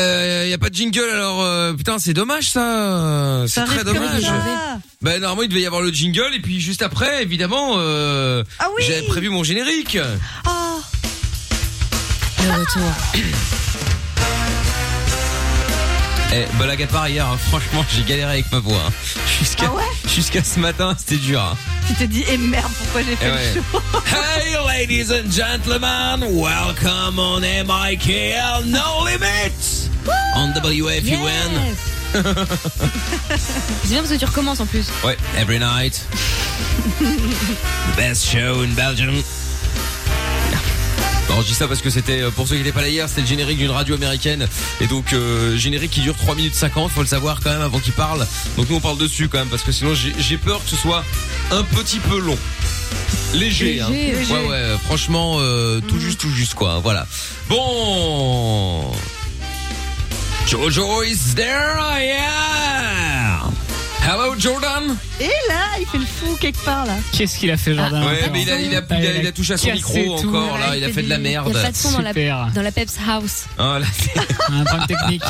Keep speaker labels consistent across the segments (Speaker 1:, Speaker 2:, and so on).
Speaker 1: Euh, y a pas de jingle alors euh, putain c'est dommage ça, c'est
Speaker 2: Ça
Speaker 1: très
Speaker 2: reste comme
Speaker 1: dommage.
Speaker 2: ça.
Speaker 1: Ben normalement il devait y avoir le jingle et puis juste après évidemment euh, j'avais prévu mon générique.
Speaker 3: Ah.
Speaker 2: Oh. Le retour.
Speaker 1: Eh blague à part hier hein, franchement j'ai galéré avec ma voix hein. jusqu'à jusqu'à ce matin c'était dur. hein.
Speaker 4: Tu t'es dit, eh merde, pourquoi j'ai fait
Speaker 1: Eh ouais.
Speaker 4: le show
Speaker 1: Hey ladies and gentlemen, welcome on MIKL No Limits on WFUN.
Speaker 5: C'est bien parce que tu recommences en plus.
Speaker 1: Ouais, every night, the best show in Belgium. Non, je dis ça parce que c'était euh, pour ceux qui n'étaient pas là hier, c'était le générique d'une radio américaine et donc euh, générique qui dure 3 minutes 50, faut le savoir quand même avant qu'il parle. Donc nous on parle dessus quand même parce que sinon j'ai j'ai peur que ce soit un petit peu long. Léger, hein.
Speaker 6: Léger, léger. Mhm.
Speaker 1: Ouais ouais, franchement euh, tout juste tout juste quoi, voilà. Bon Jojo is there, yeah. Hello Jordan.
Speaker 4: Et là, il fait le fou quelque part là.
Speaker 7: Qu'est-ce qu'il a fait, Jordan
Speaker 1: Ah, Ouais, mais il a, il a, il a- il a touché à son
Speaker 7: Cassé
Speaker 1: micro
Speaker 7: tout.
Speaker 1: encore, là, il a fait de la
Speaker 5: Il n'y
Speaker 1: merde.
Speaker 5: a pas de son dans la, dans la Peps House.
Speaker 1: Ah, là, c'est-
Speaker 7: Un problème technique.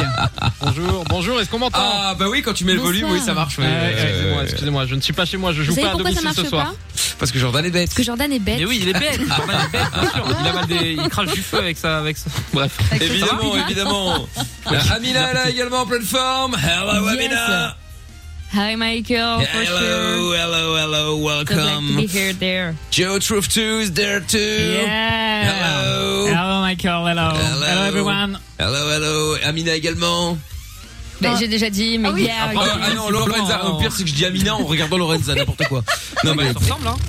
Speaker 7: bonjour, bonjour, est-ce qu'on m'entend Ah,
Speaker 1: Ah, bah oui, quand tu mets le volume, oui, ça marche. oui.
Speaker 7: Ouais, ouais,
Speaker 1: Euh,
Speaker 7: excusez-moi, excusez-moi, je ne suis pas chez moi, je
Speaker 5: Vous
Speaker 7: joue
Speaker 5: savez
Speaker 7: pas à
Speaker 5: pourquoi ça
Speaker 7: domicile ce
Speaker 5: marche
Speaker 7: soir.
Speaker 1: Parce que Jordan est bête.
Speaker 5: Parce que Jordan est bête.
Speaker 7: Mais oui, il est bête, Jordan est bête, bien sûr. Il a mal des- il crache du feu avec ça, avec ça. Bref.
Speaker 1: Évidemment, évidemment. Euh, Amina est là également en pleine forme. Hello,
Speaker 5: Yes.
Speaker 1: Amina.
Speaker 5: Hi Michael,
Speaker 1: euh,
Speaker 5: for sure.
Speaker 1: Hello, hello, hello,
Speaker 5: So glad to
Speaker 1: welcome.
Speaker 5: be here, there.
Speaker 1: Joe Truth 2 is there too.
Speaker 7: Hello. Hello, Michael, hello. Hello, everyone.
Speaker 1: Hello, hello. Amina également.
Speaker 5: Ben, j'ai déjà dit, mais yeah,
Speaker 1: Ah, bah, ah non, Lorenza. Au pire, c'est que je dis Amina en regardant Lorenza, n'importe quoi. Non, mais.
Speaker 7: hein.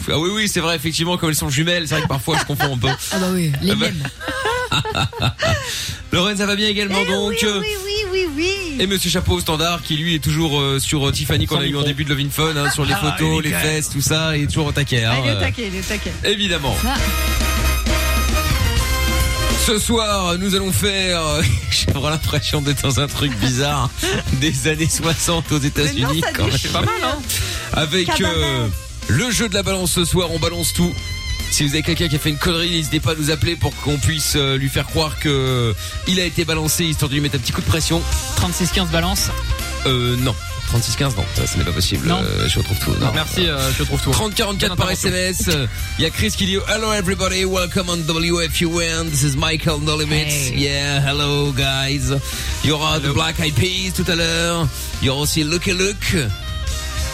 Speaker 1: Ah oui, oui, c'est vrai, effectivement, comme elles sont jumelles, c'est vrai que parfois je confonds un peu.
Speaker 2: Ah bah oui,
Speaker 3: Eh
Speaker 2: les
Speaker 3: ben,
Speaker 2: mêmes.
Speaker 1: Lorenza va bien également, donc. euh,
Speaker 2: Eh Oui, oui, oui, oui.
Speaker 1: Et Monsieur Chapeau au standard qui lui est toujours euh, sur euh, Tiffany qu'on
Speaker 7: Sans
Speaker 1: a eu en
Speaker 7: micro.
Speaker 1: début de Love in Fun hein, sur les
Speaker 7: Ah,
Speaker 1: photos,
Speaker 7: il est
Speaker 1: les
Speaker 7: nickel.
Speaker 1: fesses, tout ça, et toujours au taquet. hein,
Speaker 4: Ah, il est au
Speaker 1: euh,
Speaker 4: taquet, il est au taquet.
Speaker 1: Évidemment.
Speaker 4: Ah.
Speaker 1: Ce soir, nous allons faire, euh, j'ai vraiment l'impression d'être dans un truc bizarre des années 60 aux États-Unis.
Speaker 7: ça
Speaker 1: quand même.
Speaker 7: déchire. C'est pas mal, hein.
Speaker 1: Avec
Speaker 7: Cabaret.
Speaker 1: euh, le jeu de la balance ce soir, on balance tout. Si vous avez quelqu'un qui a fait une connerie, n'hésitez pas à nous appeler pour qu'on puisse euh, lui faire croire que euh, il a été balancé, histoire de lui mettre un petit coup de pression.
Speaker 7: 36-15 balance.
Speaker 1: Euh, non. 36-15, non, ça, ce n'est pas possible.
Speaker 7: Non.
Speaker 1: Euh, je retrouve tout. Non.
Speaker 7: Merci, euh, je trouve tout.
Speaker 1: 3044 par SMS. Il y a Chris qui dit Hello everybody, welcome on WFUN. This is Michael No Limits. Yeah, hello guys. Il y aura The Black Eyed Peas tout à l'heure. Il y aura aussi Lucky Luke.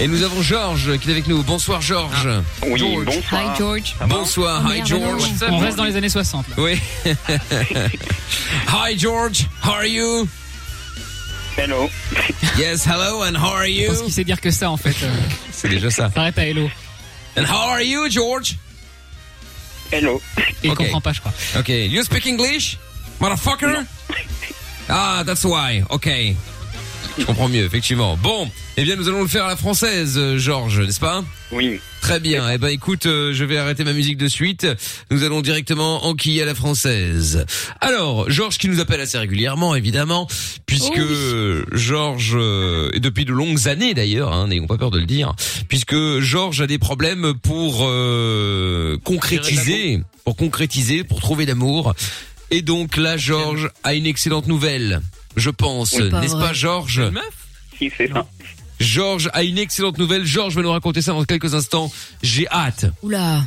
Speaker 1: Et nous avons Georges qui est avec nous. Bonsoir Georges.
Speaker 8: Ah, Oui,
Speaker 1: George.
Speaker 8: bonsoir. Hi, George. Ça va
Speaker 1: Bonsoir,
Speaker 8: Oh,
Speaker 1: hi
Speaker 8: merde,
Speaker 1: George.
Speaker 7: On reste dans les années 60. là.
Speaker 1: Oui. hi George, how are you?
Speaker 8: Hello.
Speaker 1: Yes, hello and how are
Speaker 7: Je
Speaker 1: you?
Speaker 7: pense qu'il sait dire que ça en fait. euh.
Speaker 1: C'est déjà ça.
Speaker 7: S'arrête à hello.
Speaker 1: And how are you George?
Speaker 8: Hello.
Speaker 7: Il
Speaker 1: Ok.
Speaker 7: comprend pas, je crois.
Speaker 1: Okay, you speak English, motherfucker? Ah, that's why. Okay. Je comprends mieux, effectivement. Bon, eh bien, nous allons le faire à la française, euh, Georges, n'est-ce pas
Speaker 8: Oui.
Speaker 1: Très bien. Eh ben, écoute, euh, je vais arrêter ma musique de suite. Nous allons directement enquiller à la française. Alors, Georges qui nous appelle assez régulièrement, évidemment, puisque
Speaker 8: Oh,
Speaker 1: euh, Georges, euh, et depuis de longues années d'ailleurs, hein, n'ayons pas peur de le dire, puisque Georges a des problèmes pour euh, concrétiser, pour concrétiser, pour trouver l'amour. Et donc là, Georges a une excellente nouvelle, je pense,
Speaker 8: Oui.
Speaker 1: n'est-ce
Speaker 8: Pas
Speaker 1: pas,
Speaker 8: vrai.
Speaker 1: Georges
Speaker 8: Si, c'est ça.
Speaker 1: Georges a une excellente nouvelle. Georges va nous raconter ça dans quelques instants. J'ai hâte.
Speaker 5: Oula.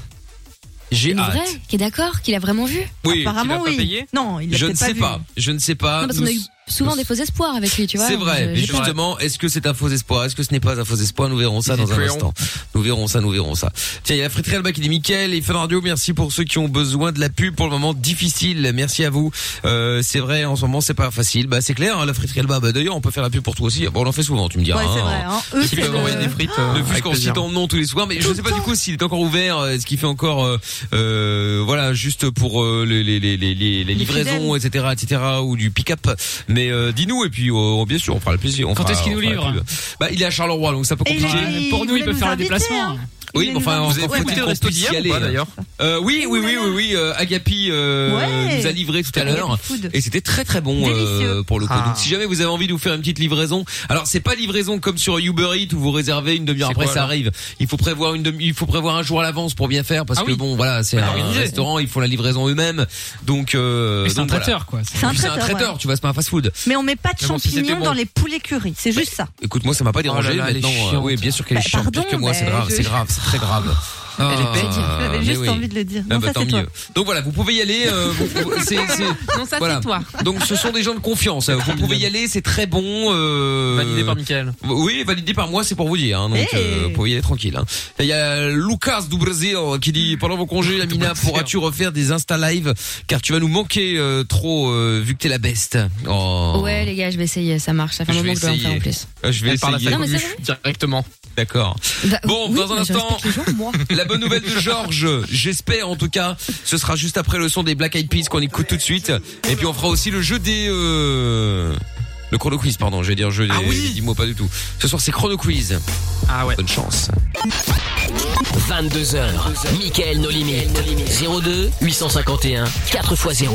Speaker 1: J'ai
Speaker 5: Mais
Speaker 1: hâte.
Speaker 5: vrai Qui est d'accord Qu'il a vraiment vu
Speaker 1: Oui,
Speaker 4: Apparemment,
Speaker 1: qu'il a pas
Speaker 4: oui.
Speaker 1: payé
Speaker 4: Non, il l'a
Speaker 1: Je ne
Speaker 4: peut-être pas
Speaker 1: sais
Speaker 4: vu.
Speaker 1: pas. Je ne sais pas.
Speaker 5: Non, parce qu'on
Speaker 1: Nous-
Speaker 5: a eu souvent des faux espoirs avec lui, tu vois.
Speaker 1: C'est vrai.
Speaker 5: Je-
Speaker 1: mais
Speaker 5: j'ai peur.
Speaker 1: justement, est-ce que c'est un faux espoir Est-ce que ce n'est pas un faux espoir Nous verrons ça
Speaker 7: Is it
Speaker 1: dans un
Speaker 7: real
Speaker 1: instant. Nous verrons ça. Nous verrons ça. Tiens, il y a Frédéric Alba qui dit Mickaël et Fun Radio. Merci pour ceux qui ont besoin de la pub pour le moment difficile. Merci à vous. Euh, c'est vrai. En ce moment, c'est pas facile. Bah, c'est clair. Hein, la Frédéric Alba. Bah, d'ailleurs, on peut faire la pub pour toi aussi. Bon, on en fait souvent. Tu me diras.
Speaker 4: Ouais, c'est
Speaker 1: hein.
Speaker 4: vrai. Hein. Eux,
Speaker 1: Tu
Speaker 4: c'est
Speaker 1: peux envoyer
Speaker 4: le...
Speaker 1: des frites. Euh,
Speaker 7: avec
Speaker 1: qu'on
Speaker 7: plaisir.
Speaker 1: cite en nom tous les soirs, mais je sais pas du coup s'il est encore ouvert, euh, ce qu'il fait encore, euh, euh, voilà, juste pour euh, les, les, les, les, les livraisons, etc., etc., ou du pick-up. Mais euh, dis-nous et puis euh, bien sûr, on fera le plaisir. on
Speaker 7: Quand
Speaker 1: fera-
Speaker 7: est-ce qu'il
Speaker 1: on
Speaker 7: nous
Speaker 1: fera la
Speaker 7: livre
Speaker 1: pub. Bah, il est à Charleroi, donc ça peut
Speaker 4: Et il
Speaker 1: compliquer.
Speaker 4: est-
Speaker 7: Pour nous,
Speaker 4: voulait
Speaker 7: il peut
Speaker 4: nous
Speaker 7: faire le
Speaker 4: inviter,
Speaker 7: déplacement.
Speaker 4: hein.
Speaker 1: Oui, mais enfin,
Speaker 7: Vous
Speaker 1: on
Speaker 7: avez
Speaker 1: s'en fout,
Speaker 7: écouté
Speaker 1: on
Speaker 7: le resto
Speaker 1: puisse y
Speaker 7: d'hier ou
Speaker 1: aller,
Speaker 7: pas,
Speaker 1: hein.
Speaker 7: d'ailleurs
Speaker 1: Euh, oui, oui, oui, oui, oui. euh, Agapi euh,
Speaker 7: Ouais.
Speaker 1: nous a livré tout à
Speaker 7: Agapi
Speaker 1: l'heure
Speaker 7: Food.
Speaker 1: et c'était très très bon euh,
Speaker 7: Délicieux.
Speaker 1: pour le coup.
Speaker 7: Ah.
Speaker 1: Donc si jamais vous avez envie de vous faire une petite livraison, alors c'est pas livraison comme sur Uber Eats où vous réservez une demi-heure
Speaker 7: C'est
Speaker 1: après
Speaker 7: quoi,
Speaker 1: ça
Speaker 7: alors
Speaker 1: arrive. Il faut prévoir une demi, il faut prévoir un jour à l'avance pour bien faire parce
Speaker 7: Ah
Speaker 1: que
Speaker 7: oui.
Speaker 1: bon voilà c'est
Speaker 7: Ouais,
Speaker 1: un
Speaker 7: organisé.
Speaker 1: restaurant ils font la livraison eux-mêmes donc. Euh,
Speaker 7: Mais c'est
Speaker 1: donc,
Speaker 7: un
Speaker 1: voilà.
Speaker 7: traiteur, quoi.
Speaker 1: Puis
Speaker 7: C'est-
Speaker 1: C'est
Speaker 4: C'est un
Speaker 1: un traiteur,
Speaker 4: traiteur, ouais.
Speaker 1: tu vois c'est pas un fast-food.
Speaker 4: Mais on met pas de
Speaker 1: Mais bon, si
Speaker 4: champignons
Speaker 1: c'était bon.
Speaker 4: dans les poulets curry, c'est juste ça.
Speaker 1: Écoute moi ça m'a pas dérangé
Speaker 7: Oh là là, elle est
Speaker 1: maintenant. euh,
Speaker 7: chiante.
Speaker 1: oui bien sûr qu'elle est
Speaker 4: Bah,
Speaker 1: chiante pire que
Speaker 4: pardon,
Speaker 1: moi c'est
Speaker 4: mais
Speaker 1: grave
Speaker 4: je-
Speaker 1: c'est grave c'est très grave.
Speaker 7: Elle est bête.
Speaker 1: Ah,
Speaker 4: J'avais
Speaker 1: mais
Speaker 4: juste
Speaker 1: oui.
Speaker 4: envie de le dire.
Speaker 1: Ah
Speaker 4: Non,
Speaker 1: bah,
Speaker 4: ça
Speaker 1: tant
Speaker 4: c'est toi.
Speaker 1: mieux. Donc voilà, vous pouvez y aller. euh, vous- vous- c'est- c'est-
Speaker 5: Non, ça
Speaker 1: Voilà.
Speaker 5: toi.
Speaker 1: Donc ce sont des gens de confiance. hein. Vous pouvez y aller, c'est très bon. euh,
Speaker 7: Validé par Michael.
Speaker 1: Oui, validé par moi, c'est pour vous dire. hein. Donc
Speaker 4: Hey.
Speaker 1: euh, vous pouvez y aller tranquille. hein. Et Il y a Lucas du Brésil qui
Speaker 4: Hmm.
Speaker 1: dit pendant vos congés, Amina, pourras-tu refaire des Insta live car tu vas nous manquer euh, trop euh, vu que t'es la best. Oh.
Speaker 5: Ouais, les gars, je vais essayer, ça marche. Ça fait un
Speaker 1: Je
Speaker 5: moment
Speaker 1: vais
Speaker 5: que je dois en faire en
Speaker 1: essayer.
Speaker 5: plus.
Speaker 1: Euh, Je vais
Speaker 7: Elle parle à sa
Speaker 1: essayer.
Speaker 5: Non, mais c'est Bah,
Speaker 7: commu directement.
Speaker 1: D'accord. Bon,
Speaker 5: oui,
Speaker 1: dans un
Speaker 5: mais je
Speaker 1: instant-
Speaker 5: respecte les gens, moi.
Speaker 1: La bonne nouvelle de Georges, j'espère en tout cas, ce sera juste après le son des Black Eyed Peas qu'on écoute tout de suite. Et puis on fera aussi le jeu des... euh, Le chrono quiz, pardon, je vais dire jeu des...
Speaker 7: Ah oui
Speaker 1: des dix mots, pas du tout. Ce soir c'est chrono quiz.
Speaker 7: Ah ouais.
Speaker 1: Bonne chance.
Speaker 6: 22h. Michael No Limit. 02 851 4x0.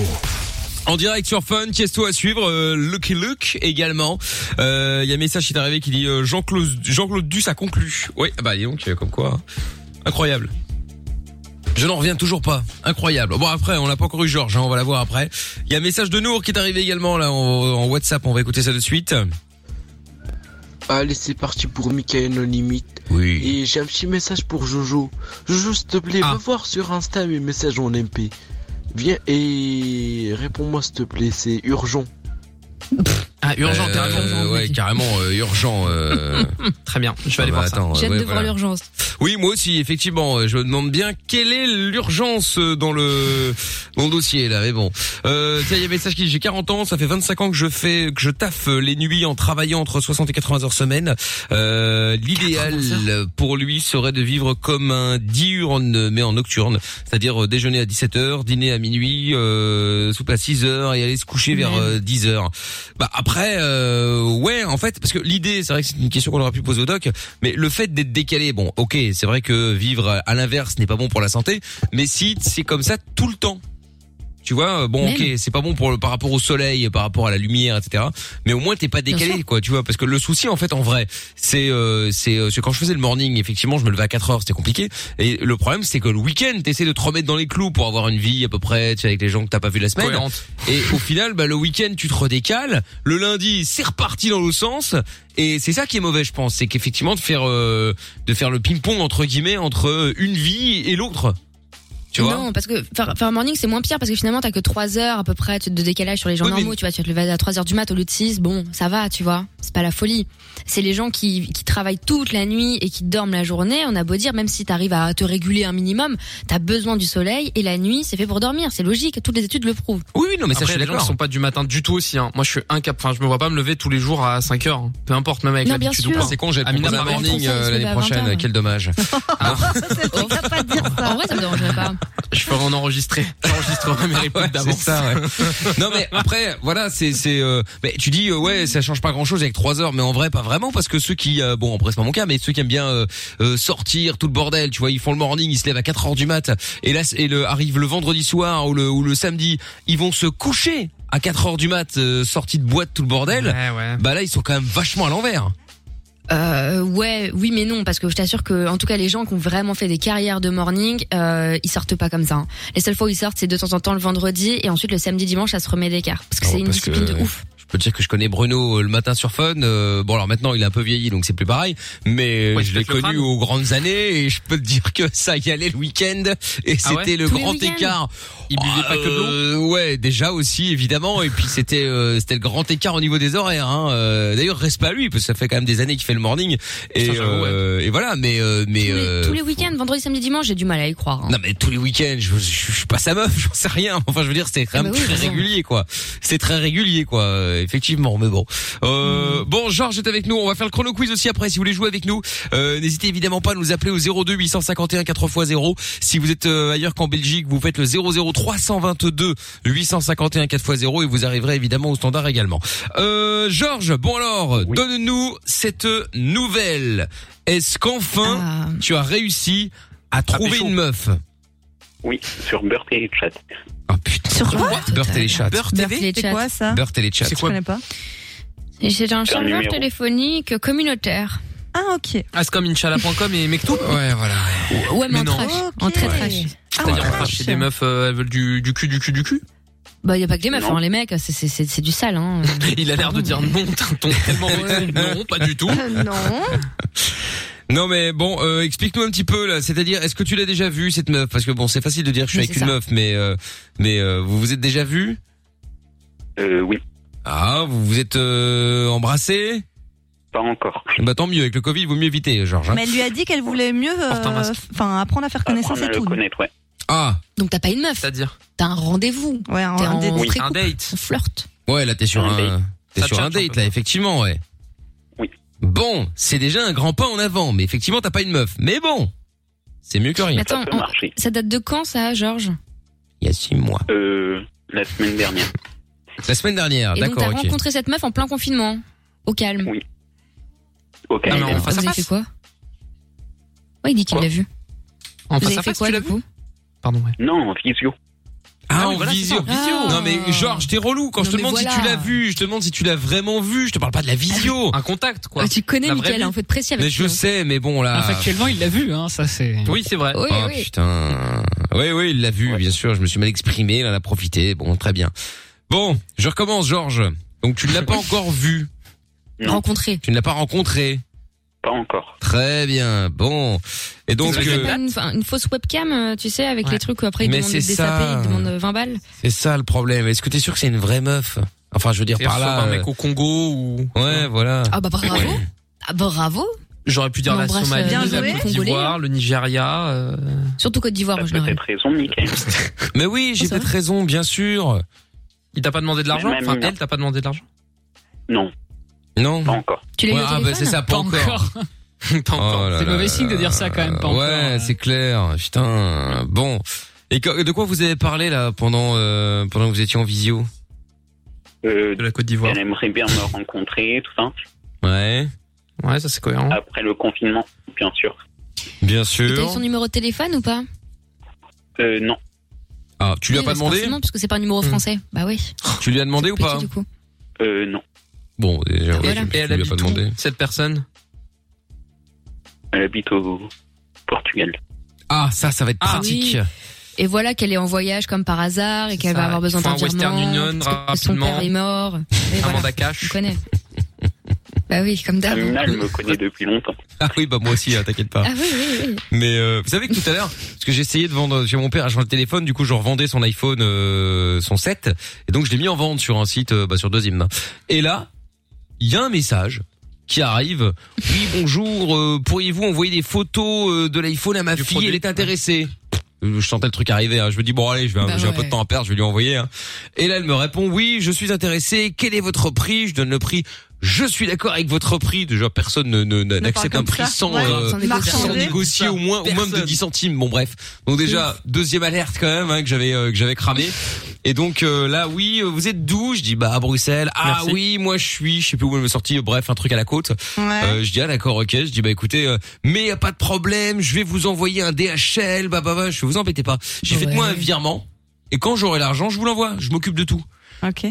Speaker 1: En direct sur Fun, Tiesto à suivre, euh, Lucky Luke également. Euh, Il y a un message qui est arrivé qui dit euh, Jean-Claude Jean-Claude Duss a conclu. Oui, bah dis donc, euh, comme quoi. hein. Incroyable. Je n'en reviens toujours pas. Incroyable. Bon après, on n'a pas encore eu Georges, hein, on va la voir après. Il y a un message de Nour qui est arrivé également là en, en WhatsApp, on va écouter ça de suite.
Speaker 3: Allez, c'est parti pour Michael No Limit.
Speaker 1: Oui.
Speaker 3: Et j'ai un petit message pour Jojo. Jojo, s'il te plaît,
Speaker 1: Ah.
Speaker 3: va voir sur Insta mes messages en MP. Viens et réponds-moi, s'il te plaît, c'est urgent.
Speaker 7: Ah, urgent,
Speaker 1: Euh,
Speaker 7: t'es un urgent.
Speaker 1: ouais, carrément euh, urgent. euh.
Speaker 7: Très bien, je vais aller
Speaker 1: Ah bah,
Speaker 7: voir ça.
Speaker 1: attends,
Speaker 5: J'ai hâte
Speaker 1: ouais,
Speaker 5: de voir
Speaker 1: voilà.
Speaker 5: l'urgence.
Speaker 1: Oui, moi aussi, effectivement. euh, Je me demande bien quelle est l'urgence euh, dans le dans le dossier là, mais bon. Euh, tiens, il y a un message qui dit j'ai 40 ans, ça fait 25 ans que je fais que je taffe euh, les nuits en travaillant entre 60 et 80 heures semaine. Euh, L'idéal pour lui serait de vivre comme un diurne mais en nocturne, c'est-à-dire euh, déjeuner à 17 heures, dîner à minuit, euh, soupe à 6 heures et aller se coucher vers euh, 10 heures. Bah après, euh, ouais, en fait, parce que l'idée, c'est vrai que c'est une question qu'on aurait pu poser au doc, mais le fait d'être décalé, bon, ok, c'est vrai que vivre à l'inverse n'est pas bon pour la santé, mais si c'est comme ça tout le temps. Tu vois, euh, bon,
Speaker 5: Même.
Speaker 1: ok, c'est pas bon pour le, par rapport au soleil, par rapport à la lumière, etc. Mais au moins t'es pas décalé, quoi, tu vois. Parce que le souci, en fait, en vrai, c'est, euh, c'est, euh, c'est quand je faisais le morning, effectivement, je me levais à 4 heures, c'était compliqué. Et le problème, c'est que le week-end, t'essaies de te remettre dans les clous pour avoir une vie à peu près, tu sais, avec les gens que t'as pas vu la semaine.
Speaker 7: Cohérente.
Speaker 1: Et au final, bah, le week-end, tu te redécales. Le lundi, c'est reparti dans l'autre sens. Et c'est ça qui est mauvais, je pense. C'est qu'effectivement, de faire, euh, de faire le ping-pong, entre guillemets, entre une vie et l'autre. Tu vois?
Speaker 5: non, parce que faire, faire un morning, c'est moins pire parce que finalement, t'as que 3 heures à peu près de décalage sur les gens
Speaker 1: Oui, mais-
Speaker 5: normaux. Tu vois, tu vas te lever à 3 heures du mat au lieu de 6. Bon, ça va, tu vois. C'est pas la folie. C'est les gens qui, qui travaillent toute la nuit et qui dorment la journée. On a beau dire, même si t'arrives à te réguler un minimum, t'as besoin du soleil et la nuit, c'est fait pour dormir. C'est logique. Toutes les études le prouvent.
Speaker 1: Oui, oui, non, mais ça,
Speaker 7: Après,
Speaker 1: je suis
Speaker 7: les gens
Speaker 1: d'accord.
Speaker 7: qui sont pas du matin du tout aussi. Hein. Moi, je suis incapable. Enfin, je me vois pas me lever tous les jours à 5 heures. hein. Peu importe, même avec
Speaker 5: Non, bien
Speaker 7: l'habitude ou
Speaker 5: sûr.
Speaker 7: pas.
Speaker 1: C'est con, j'ai le
Speaker 7: Amina
Speaker 1: programme
Speaker 7: Barrett,
Speaker 5: elle
Speaker 1: morning
Speaker 5: se
Speaker 1: euh,
Speaker 5: lève
Speaker 1: l'année
Speaker 5: à
Speaker 1: prochaine.
Speaker 5: 20.
Speaker 1: Quel dommage. Ah.
Speaker 4: On va pas dire
Speaker 5: En
Speaker 4: ça.
Speaker 5: vrai, ça me dérangerait pas.
Speaker 7: Je ferai en enregistrer. J'enregistrerai mes réponses
Speaker 1: Ouais, c'est
Speaker 7: d'avance.
Speaker 1: ça, ouais. non mais après, voilà, c'est c'est. euh, mais tu dis euh, ouais, ça change pas grand chose avec trois heures, mais en vrai pas vraiment parce que ceux qui euh, bon, après c'est pas mon cas, mais ceux qui aiment bien euh, euh, sortir tout le bordel, tu vois, ils font le morning, ils se lèvent à 4 heures du mat, et là et le arrive le vendredi soir ou le ou le samedi, ils vont se coucher à 4 heures du mat, euh, sortis de boîte tout le bordel.
Speaker 7: Ouais, ouais.
Speaker 1: Bah là ils sont quand même vachement à l'envers.
Speaker 5: Euh, ouais, oui, mais non, parce que je t'assure que, en tout cas, les gens qui ont vraiment fait des carrières de morning, euh, ils sortent pas comme ça. hein. Les seules fois où ils sortent, c'est de temps en temps le vendredi et ensuite le samedi dimanche, ça se remet d'écart parce que
Speaker 1: Ah ouais,
Speaker 5: c'est une
Speaker 1: parce que-
Speaker 5: discipline de ouf.
Speaker 1: Je peux te dire que je connais Bruno euh, le matin sur Fun. euh, bon alors maintenant il est un peu vieilli donc c'est plus pareil, mais euh,
Speaker 7: Ouais,
Speaker 1: je
Speaker 7: il
Speaker 1: l'ai
Speaker 7: pète le
Speaker 1: connu
Speaker 7: crâne.
Speaker 1: aux grandes années et je peux te dire que ça y allait le week-end et
Speaker 7: Ah ouais
Speaker 1: c'était le
Speaker 5: Tous les
Speaker 1: grand
Speaker 5: week-ends
Speaker 1: écart.
Speaker 7: Il buvait pas que de l'eau.
Speaker 1: Euh, ouais déjà aussi évidemment et puis c'était euh, c'était le grand écart au niveau des horaires. Hein. Euh, D'ailleurs reste pas lui parce que ça fait quand même des années qu'il fait le morning et,
Speaker 7: Putain, j'avoue, ouais.
Speaker 1: euh, et voilà mais euh, mais
Speaker 5: Tous les,
Speaker 1: euh,
Speaker 5: tous les week-ends, vendredi, samedi, dimanche, j'ai du mal à y croire. hein.
Speaker 1: non mais tous les week-ends, je, je, je suis pas sa meuf, j'en sais rien. Enfin, je veux dire, c'était quand
Speaker 5: Ah
Speaker 1: même
Speaker 5: bah oui,
Speaker 1: très
Speaker 5: raison.
Speaker 1: régulier, quoi. c'est très régulier, quoi. euh, Effectivement, mais bon. Euh, Bon, Georges est avec nous. On va faire le chrono quiz aussi après. Si vous voulez jouer avec nous, euh, n'hésitez évidemment pas à nous appeler au 02 851 4x0. Si vous êtes euh, ailleurs qu'en Belgique, vous faites le 00 322 851 4x0 et vous arriverez évidemment au standard également. Euh, Georges, bon alors, donne-nous cette nouvelle. Est-ce qu'enfin tu as réussi à trouver une meuf
Speaker 8: Oui, sur Beurre et Chat.
Speaker 1: Sur quoi Beurre Téléchat.
Speaker 5: Beurre TV, Beurre Téléchat. c'est quoi,
Speaker 7: Hein
Speaker 5: ça
Speaker 1: Beurre Téléchat.
Speaker 5: C'est quoi Je connais
Speaker 4: pas.
Speaker 5: Et C'est un
Speaker 7: C'est un
Speaker 5: chargeur
Speaker 7: numéro.
Speaker 5: téléphonique communautaire.
Speaker 4: Ah, ok.
Speaker 7: Ah, c'est comme Inch'Allah.com et Mektoub
Speaker 1: Ouais, voilà.
Speaker 5: Ouais, mais, en
Speaker 7: non.
Speaker 5: trash. En très trash.
Speaker 7: C'est-à-dire, enfin, chez des meufs, euh, elles veulent du, du cul, du cul, du cul.
Speaker 5: Bah, y a pas que des meufs,
Speaker 7: Non.
Speaker 5: hein, les mecs, c'est- c'est c'est- c'est du sale, hein.
Speaker 7: Il a l'air de dire non, t'as un ton tellement vexé. Non, pas du tout.
Speaker 5: non.
Speaker 1: Non mais bon, euh, explique-nous un petit peu là. C'est-à-dire, est-ce que tu l'as déjà vue cette meuf Parce que bon, c'est facile de dire je suis
Speaker 8: Oui,
Speaker 1: avec
Speaker 8: c'est
Speaker 1: une
Speaker 8: ça.
Speaker 1: meuf, mais euh, mais euh, vous vous êtes déjà vu
Speaker 8: Euh, oui.
Speaker 1: Ah, vous vous êtes euh, embrassé
Speaker 8: Pas encore.
Speaker 1: Bah tant mieux. Avec le Covid, il vaut mieux éviter, Georges. hein.
Speaker 4: Mais elle lui a dit qu'elle voulait mieux, euh,
Speaker 1: Porte un masque.
Speaker 4: enfin, apprendre à faire connaissance et tout.
Speaker 1: Ah, ouais. Ah.
Speaker 5: Donc t'as pas une meuf.
Speaker 7: C'est-à-dire
Speaker 5: T'as un rendez-vous.
Speaker 4: Ouais,
Speaker 5: un rendez-vous.
Speaker 1: Oui.
Speaker 7: Un date.
Speaker 5: On flirte.
Speaker 1: Ouais, là t'es sur
Speaker 7: Un
Speaker 1: un,
Speaker 7: date.
Speaker 1: t'es
Speaker 7: Ça
Speaker 1: sur un
Speaker 7: tchatche un
Speaker 1: date là, effectivement, ouais. Oui. Bon, c'est déjà un grand pas en avant, mais effectivement t'as pas une meuf. Mais bon, c'est mieux que rien.
Speaker 5: Mais Attends, on- ça date de quand ça, Georges
Speaker 1: Il y a six mois.
Speaker 8: Euh, la semaine dernière.
Speaker 1: La semaine dernière,
Speaker 5: Et donc t'as
Speaker 1: Ah, d'accord, ok.
Speaker 5: rencontré cette meuf en plein confinement, au calme.
Speaker 8: Oui. Ok.
Speaker 5: Vous avez fait quoi Ouais, il dit qu'il l'a vu.
Speaker 8: En
Speaker 5: Vous
Speaker 8: face
Speaker 5: avez
Speaker 8: à
Speaker 5: fait
Speaker 8: face,
Speaker 5: quoi
Speaker 8: tu
Speaker 5: du coup
Speaker 7: Pardon, ouais.
Speaker 8: Non, en visio.
Speaker 1: Ah,
Speaker 8: Ah oui,
Speaker 1: en
Speaker 8: voilà, c'est
Speaker 1: visio.
Speaker 8: ça, en visio.
Speaker 1: Non mais Georges, t'es relou quand
Speaker 5: Ah. Non,
Speaker 1: je te
Speaker 5: mais
Speaker 1: demande si
Speaker 5: voilà.
Speaker 1: tu l'as vu, je te demande si tu l'as vraiment vu, je te parle pas de la visio.
Speaker 7: Un contact
Speaker 5: Ah, tu connais Mickaël, hein, faut être précis avec
Speaker 1: Mais
Speaker 5: lui,
Speaker 1: je
Speaker 5: hein.
Speaker 1: sais, mais bon là.
Speaker 9: Factuellement, il l'a vu, hein, ça c'est.
Speaker 7: Oui, c'est vrai.
Speaker 5: Oui,
Speaker 1: oh
Speaker 5: oui.
Speaker 1: putain. Oui oui, il l'a vu, bien sûr, je me suis mal exprimé, il en a profité. Bon, très bien. Bon, je recommence Georges. Donc tu ne l'as pas encore vu.
Speaker 5: Rencontré.
Speaker 1: Tu ne l'as pas rencontré.
Speaker 8: Pas encore.
Speaker 1: Très bien. Bon. Et donc
Speaker 5: Ils ont fait
Speaker 1: euh,
Speaker 5: pas une, enfin, une fausse webcam, euh, tu sais, avec
Speaker 1: Ouais.
Speaker 5: les trucs où après ils
Speaker 1: Mais
Speaker 5: demandent
Speaker 1: c'est
Speaker 5: des
Speaker 1: ça.
Speaker 5: sapés, ils demandent euh, 20 balles.
Speaker 1: c'est ça le problème. Est-ce que t'es sûr que c'est une vraie meuf Enfin, je veux dire
Speaker 7: C'est-à-dire,
Speaker 1: par là
Speaker 7: soit un mec
Speaker 1: euh,
Speaker 7: au Congo oh, ou.
Speaker 1: Ouais, voilà.
Speaker 5: Ah bah bravo. Ah bravo.
Speaker 7: J'aurais pu dire
Speaker 5: On
Speaker 7: la
Speaker 5: embrasse, euh,
Speaker 7: Somalie,
Speaker 5: bien
Speaker 7: la
Speaker 5: joué.
Speaker 7: Côte d'Ivoire, le Nigeria. euh,
Speaker 5: Surtout Côte d'Ivoire, en général. Ah,
Speaker 8: Peut-être raison, Mickaël.
Speaker 1: Mais oui, j'ai peut-être raison, bien sûr.
Speaker 7: Il t'a pas demandé de l'argent
Speaker 8: Même,
Speaker 7: Enfin,
Speaker 8: même.
Speaker 7: elle t'a pas demandé de l'argent
Speaker 8: Non.
Speaker 1: Non.
Speaker 8: Pas encore.
Speaker 5: Tu l'as eu au
Speaker 1: Ah bah
Speaker 5: téléphone
Speaker 1: c'est ça, pas encore. Oh
Speaker 7: Pas
Speaker 1: encore.
Speaker 9: C'est mauvais signe de dire ça quand même, pas encore.
Speaker 1: Euh, Ouais, c'est clair. Putain. Bon. Et que- de quoi vous avez parlé là pendant euh, pendant que vous étiez en visio
Speaker 8: Euh,
Speaker 7: de la Côte d'Ivoire.
Speaker 8: Elle aimerait bien me rencontrer, tout ça.
Speaker 1: Ouais.
Speaker 7: Ouais, ça c'est cohérent.
Speaker 8: Après le confinement, bien sûr.
Speaker 1: Bien
Speaker 5: T'as eu
Speaker 1: sûr.
Speaker 5: son numéro de téléphone ou pas
Speaker 8: Euh, non.
Speaker 1: Ah, tu lui as
Speaker 5: Oui,
Speaker 1: pas
Speaker 5: parce-
Speaker 1: demandé Hmm.
Speaker 5: forcément, parce que c'est pas un numéro français. Bah oui.
Speaker 1: Tu lui as demandé ou pas
Speaker 5: du coup.
Speaker 8: Euh, non.
Speaker 1: Bon, déjà, ouais,
Speaker 5: voilà.
Speaker 1: tu-
Speaker 7: Et
Speaker 1: tu
Speaker 7: elle
Speaker 1: lui as pas
Speaker 7: habite
Speaker 1: demandé.
Speaker 7: où, cette personne
Speaker 8: Elle habite au Portugal.
Speaker 1: Ah, ça, ça va être pratique.
Speaker 5: Oui. Bah, Et voilà qu'elle est en voyage comme par hasard et qu'elle va avoir besoin
Speaker 7: Enfin,
Speaker 5: d'un
Speaker 7: Western
Speaker 5: virement.
Speaker 7: Union,
Speaker 5: parce que Son
Speaker 7: rapidement.
Speaker 5: père est mort.
Speaker 1: Ah,
Speaker 5: Et
Speaker 7: Un
Speaker 5: voilà,
Speaker 7: mandat cash.
Speaker 5: on connaît. bah oui, comme d'hab.
Speaker 8: Amina, elle Euh, me connaît depuis longtemps.
Speaker 1: Ah oui, bah moi aussi, hein, t'inquiète pas.
Speaker 5: Ah oui, oui, oui.
Speaker 1: Mais euh, vous savez que tout à l'heure, parce que j'essayais de vendre chez mon père, à changer le téléphone, du coup je revendais son iPhone, euh, son 7, et donc je l'ai mis en vente sur un site, euh, bah, sur deuxième main. Et là, il y a un message qui arrive. Oui, bonjour, euh, pourriez-vous envoyer des photos euh, de l'iPhone à ma fille Elle est intéressée. Euh, Je sentais le truc arriver. hein. Je me dis bon allez, je vais
Speaker 9: Bah
Speaker 1: j'ai un peu
Speaker 9: ouais.
Speaker 1: de temps à perdre, je vais lui envoyer. hein. Et là, elle me répond oui, je suis intéressée. Quel est votre prix Je donne le prix. Je suis d'accord avec votre prix. Déjà, personne ne- ne- n'accepte un
Speaker 9: comme
Speaker 1: prix
Speaker 9: ça.
Speaker 1: sans,
Speaker 9: Ouais,
Speaker 1: euh,
Speaker 9: sans négocier.
Speaker 1: sans négocier au moins, au moins de 10 centimes. Bon bref. Donc déjà deuxième alerte quand même hein, que j'avais euh, que j'avais cramé. Et donc euh, là oui, euh, vous êtes d'où Je dis bah à Bruxelles. Ah
Speaker 7: Merci.
Speaker 1: oui, moi je suis, je sais plus où elle me sortie. euh, Bref, un truc à la côte. Euh, je dis ah d'accord, ok. Je dis bah écoutez, euh, mais y a pas de problème, je vais vous envoyer un DHL. Bah bah bah, je vous embêtez pas. J'ai fait de moi un virement. Et quand j'aurai l'argent, je vous l'envoie. Je m'occupe de tout.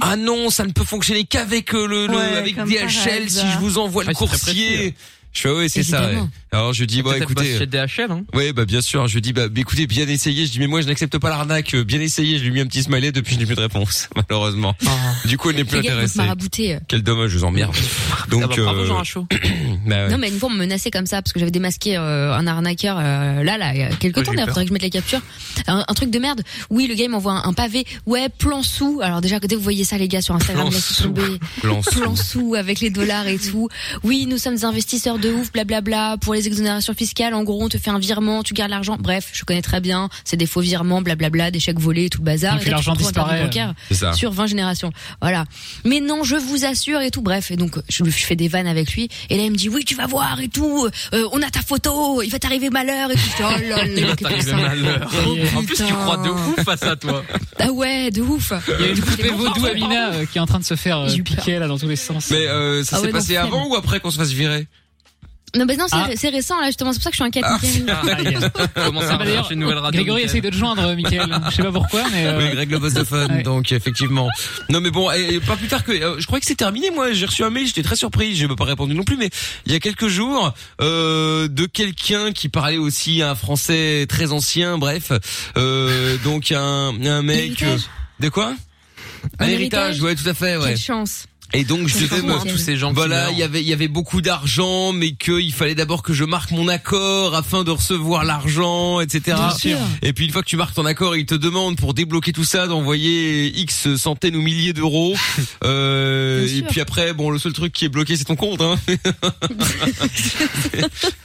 Speaker 1: Ah non, ça ne peut fonctionner qu'avec euh, le, le-
Speaker 9: Ouais,
Speaker 1: avec
Speaker 9: comme par
Speaker 1: DHL si
Speaker 9: hasard.
Speaker 1: je vous envoie le
Speaker 7: Ouais, Ah, c'est très précis, hein.
Speaker 1: coursier. Je fais oui, c'est ça. ouais.
Speaker 7: Évidemment.
Speaker 1: Alors je dis bah
Speaker 7: Peut-être
Speaker 1: écoutez,
Speaker 7: bosse chez DHL, hein.
Speaker 1: oui, bah bien sûr. Je dis bah écoutez, bien essayé. Je dis mais moi je n'accepte pas l'arnaque. Euh, Bien essayé. Je lui ai mis un petit smiley depuis je n'ai plus de réponse malheureusement.
Speaker 5: Ah.
Speaker 1: Du coup elle n'est plus
Speaker 5: Les euh. gars, vous se
Speaker 1: intéressée.
Speaker 5: maraboutez.
Speaker 1: Quel dommage, je vous emmerde.
Speaker 7: Ah
Speaker 1: Donc
Speaker 7: bah, bravo, Jean
Speaker 1: Rachaud. bah, Euh, ouais.
Speaker 5: hein, Non mais une fois on me menaçait comme ça parce que j'avais démasqué euh, un arnaqueur euh, là là il y a quelque
Speaker 1: Oh,
Speaker 5: temps
Speaker 1: j'ai eu
Speaker 5: d'ailleurs
Speaker 1: peur.
Speaker 5: faudrait que je mette les captures un, un truc de merde oui le gars il m'envoie un, un pavé ouais plan sous alors déjà dès que vous voyez ça les gars sur Instagram
Speaker 1: Plan
Speaker 5: laissez
Speaker 1: sous.
Speaker 5: tomber
Speaker 1: Plan sous.
Speaker 5: plan sous avec les dollars et tout oui nous sommes investisseurs de de ouf, blablabla, pour les exonérations fiscales, en gros, on te fait un virement, tu gardes l'argent. Bref, je connais très bien, c'est des faux virements, blablabla, des chèques volés, tout le bazar.
Speaker 9: Donc,
Speaker 5: Et là, tu te
Speaker 9: l'argent
Speaker 5: retrouves un paradis
Speaker 9: disparaît,
Speaker 5: bancaire
Speaker 1: c'est ça.
Speaker 5: sur 20 générations. Voilà. Mais non, je vous assure et tout. Bref, et donc je, je fais des vannes avec lui. Et là, il me dit oui, tu vas voir et tout. Euh, on a ta photo. Il va t'arriver malheur et tout. Je fais, oh là là,
Speaker 7: Il
Speaker 5: qu'est-ce
Speaker 7: va
Speaker 5: que
Speaker 7: t'arriver
Speaker 5: ça
Speaker 7: malheur. En plus, tu
Speaker 5: Putain.
Speaker 7: crois de ouf à ça, toi.
Speaker 5: Ah ouais, de ouf.
Speaker 9: Il y a une poupée vaudou
Speaker 5: à
Speaker 9: à Mina euh, qui est en train de se faire euh,
Speaker 5: J'ai eu peur.
Speaker 9: piquer là dans tous les sens.
Speaker 1: Mais euh, ça
Speaker 5: Ah
Speaker 1: s'est
Speaker 5: ouais,
Speaker 1: passé
Speaker 5: non, flemme.
Speaker 1: avant ou après qu'on se fasse virer
Speaker 5: Non, mais non, c'est
Speaker 9: Ah.
Speaker 5: ré- c'est récent là. Justement, c'est pour ça que je suis inquiète. Mickaël.
Speaker 9: Ah, aïe.
Speaker 7: Comment
Speaker 9: Ah,
Speaker 7: ça
Speaker 9: bah,
Speaker 7: va
Speaker 9: d'ailleurs,
Speaker 7: chercher une nouvelle radio
Speaker 9: Grégory
Speaker 7: Mickaël
Speaker 9: essaye de te joindre, euh, Michael. Je sais pas pourquoi, mais euh,
Speaker 1: Oui, Greg le boss de fun,
Speaker 9: Ouais.
Speaker 1: donc effectivement. Non mais bon, et, et pas plus tard que, euh, je croyais que c'est terminé. Moi, j'ai reçu un mail, j'étais très surpris, je n'ai pas répondu non plus. Mais il y a quelques jours, euh, de quelqu'un qui parlait aussi un français très ancien, bref, euh, donc un un mec.
Speaker 5: L'héritage.
Speaker 1: euh, de quoi
Speaker 5: Un
Speaker 1: Un héritage,
Speaker 5: héritage.
Speaker 1: ouais, tout à fait, ouais.
Speaker 5: Quelle chance.
Speaker 1: Et donc je
Speaker 5: Quel
Speaker 1: devais
Speaker 5: changement,
Speaker 1: me
Speaker 5: hein,
Speaker 7: tous ces gens qui
Speaker 1: voilà,
Speaker 7: meurent.
Speaker 1: il y avait il y avait beaucoup d'argent, mais qu'il fallait d'abord que je marque mon accord afin de recevoir l'argent, etc.
Speaker 5: Bien sûr.
Speaker 1: Et puis une fois que tu marques ton accord, ils te demandent pour débloquer tout ça d'envoyer X centaines ou milliers d'euros. Euh,
Speaker 5: Bien
Speaker 1: et
Speaker 5: sûr.
Speaker 1: puis après, bon, le seul truc qui est bloqué, c'est ton compte, hein.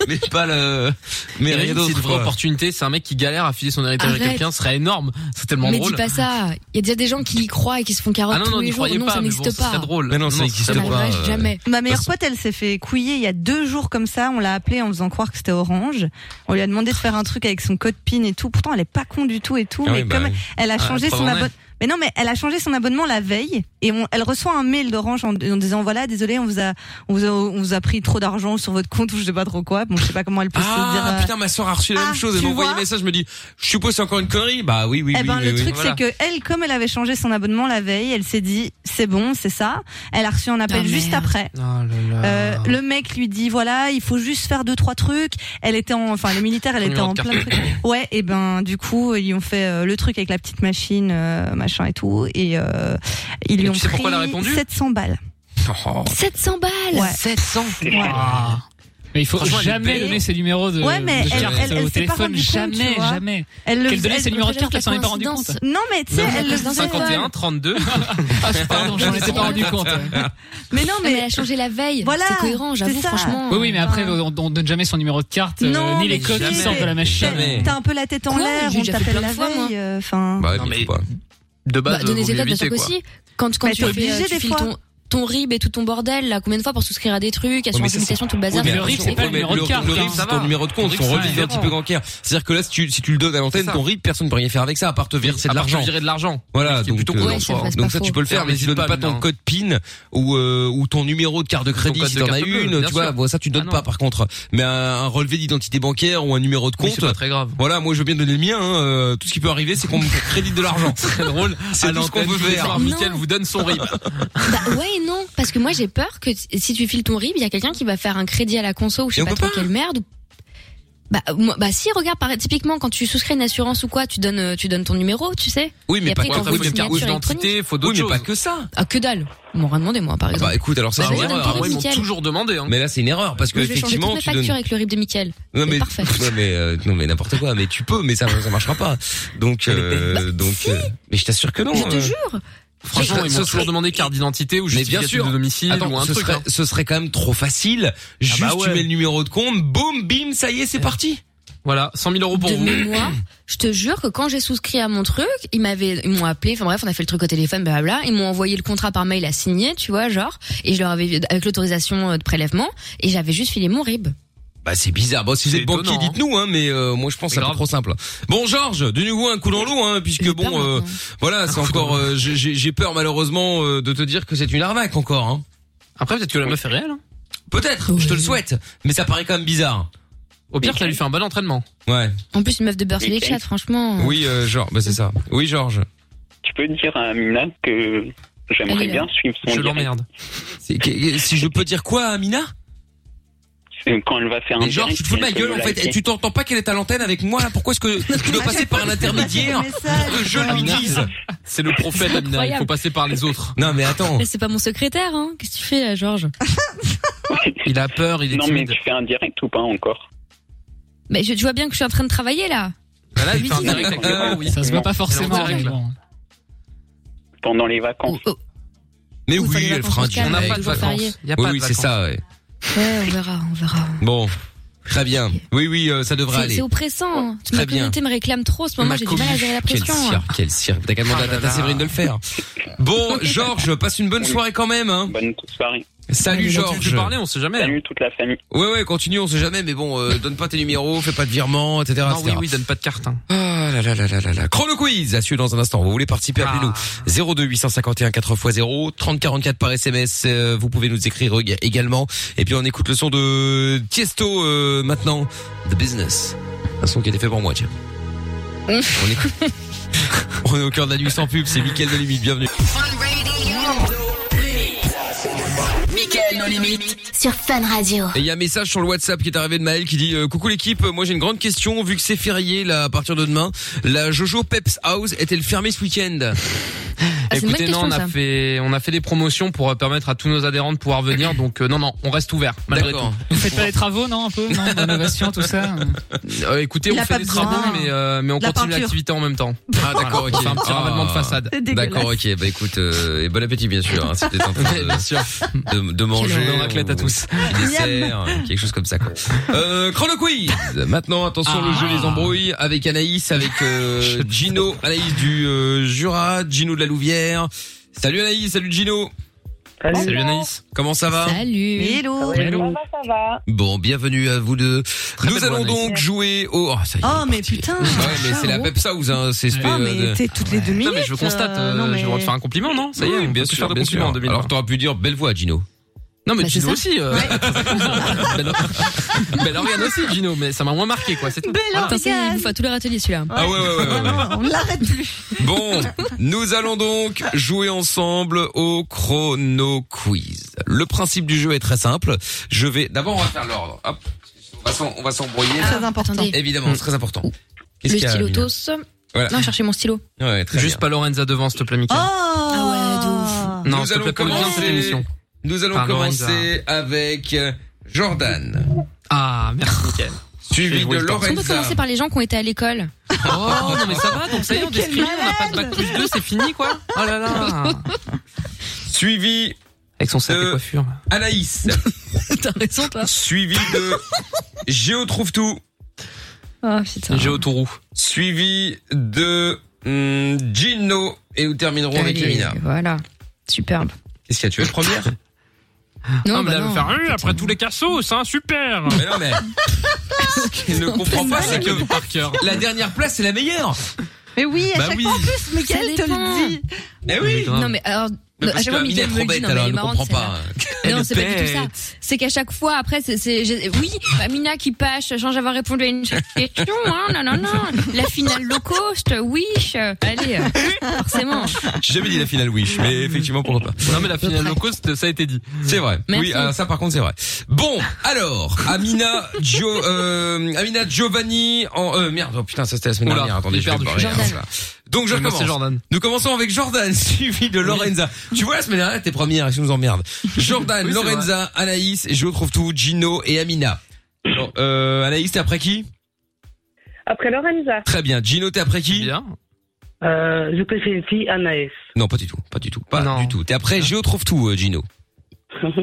Speaker 1: mais pas le, mais rien
Speaker 7: Imagine, C'est une
Speaker 1: d'autre.
Speaker 7: vraie
Speaker 1: quoi.
Speaker 7: opportunité. C'est un mec qui galère à filer son héritage à
Speaker 5: Arrête.
Speaker 7: quelqu'un. Ce serait énorme. C'est tellement
Speaker 5: mais
Speaker 7: drôle.
Speaker 5: dis pas ça. Il y a déjà des gens qui y croient et qui se font carottes
Speaker 7: ah non,
Speaker 5: tous
Speaker 7: non,
Speaker 5: les
Speaker 7: n'y
Speaker 5: jours.
Speaker 7: croyez
Speaker 5: Non,
Speaker 7: pas.
Speaker 5: ça
Speaker 7: mais
Speaker 5: n'existe
Speaker 7: bon, ça
Speaker 5: pas.
Speaker 7: serait drôle.
Speaker 1: Mais non, ça
Speaker 7: ce
Speaker 1: n'existe
Speaker 7: serait
Speaker 1: pas.
Speaker 5: Ça
Speaker 7: drôle.
Speaker 5: m'arrive
Speaker 1: euh,
Speaker 5: jamais.
Speaker 4: Ma meilleure pote, elle s'est fait couiller il y a deux jours comme ça. On l'a appelée en faisant croire que c'était Orange. On lui a demandé de faire un truc avec son code PIN et tout. Pourtant, elle est pas con du tout et tout.
Speaker 1: Ah
Speaker 4: mais
Speaker 1: oui, bah
Speaker 4: comme
Speaker 1: oui.
Speaker 4: elle a
Speaker 7: Ah,
Speaker 4: changé
Speaker 7: preuve
Speaker 4: son
Speaker 7: en est.
Speaker 4: abonnement. Mais non, mais elle a changé son abonnement la veille et on- elle reçoit un mail d'Orange en, en disant voilà, désolé, on vous a, on vous a, on vous a pris trop d'argent sur votre compte ou je sais pas trop quoi. Bon, je sais pas comment elle peut se dire.
Speaker 1: Ah
Speaker 4: euh,
Speaker 1: putain, ma soeur a reçu la
Speaker 4: Ah,
Speaker 1: même chose. Elle
Speaker 4: tu
Speaker 1: m'a envoyé un
Speaker 4: vois
Speaker 1: message. Je me dis, je suppose c'est encore une connerie. Bah oui, oui,
Speaker 4: Eh
Speaker 1: oui.
Speaker 4: ben,
Speaker 1: oui,
Speaker 4: le
Speaker 1: oui.
Speaker 4: truc,
Speaker 7: Voilà.
Speaker 4: c'est que elle, comme elle avait changé son abonnement la veille, elle s'est dit, c'est bon, c'est ça. Elle a reçu un appel
Speaker 5: Ah,
Speaker 4: juste
Speaker 5: merde.
Speaker 4: après. Euh, le mec lui dit voilà il faut juste faire deux trois trucs elle était en enfin les militaires elle
Speaker 7: Numéro
Speaker 4: était en
Speaker 7: de
Speaker 4: plein truc ouais et ben du coup ils ont fait euh, le truc avec la petite machine euh, machin et tout et euh, ils lui
Speaker 7: Mais
Speaker 4: ont
Speaker 7: tu sais
Speaker 4: pris
Speaker 7: pourquoi elle a répondu Oh.
Speaker 4: 700 balles
Speaker 5: 700 balles.
Speaker 4: Ouais.
Speaker 7: 700.
Speaker 9: ah. mais il faut
Speaker 7: Franchement, elle est
Speaker 9: jamais
Speaker 7: belle.
Speaker 9: donner ses numéros de,
Speaker 4: Ouais, mais
Speaker 9: de
Speaker 4: elle-
Speaker 9: carte
Speaker 4: elle- elle
Speaker 9: au
Speaker 4: s'est pas
Speaker 9: téléphone.
Speaker 4: rendue compte,
Speaker 9: jamais,
Speaker 4: tu vois.
Speaker 9: jamais.
Speaker 4: elle le
Speaker 9: Qu'elle donnait
Speaker 4: elle-
Speaker 9: ses numéros de
Speaker 5: préfère
Speaker 9: carte, elle s'en est pas rendue
Speaker 5: coïncidence.
Speaker 9: compte.
Speaker 4: non mais tu sais elle le faisait
Speaker 7: 51, 32.
Speaker 9: Ah, pardon, je m'en étais pas rendu compte. ouais.
Speaker 4: mais non
Speaker 5: Non, Ah, mais elle
Speaker 4: mais
Speaker 5: a changé la veille.
Speaker 4: Voilà,
Speaker 5: C'est cohérent,
Speaker 4: c'est
Speaker 5: j'avoue,
Speaker 4: ça.
Speaker 5: franchement.
Speaker 9: Oui, oui, mais après,
Speaker 4: Enfin.
Speaker 9: on, on donne jamais son numéro de carte, euh,
Speaker 4: Non,
Speaker 9: ni les
Speaker 4: mais
Speaker 9: codes qui
Speaker 4: jamais.
Speaker 9: sortent de la machine.
Speaker 1: Jamais.
Speaker 4: t'as un peu la tête en
Speaker 5: Quoi
Speaker 4: l'air
Speaker 5: J'ai
Speaker 4: on
Speaker 5: déjà fait
Speaker 4: t'appelle
Speaker 5: plein de
Speaker 4: la
Speaker 5: fois, moi.
Speaker 4: veille euh, enfin
Speaker 1: Bah,
Speaker 7: Non,
Speaker 1: mais
Speaker 7: mais-
Speaker 1: faut pas.
Speaker 7: De
Speaker 5: Bah,
Speaker 7: base,
Speaker 5: donner
Speaker 7: vaut
Speaker 5: des
Speaker 7: mieux
Speaker 5: codes, bien
Speaker 7: éviter,
Speaker 5: sûr
Speaker 7: quoi.
Speaker 5: qu'aussi. Quand, quand
Speaker 4: Mais
Speaker 5: tu,
Speaker 4: Bah, t'es
Speaker 5: fais,
Speaker 4: obligé,
Speaker 5: euh, tu
Speaker 4: des
Speaker 5: files
Speaker 4: fois.
Speaker 5: ton, ton RIB et tout ton bordel, là, combien de fois pour souscrire à des trucs, assurance
Speaker 1: ça,
Speaker 5: habitation, tout le bazar.
Speaker 9: Oui, mais
Speaker 5: tu
Speaker 9: le
Speaker 5: fais
Speaker 9: RIB,
Speaker 5: chier.
Speaker 9: c'est pas le numéro de carte,
Speaker 1: Le
Speaker 9: hein.
Speaker 1: RIB, c'est
Speaker 7: Ça
Speaker 1: ton
Speaker 7: va.
Speaker 1: numéro de compte,
Speaker 7: Le
Speaker 1: ton
Speaker 7: RIB,
Speaker 1: RIB
Speaker 7: c'est
Speaker 1: c'est un petit peu bancaire. C'est-à-dire que là, si tu, si tu le donnes à l'antenne,
Speaker 7: ça.
Speaker 1: ton RIB, personne ne peut rien faire avec ça, à part te verser de
Speaker 7: À part
Speaker 1: l'argent.
Speaker 7: virer de l'argent.
Speaker 1: Voilà,
Speaker 7: Ce qui est
Speaker 1: donc,
Speaker 7: plutôt
Speaker 1: euh,
Speaker 7: cool
Speaker 5: Ouais,
Speaker 7: en
Speaker 5: ça
Speaker 7: soi.
Speaker 5: passe. C'est
Speaker 1: Donc
Speaker 5: pas
Speaker 1: ça, tu
Speaker 5: faux.
Speaker 1: peux le faire,
Speaker 7: Ouais,
Speaker 1: mais
Speaker 7: mais
Speaker 1: si tu
Speaker 7: c'est
Speaker 1: donnes pas
Speaker 7: pas
Speaker 1: ton
Speaker 7: bien.
Speaker 1: code PIN ou euh, ou ton numéro de carte de crédit,
Speaker 7: code
Speaker 1: si
Speaker 7: de
Speaker 1: t'en as
Speaker 7: carte bleue,
Speaker 1: une,
Speaker 7: bien
Speaker 1: tu vois,
Speaker 7: sûr.
Speaker 1: bon, ça tu donnes
Speaker 7: Ah non.
Speaker 1: pas par contre. Mais un, un relevé d'identité bancaire ou un numéro de
Speaker 7: Oui,
Speaker 1: compte.
Speaker 7: C'est pas très grave.
Speaker 1: Voilà, moi je veux bien donner le mien. hein, euh, tout ce qui peut arriver, c'est qu'on me crédite de l'argent.
Speaker 7: Très drôle.
Speaker 1: C'est
Speaker 7: À
Speaker 1: tout ce qu'on
Speaker 7: l'antenne,
Speaker 1: peut
Speaker 7: tous les
Speaker 1: faire.
Speaker 7: soirs,
Speaker 5: Non.
Speaker 7: Mickaël vous donne son rip.
Speaker 5: Bah, ouais, et non. Parce que moi, j'ai peur que t- si tu files ton RIB, il y a quelqu'un qui va faire un crédit à la conso ou je
Speaker 1: Et
Speaker 5: sais
Speaker 1: on
Speaker 5: pas
Speaker 1: peut
Speaker 5: trop
Speaker 1: pas.
Speaker 5: quelle merde. ou- Bah, moi, bah si, regarde, par, typiquement, quand tu souscris une assurance ou quoi, tu donnes, euh, tu donnes ton numéro, tu sais.
Speaker 1: Oui, mais
Speaker 5: Et
Speaker 1: pas
Speaker 5: après,
Speaker 1: que-
Speaker 5: quand
Speaker 1: oui,
Speaker 5: vous
Speaker 1: mais
Speaker 5: signez
Speaker 1: pas-
Speaker 5: un
Speaker 1: oui,
Speaker 5: sur
Speaker 7: Identité, faut
Speaker 1: oui,
Speaker 7: d'autres
Speaker 1: mais pas
Speaker 7: choses.
Speaker 1: que ça.
Speaker 5: Ah, que dalle. On m'aura demandé, moi, par
Speaker 1: Ah Bah
Speaker 5: exemple.
Speaker 1: écoute, alors ça
Speaker 5: Bah,
Speaker 1: c'est
Speaker 5: je
Speaker 1: une
Speaker 5: donne
Speaker 1: erreur.
Speaker 5: ton
Speaker 7: Moi, ils m'ont
Speaker 5: Nickel.
Speaker 7: toujours demandé. hein.
Speaker 1: Mais là c'est une erreur parce que
Speaker 5: Moi, je vais changer
Speaker 1: effectivement
Speaker 5: toutes mes
Speaker 1: tu
Speaker 5: factures
Speaker 1: donnes.
Speaker 5: avec le RIB de Mickaël.
Speaker 1: Non mais,
Speaker 5: C'est parfait.
Speaker 1: non mais euh, non mais n'importe quoi. Mais tu peux, mais ça ça marchera pas. Donc
Speaker 5: Ah,
Speaker 1: euh, donc. euh, mais je t'assure que non.
Speaker 5: bah, Je te
Speaker 1: euh.
Speaker 5: jure.
Speaker 7: Franchement,
Speaker 1: Mais-
Speaker 7: ils m'ont toujours demandé carte d'identité ou
Speaker 1: Mais bien
Speaker 7: justificatif
Speaker 1: sûr.
Speaker 7: de domicile
Speaker 1: Attends,
Speaker 7: ou un
Speaker 1: ce,
Speaker 7: truc.
Speaker 1: serait,
Speaker 7: hein.
Speaker 1: ce serait quand même trop facile. Juste
Speaker 7: bah
Speaker 1: tu
Speaker 7: ouais.
Speaker 1: mets le numéro de compte, boum, bim, ça y est, c'est parti.
Speaker 7: Voilà, 100 000 euros pour
Speaker 5: de
Speaker 7: vous.
Speaker 5: mémoire, je te jure que quand j'ai souscrit à mon truc, ils m'avaient, ils m'ont appelé, enfin bref, on a fait le truc au téléphone, blablabla, ils m'ont envoyé le contrat par mail à signer, tu vois, genre, et je leur avais, avec l'autorisation euh, de prélèvement, et j'avais juste filé mon RIB.
Speaker 1: Bah c'est bizarre. Bon si vous
Speaker 7: C'est
Speaker 1: êtes banquier,
Speaker 7: étonnant, hein.
Speaker 1: dites-nous. Hein, mais euh, moi je pense que
Speaker 7: C'est
Speaker 1: c'est un peu
Speaker 7: grave.
Speaker 1: trop simple. Bon Georges, de nouveau un coup dans l'eau, hein, puisque
Speaker 5: J'ai peur
Speaker 1: bon, euh,
Speaker 5: maintenant.
Speaker 1: voilà, c'est encore. euh, j'ai- j'ai j'ai peur malheureusement euh, de te dire que c'est une arnaque encore. Hein.
Speaker 7: Après, peut-être que la meuf est réelle. hein.
Speaker 1: Peut-être, je te le souhaite, mais ça paraît quand même bizarre.
Speaker 7: Au pire, ça lui fait un bon entraînement.
Speaker 1: Ouais.
Speaker 5: En plus, une meuf de Beurre les
Speaker 8: Ok.
Speaker 5: Chat, franchement.
Speaker 1: Oui, euh, Georges, bah c'est ça. Oui, Georges.
Speaker 8: Tu peux dire à Mina que
Speaker 5: Elle est
Speaker 8: j'aimerais
Speaker 5: là.
Speaker 8: bien suivre son
Speaker 7: Je
Speaker 8: direct.
Speaker 7: l'emmerde.
Speaker 1: C'est- que- Si je peux dire quoi, Amina
Speaker 8: Euh, Quand elle va faire un
Speaker 1: Mais Georges, tu te fous de ma
Speaker 8: direct, elle
Speaker 1: gueule en
Speaker 8: peut me
Speaker 1: fait.
Speaker 8: liker.
Speaker 1: Et tu t'entends pas qu'elle est à l'antenne avec moi là Pourquoi est-ce que tu dois passer par un intermédiaire pour que je lui dise
Speaker 7: C'est le prophète, Amina. Il faut
Speaker 5: incroyable.
Speaker 7: passer par les autres.
Speaker 1: Non mais attends.
Speaker 5: Mais c'est pas mon secrétaire, hein. Qu'est-ce que tu fais, là, Georges?
Speaker 7: Il a peur, il est
Speaker 8: Non, mais
Speaker 7: timide.
Speaker 8: tu fais un direct ou pas encore
Speaker 5: Mais je, tu vois bien que je suis en train de travailler, là.
Speaker 10: Ah
Speaker 7: Bah Là, il fait un direct avec le
Speaker 1: Euh,
Speaker 7: roi, oui.
Speaker 9: Ça se voit pas
Speaker 7: C'est
Speaker 9: forcément.
Speaker 7: en direct,
Speaker 9: mais bon.
Speaker 8: Pendant les vacances
Speaker 5: Oh, oh,
Speaker 1: Mais
Speaker 5: Ou
Speaker 1: oui,
Speaker 5: fallait
Speaker 10: Oh,
Speaker 1: elle fera un
Speaker 5: vacances
Speaker 1: direct.
Speaker 7: On n'a pas de
Speaker 5: Toujours
Speaker 7: vacances.
Speaker 5: euh, férié.
Speaker 7: Il y a pas
Speaker 1: Oui,
Speaker 7: de
Speaker 1: oui, c'est
Speaker 7: vacances.
Speaker 1: ça. ouais.
Speaker 5: Ouais, on verra, on verra.
Speaker 1: Bon, très bien. Oui, oui, euh, ça devrait
Speaker 5: C'est-
Speaker 1: aller.
Speaker 5: C'est oppressant. hein.
Speaker 1: Très
Speaker 5: Ma
Speaker 1: bien.
Speaker 5: communauté me réclame trop en ce moment, j'ai du mal à gérer la
Speaker 1: Quel
Speaker 5: pression. hein.
Speaker 1: cirque, quel cirque. T'as qu'à demander
Speaker 5: Ah
Speaker 1: à
Speaker 5: là
Speaker 1: Tata
Speaker 5: là.
Speaker 1: Séverine de le faire. Bon, Georges, passe une bonne soirée quand même. Hein.
Speaker 8: Bonne soirée.
Speaker 1: Salut Georges.
Speaker 8: on sait jamais. hein. Salut toute la famille.
Speaker 1: Ouais, ouais, continue, on sait jamais, mais bon, euh, donne pas tes numéros, fais pas de virement, etc.
Speaker 7: Non, oui, oui,
Speaker 1: donne pas de carte. Ah là là là là là là. Chrono quiz, à suivre dans un instant. Vous voulez participer, appelez-nous.
Speaker 8: Ah.
Speaker 1: 02 851 4x0, 3044 par SMS. euh, vous pouvez nous écrire ég- également. Et puis on écoute le son de Tiesto euh, maintenant, The Business. Un son qui a été fait pour moi, tiens. on écoute. on est au cœur de la nuit sans pub, c'est Mickaël de Limite, bienvenue.
Speaker 6: Mickaël nos limites.
Speaker 11: Sur Fun Radio.
Speaker 1: Et il y a un message sur le WhatsApp qui est arrivé de Maël qui dit euh, coucou l'équipe, moi j'ai une grande question vu que c'est férié là à partir de demain, la Jojo Peps House est-elle fermée ce
Speaker 7: Ah,
Speaker 1: week-end
Speaker 5: c'est une bonne
Speaker 7: Écoutez, non, on
Speaker 5: question,
Speaker 7: a
Speaker 5: ça.
Speaker 7: fait, on a fait des promotions pour euh, permettre à tous nos adhérents de pouvoir venir. Donc euh, non, non, on reste ouvert. Malgré tout.
Speaker 1: D'accord.
Speaker 9: Vous faites pas les travaux, non, un peu Non,
Speaker 7: Hein,
Speaker 9: rénovation, tout ça
Speaker 7: Euh, écoutez,
Speaker 9: Il
Speaker 7: on
Speaker 9: a
Speaker 7: fait
Speaker 9: pas
Speaker 7: des
Speaker 9: besoin.
Speaker 7: travaux, mais, euh, mais on
Speaker 9: La
Speaker 7: continue
Speaker 9: peinture.
Speaker 7: l'activité en même temps.
Speaker 1: Ah d'accord
Speaker 7: Voilà,
Speaker 1: ok.
Speaker 7: on fait un petit
Speaker 1: Ah.
Speaker 7: ravalement de façade.
Speaker 1: D'accord ok bah écoute euh, et bon appétit bien sûr hein, c'était en train de, de, de manger
Speaker 7: horreur.
Speaker 1: ou-
Speaker 7: Bonne raclette à tous.
Speaker 1: petit dessert euh, quelque chose comme ça quoi. Euh, chrono quiz maintenant attention le jeu les embrouilles avec Anaïs avec euh, Gino Anaïs du euh, Jura Gino de la Louvière salut Anaïs salut Gino
Speaker 12: Salut. Salut
Speaker 1: Anaïs comment ça va
Speaker 5: Salut.
Speaker 4: Hello.
Speaker 12: Ça va, ça va.
Speaker 1: Bon, bienvenue à vous deux. Nous
Speaker 7: belle
Speaker 1: allons
Speaker 7: voix, Anaïs.
Speaker 1: donc jouer au. Oh, ça y est.
Speaker 4: Oh, mais putain.
Speaker 1: Ouais, mais c'est la
Speaker 4: bravo.
Speaker 1: Peps House, hein. C'est
Speaker 4: Ah, mais t'es toutes les deux minutes.
Speaker 7: Non, mais je constate,
Speaker 4: euh,
Speaker 7: euh,
Speaker 4: non,
Speaker 7: je
Speaker 4: mais-
Speaker 7: vais te faire un compliment, non Ça y est, on peut
Speaker 1: bien
Speaker 7: plus
Speaker 1: sûr,
Speaker 7: faire de
Speaker 1: bien
Speaker 7: compliments
Speaker 1: sûr.
Speaker 7: en 2020.
Speaker 1: Alors t'aurais pu dire belle voix, Gino.
Speaker 7: Non, mais
Speaker 1: Bah,
Speaker 7: Gino
Speaker 1: c'est ça.
Speaker 7: aussi. Euh... Belle Oriane aussi, Gino, mais ça m'a moins marqué, quoi. C'est tout. Voilà.
Speaker 5: Attends, Ah, c'est une fois tous les râteliers celui-là.
Speaker 1: Ah ouais, ouais, ouais, ouais, ouais.
Speaker 4: On l'arrête plus.
Speaker 1: Bon, nous allons donc jouer ensemble au chrono quiz. Le principe du jeu est très simple. Je vais d'abord on va faire l'ordre. Hop, on va s'en- on va s'embrouiller.
Speaker 5: Ah,
Speaker 4: Très important.
Speaker 5: attendez.
Speaker 1: Évidemment, c'est très important. Mm. Qu'est-ce
Speaker 5: Le
Speaker 1: qu'il y a,
Speaker 5: stylo
Speaker 1: Amina
Speaker 5: tous.
Speaker 1: Voilà.
Speaker 5: Non, chercher mon stylo.
Speaker 1: Ouais, très
Speaker 7: Juste pas Lorenza devant, s'il te plaît, Mickaël.
Speaker 5: Ah
Speaker 7: ouais, de ouf. Non,
Speaker 1: Nous
Speaker 7: s'il te plaît,
Speaker 1: allons
Speaker 7: pour le bien de cette
Speaker 1: commencer.
Speaker 7: émission.
Speaker 1: Nous allons
Speaker 7: Par Lorenza.
Speaker 1: commencer avec euh, Jordan.
Speaker 7: Ah, merci, Mickaël.
Speaker 1: Suivi de
Speaker 5: On peut
Speaker 1: Lorenza.
Speaker 5: commencer par les gens qui ont été à l'école.
Speaker 7: Oh, non, mais ça va, donc ça y est, on discrimine, on n'a pas
Speaker 1: Oh,
Speaker 7: de bac plus 2, c'est fini, quoi. Oh là là.
Speaker 1: Suivi.
Speaker 7: Avec son sac
Speaker 1: de
Speaker 7: coiffure.
Speaker 1: Anaïs.
Speaker 5: T'as raison, toi.
Speaker 1: Suivi de Géo trouve tout.
Speaker 5: Ah putain.
Speaker 7: Géo Tourou.
Speaker 1: Suivi de hum, Gino. Et nous terminerons avec
Speaker 5: Allez,
Speaker 1: Emina.
Speaker 5: Voilà. Superbe.
Speaker 1: Qu'est-ce qu'il y a Tu es le première
Speaker 5: Non,
Speaker 7: Ah, mais
Speaker 5: bah
Speaker 7: là, elle va
Speaker 5: non.
Speaker 7: faire un après tous les cassos, hein, super.
Speaker 1: Mais non, mais. Ce qu'il ne comprend pas, c'est que
Speaker 7: par cœur.
Speaker 1: la dernière place est la meilleure.
Speaker 4: Mais oui, à
Speaker 1: Bah
Speaker 4: chaque
Speaker 1: oui.
Speaker 4: fois en plus, mais quelle te
Speaker 5: dépend.
Speaker 4: le dit
Speaker 1: Eh oui.
Speaker 5: Non, mais alors.
Speaker 1: Mais
Speaker 5: à
Speaker 1: parce
Speaker 5: chaque fois,
Speaker 1: que Amina est
Speaker 5: Mickaël me
Speaker 1: trop
Speaker 5: le dit,
Speaker 1: bête,
Speaker 5: non, mais
Speaker 1: alors elle
Speaker 5: elle est
Speaker 1: ne
Speaker 5: marrante,
Speaker 1: comprend pas.
Speaker 5: celle-là. Non, c'est pas du tout ça. C'est qu'à chaque fois, après, c'est, c'est, j'ai- oui, Amina qui pâche, change d'avoir répondu à une question, hein, non, non, non. La finale low cost, wish, allez, euh, forcément.
Speaker 1: J'ai jamais dit la finale Wish, mais effectivement, pourquoi pas.
Speaker 7: Non, mais la finale low cost, ça a été dit.
Speaker 1: C'est vrai.
Speaker 5: Merci.
Speaker 1: Oui, alors ça par contre c'est vrai. Bon, alors Amina Gio, euh, Amina Giovanni en euh, merde, oh putain, ça c'était la semaine
Speaker 7: Oula,
Speaker 1: dernière. Attendez,
Speaker 7: j'ai
Speaker 1: je vais
Speaker 7: perdu.
Speaker 1: te barrer,
Speaker 5: Jordan.
Speaker 1: hein, ça. Donc je
Speaker 7: Non,
Speaker 1: recommence.
Speaker 7: c'est Jordan.
Speaker 1: Nous commençons avec Jordan suivi de Lorenza. Tu vois la semaine dernière, t'es première, et ça nous emmerde. Jordan,
Speaker 7: Oui, c'est
Speaker 1: Lorenza, Anaïs, et je trouve tout, Gino et Amina. Alors, euh, Anaïs, t'es après qui
Speaker 12: Après Lorenza,
Speaker 1: Très bien. Gino, t'es après qui
Speaker 7: Bien.
Speaker 12: euh, je connais une fille, Anaïs.
Speaker 1: Non, pas du tout, pas du tout, pas
Speaker 7: Non.
Speaker 1: du tout. T'es après Gio trouve tout, euh, Gino.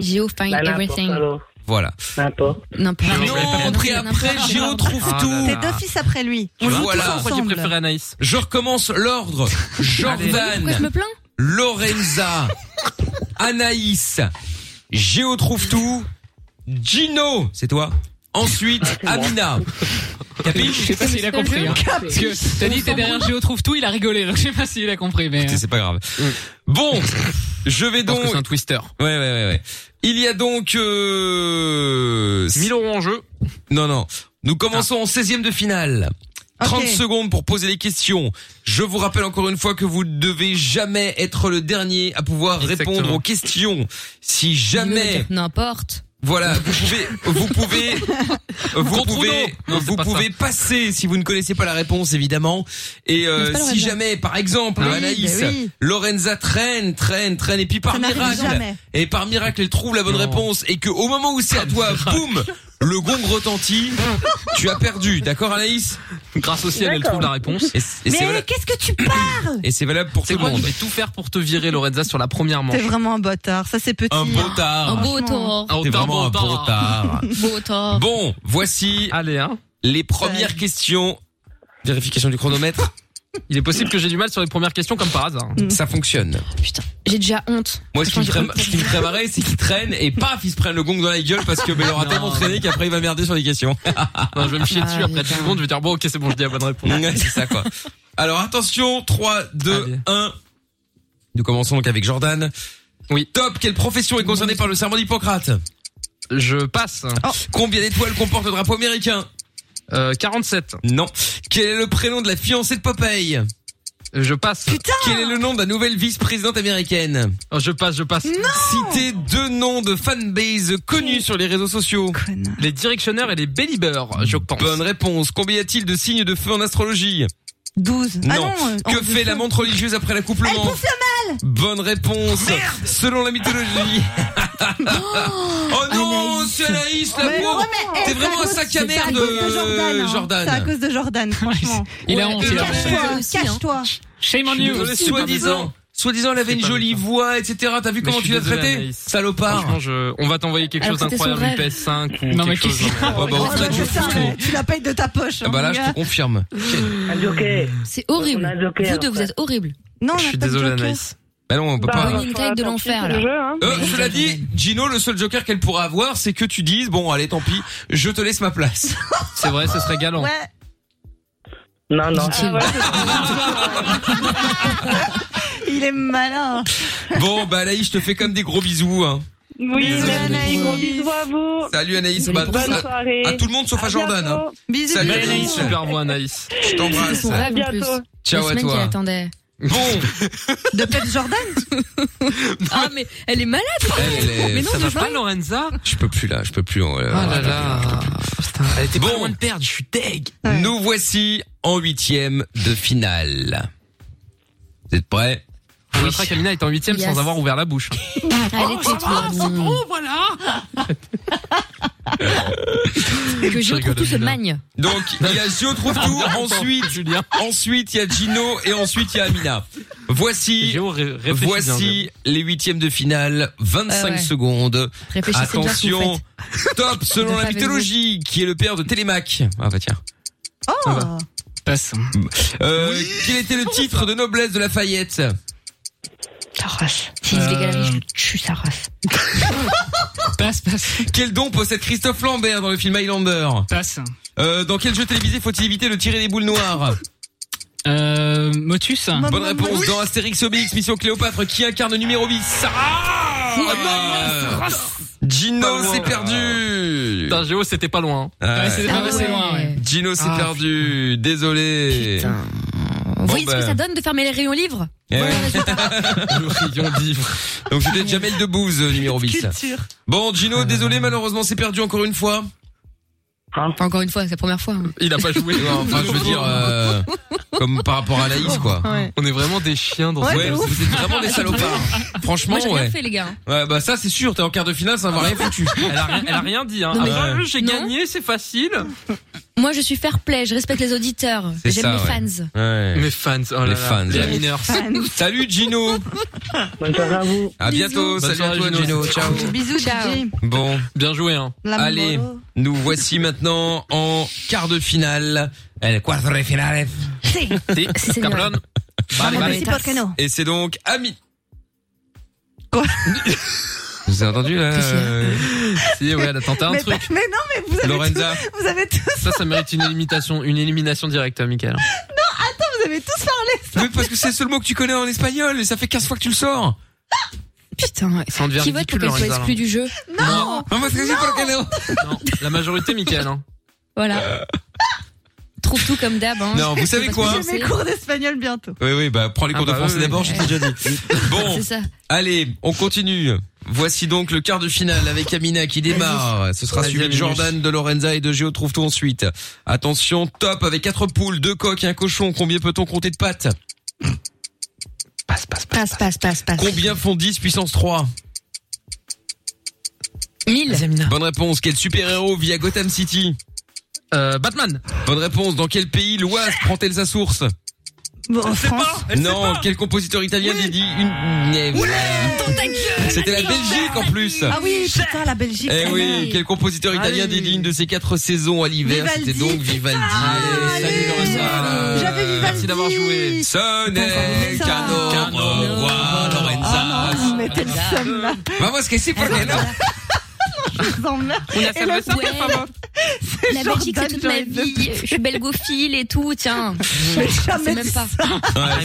Speaker 5: Geo find
Speaker 12: Bah, n'importe
Speaker 5: everything.
Speaker 12: alors,
Speaker 1: Voilà.
Speaker 12: n'importe.
Speaker 5: N'importe
Speaker 1: Non, après, après Gio trouve
Speaker 7: Ah,
Speaker 1: tout.
Speaker 7: là, là.
Speaker 4: T'es d'office après lui.
Speaker 1: Tu
Speaker 4: On
Speaker 1: vois,
Speaker 4: joue
Speaker 1: voilà.
Speaker 4: tous
Speaker 7: Pourquoi j'ai
Speaker 4: ensemble.
Speaker 7: préféré Anaïs
Speaker 1: Je recommence l'ordre.
Speaker 5: Pourquoi je
Speaker 1: Jordan,
Speaker 5: me plains
Speaker 1: Lorenza, Anaïs, Géo trouve tout, Gino, c'est toi. Ensuite, Amina.
Speaker 9: Ah, Je
Speaker 1: Capiche
Speaker 9: sais pas s'il a compris. Hein. Parce que t'as dit t'es derrière Géo trouve tout, il a rigolé. Donc je sais pas s'il a compris, mais.
Speaker 1: C'est pas grave. Bon, je vais
Speaker 7: Je pense
Speaker 1: donc.
Speaker 7: que
Speaker 1: Ouais,
Speaker 7: c'est un twister.
Speaker 1: ouais, ouais, ouais. Il y a donc. Euh...
Speaker 7: 1000 euros en jeu. Ah.
Speaker 1: Non, non. Nous commençons en 16e de finale. 30
Speaker 4: Ok.
Speaker 1: secondes pour poser les questions. Je vous rappelle encore une fois que vous ne devez jamais être le dernier à pouvoir
Speaker 7: Exactement.
Speaker 1: répondre aux questions. Si
Speaker 5: Il veut me
Speaker 1: jamais,
Speaker 5: dire N'importe.
Speaker 1: voilà, vous pouvez, vous pouvez, vous
Speaker 7: Contre
Speaker 1: pouvez,
Speaker 7: nous. Non, c'est
Speaker 1: vous
Speaker 7: pas
Speaker 1: pouvez passer si vous ne connaissez pas la réponse évidemment. Et euh,
Speaker 5: c'est pas
Speaker 1: si
Speaker 5: Lorenza.
Speaker 1: jamais, par exemple,
Speaker 4: Oui,
Speaker 1: Anaïs,
Speaker 4: bah oui.
Speaker 1: Lorenza traîne, traîne, traîne, et puis par
Speaker 4: Ça n'arrive
Speaker 1: miracle,
Speaker 4: jamais.
Speaker 1: et par miracle, elle trouve la bonne
Speaker 7: Non.
Speaker 1: réponse et que au moment où c'est à toi, boum, le gong retentit. Tu as perdu, d'accord Anaïs
Speaker 7: Grâce au ciel, elle
Speaker 4: D'accord.
Speaker 7: trouve la réponse.
Speaker 4: Mais qu'est-ce que tu parles
Speaker 1: Et c'est valable pour
Speaker 7: tout le monde. Je vais tout faire pour te virer, Lorenza, sur la première manche.
Speaker 4: T'es vraiment un bâtard, ça c'est petit. hein.
Speaker 7: Un bâtard. Un
Speaker 5: beau taureau.
Speaker 7: Un
Speaker 1: T'es
Speaker 7: tard,
Speaker 1: vraiment un
Speaker 7: bon tard.
Speaker 1: bon tard.
Speaker 5: Beau tort.
Speaker 1: Bon, voici
Speaker 7: hein.
Speaker 1: les premières questions. Vérification du chronomètre.
Speaker 7: Il est possible que j'ai du mal sur les premières questions comme par hasard.
Speaker 1: Ça fonctionne.
Speaker 5: J'ai déjà honte.
Speaker 1: Moi, ce qui me ferait, ce qui me ferait marrer, c'est qu'il traîne et paf, il se prenne le gong dans la gueule parce que ben, il aura tellement traîné qu'après il va merder sur les questions.
Speaker 7: Non, je vais me chier dessus après 10 secondes, je vais dire bon, ok, c'est bon, je dis la bonne réponse.
Speaker 1: c'est ça quoi. Alors attention, 3, 2, 1. Nous commençons donc avec Jordan.
Speaker 7: Oui.
Speaker 1: Top, quelle profession est concernée par le serment d'Hippocrate Oh.
Speaker 7: Je passe.
Speaker 1: Combien d'étoiles comporte le drapeau américain
Speaker 7: Euh, 47.
Speaker 1: Non. Quel est le prénom de la fiancée de Popeye
Speaker 7: Euh, Je passe. Oh,
Speaker 1: Quel est le nom de la nouvelle vice-présidente américaine
Speaker 7: Je passe, je passe.
Speaker 1: Citez deux noms de fanbase connus sur les réseaux sociaux.
Speaker 7: Les directionneurs et les bellybeurs, je pense.
Speaker 1: Bonne réponse. Combien y a-t-il de signes de feu en astrologie
Speaker 4: 12.
Speaker 1: Non.
Speaker 4: Ah non, euh,
Speaker 1: que
Speaker 4: oh,
Speaker 1: fait la montre religieuse après l'accouplement
Speaker 4: Elle bouffe le mal
Speaker 1: Bonne réponse. Selon la mythologie. oh non, c'est Anaïs, la
Speaker 4: Mais
Speaker 1: pauvre.
Speaker 4: ouais, mais, eh,
Speaker 1: T'es
Speaker 4: c'est
Speaker 1: vraiment
Speaker 4: à
Speaker 1: un
Speaker 4: cause-
Speaker 1: sac à
Speaker 4: c'est à
Speaker 1: merde,
Speaker 4: cause de
Speaker 1: euh,
Speaker 4: Jordan. hein. C'est à
Speaker 1: Jordan.
Speaker 4: cause de Jordan, franchement.
Speaker 7: Il a honte, il a honte.
Speaker 4: Cache-toi, cache-toi.
Speaker 1: hein.
Speaker 7: Shame on
Speaker 1: you. Soi-disant. Soi-disant, elle avait une jolie voix, etc. T'as vu comment tu l'as traité Salopard.
Speaker 7: Franchement, je- on va t'envoyer quelque chose
Speaker 1: Alors que c'était son
Speaker 7: d'incroyable, une
Speaker 1: rêve.
Speaker 7: PS5 ou
Speaker 1: Non, mais
Speaker 7: quelque chose.
Speaker 1: qu'est-ce qu'il y a
Speaker 7: hein.
Speaker 1: Ouais, bah,
Speaker 4: Oh, là, ça, mais tu la payes de ta poche.
Speaker 7: Ah bah là,
Speaker 4: hein,
Speaker 7: je te
Speaker 4: gars.
Speaker 1: Confirme.
Speaker 12: Un joker.
Speaker 5: C'est horrible.
Speaker 12: On a un joker,
Speaker 5: vous deux,
Speaker 12: en
Speaker 5: vous
Speaker 12: fait.
Speaker 5: êtes horribles.
Speaker 4: Non,
Speaker 1: Je suis désolé, Anaïs. Bah non, on peut pas.
Speaker 5: une taille de l'enfer, là.
Speaker 12: hein.
Speaker 1: Euh, cela dit, Gino, le seul joker qu'elle pourra avoir, c'est que tu dises, bon, allez, tant pis, je te laisse ma place.
Speaker 7: C'est vrai, ce serait galant.
Speaker 12: Non, Ah, non.
Speaker 4: Il est malin.
Speaker 1: Bon, bah Anaïs, je te fais comme des gros bisous. hein.
Speaker 12: Oui, Anaïs, gros bisous à vous.
Speaker 1: Salut Anaïs, bah,
Speaker 12: Bonne
Speaker 1: à-
Speaker 12: soirée.
Speaker 1: à tout le monde sauf à
Speaker 12: À
Speaker 1: Jordan. hein.
Speaker 12: bientôt.
Speaker 4: Bisous,
Speaker 1: Salut
Speaker 7: bisous.
Speaker 1: Anaïs,
Speaker 7: super voix Anaïs.
Speaker 1: Je t'embrasse.
Speaker 5: Son rêve, en
Speaker 12: bientôt.
Speaker 5: plus. La
Speaker 1: Ciao à
Speaker 5: semaine
Speaker 1: toi.
Speaker 5: qu'elle attendait.
Speaker 1: Bon,
Speaker 4: De Pet Jordan
Speaker 5: Ah, mais elle est malade.
Speaker 1: Elle est-
Speaker 5: Mais non,
Speaker 7: Ça
Speaker 5: de
Speaker 7: va
Speaker 5: joie.
Speaker 7: pas, Lorenza
Speaker 1: je peux plus là, je peux plus. euh,
Speaker 7: Ah là
Speaker 1: voilà.
Speaker 7: là. Putain, elle était pas
Speaker 1: Bon.
Speaker 7: loin de perdre, je suis deg.
Speaker 1: Nous voici en huitième de finale. Vous êtes prêts
Speaker 7: On notera qu'Amina est en huitième
Speaker 5: Yes.
Speaker 7: sans avoir ouvert la bouche.
Speaker 10: oh,
Speaker 5: Elle était trop mignonne. Que je trouve tout se magne.
Speaker 1: Donc, il y a Gio trouve tout, ensuite,
Speaker 7: Julien.
Speaker 1: ensuite il y a Gino et ensuite il y a Amina. Voici
Speaker 7: Géo, ré- réfléchis bien,
Speaker 1: Voici les huitièmes de finale, 25
Speaker 5: Ah ouais.
Speaker 1: secondes.
Speaker 5: Réfléchissez bien ce que vous
Speaker 1: Attention, top
Speaker 5: Ne
Speaker 1: selon la
Speaker 5: pas
Speaker 1: mythologie, qui est le père de Télémaque. Ah bah tiens.
Speaker 4: Oh
Speaker 9: Passe.
Speaker 1: Euh, Quel était le titre de noblesse de Lafayette
Speaker 5: Ta race. S'il se dégage, je le
Speaker 1: Euh,
Speaker 5: tue sa race.
Speaker 9: Passe, passe,
Speaker 1: Quel don possède Christophe Lambert dans le film Highlander
Speaker 9: passe.
Speaker 1: euh, Dans quel jeu télévisé faut-il éviter le tirer des boules noires
Speaker 9: Euh, Motus.
Speaker 1: Bonne réponse dans Astérix Obélix Mission Cléopâtre qui incarne numéro 8 Sarah Euh,
Speaker 7: Pas
Speaker 1: Gino
Speaker 7: loin.
Speaker 1: s'est perdu
Speaker 7: Putain, Géo, c'était pas loin. hein.
Speaker 1: Ah
Speaker 9: Ouais,
Speaker 1: ouais.
Speaker 9: c'est pas passé loin, ouais.
Speaker 1: Gino s'est
Speaker 9: Ah,
Speaker 1: perdu, désolé.
Speaker 5: Vous voyez ce
Speaker 1: ben.
Speaker 5: que ça donne de fermer les rayons livres
Speaker 1: Eh
Speaker 5: Bon,
Speaker 1: ouais.
Speaker 5: résultat.
Speaker 7: L'Orion d'Ivre.
Speaker 1: Donc c'était Jamel Debbouze euh, numéro 8.
Speaker 4: Culture.
Speaker 1: Bon Gino, désolé malheureusement c'est perdu encore une fois.
Speaker 5: Enfin, encore une fois, c'est la première fois. hein.
Speaker 7: Il a pas joué.
Speaker 1: Non, Enfin je veux dire euh, comme par rapport à Anaïs quoi.
Speaker 4: Ouais.
Speaker 7: On est vraiment des chiens dans
Speaker 4: Ouais,
Speaker 7: ce
Speaker 4: de
Speaker 1: vous
Speaker 4: ouf.
Speaker 1: êtes vraiment des salopards. Franchement
Speaker 5: Moi, j'ai rien
Speaker 1: ouais.
Speaker 5: fait, les gars.
Speaker 1: Ouais bah ça c'est sûr, t'es en quart de finale, ça va rien foutu.
Speaker 7: Elle a rien, elle a rien dit, hein.
Speaker 5: Non, mais-
Speaker 7: Ah, J'ai
Speaker 5: Non.
Speaker 7: gagné, c'est facile.
Speaker 5: Moi, je suis fair play, je respecte les auditeurs.
Speaker 1: C'est
Speaker 5: J'aime
Speaker 1: ça,
Speaker 5: les
Speaker 1: ouais.
Speaker 5: fans.
Speaker 1: Ouais.
Speaker 7: Mes fans, oh là
Speaker 1: Les
Speaker 7: là.
Speaker 1: fans,
Speaker 7: les
Speaker 1: ouais.
Speaker 7: mineurs.
Speaker 1: Salut Gino.
Speaker 12: Bonne soirée à vous.
Speaker 1: À
Speaker 5: Bisous.
Speaker 7: Bonne
Speaker 1: bientôt, salut à
Speaker 7: soirée,
Speaker 1: toi
Speaker 7: Gino.
Speaker 1: Gino. Ciao.
Speaker 4: Bisous,
Speaker 5: Ciao.
Speaker 4: DJ.
Speaker 1: Bon,
Speaker 7: Bien joué, hein.
Speaker 4: La
Speaker 1: allez,
Speaker 4: molo.
Speaker 1: nous voici maintenant en quart de finale. El cuarto de finale.
Speaker 4: Si.
Speaker 7: Si,
Speaker 5: Seigneur.
Speaker 7: Cameron. Bah, allez, bah, allez.
Speaker 4: Merci, Porcano.
Speaker 1: Et c'est donc Ami.
Speaker 4: Quoi
Speaker 1: Vous avez entendu là euh,
Speaker 7: Si, ouais, elle a tenté un
Speaker 4: Mais,
Speaker 7: truc.
Speaker 4: pas- mais non, mais vous avez
Speaker 1: Lorenza.
Speaker 4: tous, vous avez tous,
Speaker 7: Ça, ça mérite une élimination, une élimination directe, hein, Michael.
Speaker 4: vous avez tous parlé.
Speaker 1: Oui, parce que c'est le seul mot que tu connais en espagnol et ça fait 15 fois que tu le sors.
Speaker 5: Putain,
Speaker 7: Ça en devient
Speaker 5: qui vote pour
Speaker 7: ridicule,
Speaker 5: qu'elle soit
Speaker 7: Lorenza,
Speaker 5: exclue du jeu
Speaker 7: Ah Non,
Speaker 1: Non, parce que c'est pas le cadeau.
Speaker 7: non. La majorité, Michael. Hein.
Speaker 5: Voilà. Trouve tout comme d'hab. Hein.
Speaker 1: Non, vous savez
Speaker 5: Parce que
Speaker 1: quoi
Speaker 5: je
Speaker 4: J'ai mes
Speaker 5: sais.
Speaker 4: cours d'espagnol bientôt.
Speaker 1: Oui, oui, bah prends les cours
Speaker 7: Ah bah,
Speaker 1: de français
Speaker 7: oui,
Speaker 1: d'abord,
Speaker 7: oui.
Speaker 1: je t'ai déjà dit. Bon,
Speaker 5: Ah, C'est ça.
Speaker 1: allez, on continue. Voici donc le quart de finale avec Amina qui démarre. Ce sera
Speaker 7: Vas-y,
Speaker 1: suivi de
Speaker 7: Aminus.
Speaker 1: Jordan, de Lorenza et de Géo. Trouve-t-on ensuite. Attention, top avec quatre poules, deux coques et un cochon. Combien peut-on compter de pattes
Speaker 7: Passe, passe,
Speaker 5: Passe, passe, passe, passe.
Speaker 1: Combien font 10 puissance 3
Speaker 5: 1000
Speaker 1: Bonne réponse. Quel super-héros vit à Gotham City Euh, Batman. Bonne réponse. Dans quel pays l'Oise prend-elle sa source
Speaker 4: Bon, en France.
Speaker 1: Non, quel compositeur italien dit- dit une... C'était la Belgique en plus.
Speaker 4: Ah oui, putain, la Belgique.
Speaker 1: Eh oui, quel compositeur
Speaker 7: Ah
Speaker 1: italien dédie une de ses quatre saisons à l'hiver C'était donc Vivaldi.
Speaker 7: Ah,
Speaker 1: eh Merci d'avoir joué. Ce n'est qu'un
Speaker 7: Ah,
Speaker 1: au revoir, Lorenza. Bah,
Speaker 4: Vous mettez le somme là.
Speaker 1: Vamos que
Speaker 7: Ah,
Speaker 1: sí, porque no.
Speaker 4: Je vous emmerde.
Speaker 5: On a
Speaker 4: Et
Speaker 5: fait
Speaker 4: la
Speaker 5: le sac,
Speaker 4: Belgique,
Speaker 5: enfin, La
Speaker 4: genre
Speaker 5: Belgique, c'est toute ma
Speaker 4: d'Anne, j'aurais
Speaker 5: vie. Je suis belgophile et tout, tiens.
Speaker 4: Je vais
Speaker 5: C'est
Speaker 4: jamais
Speaker 5: même
Speaker 4: dit
Speaker 5: pas.
Speaker 7: Ah,
Speaker 1: Ouais,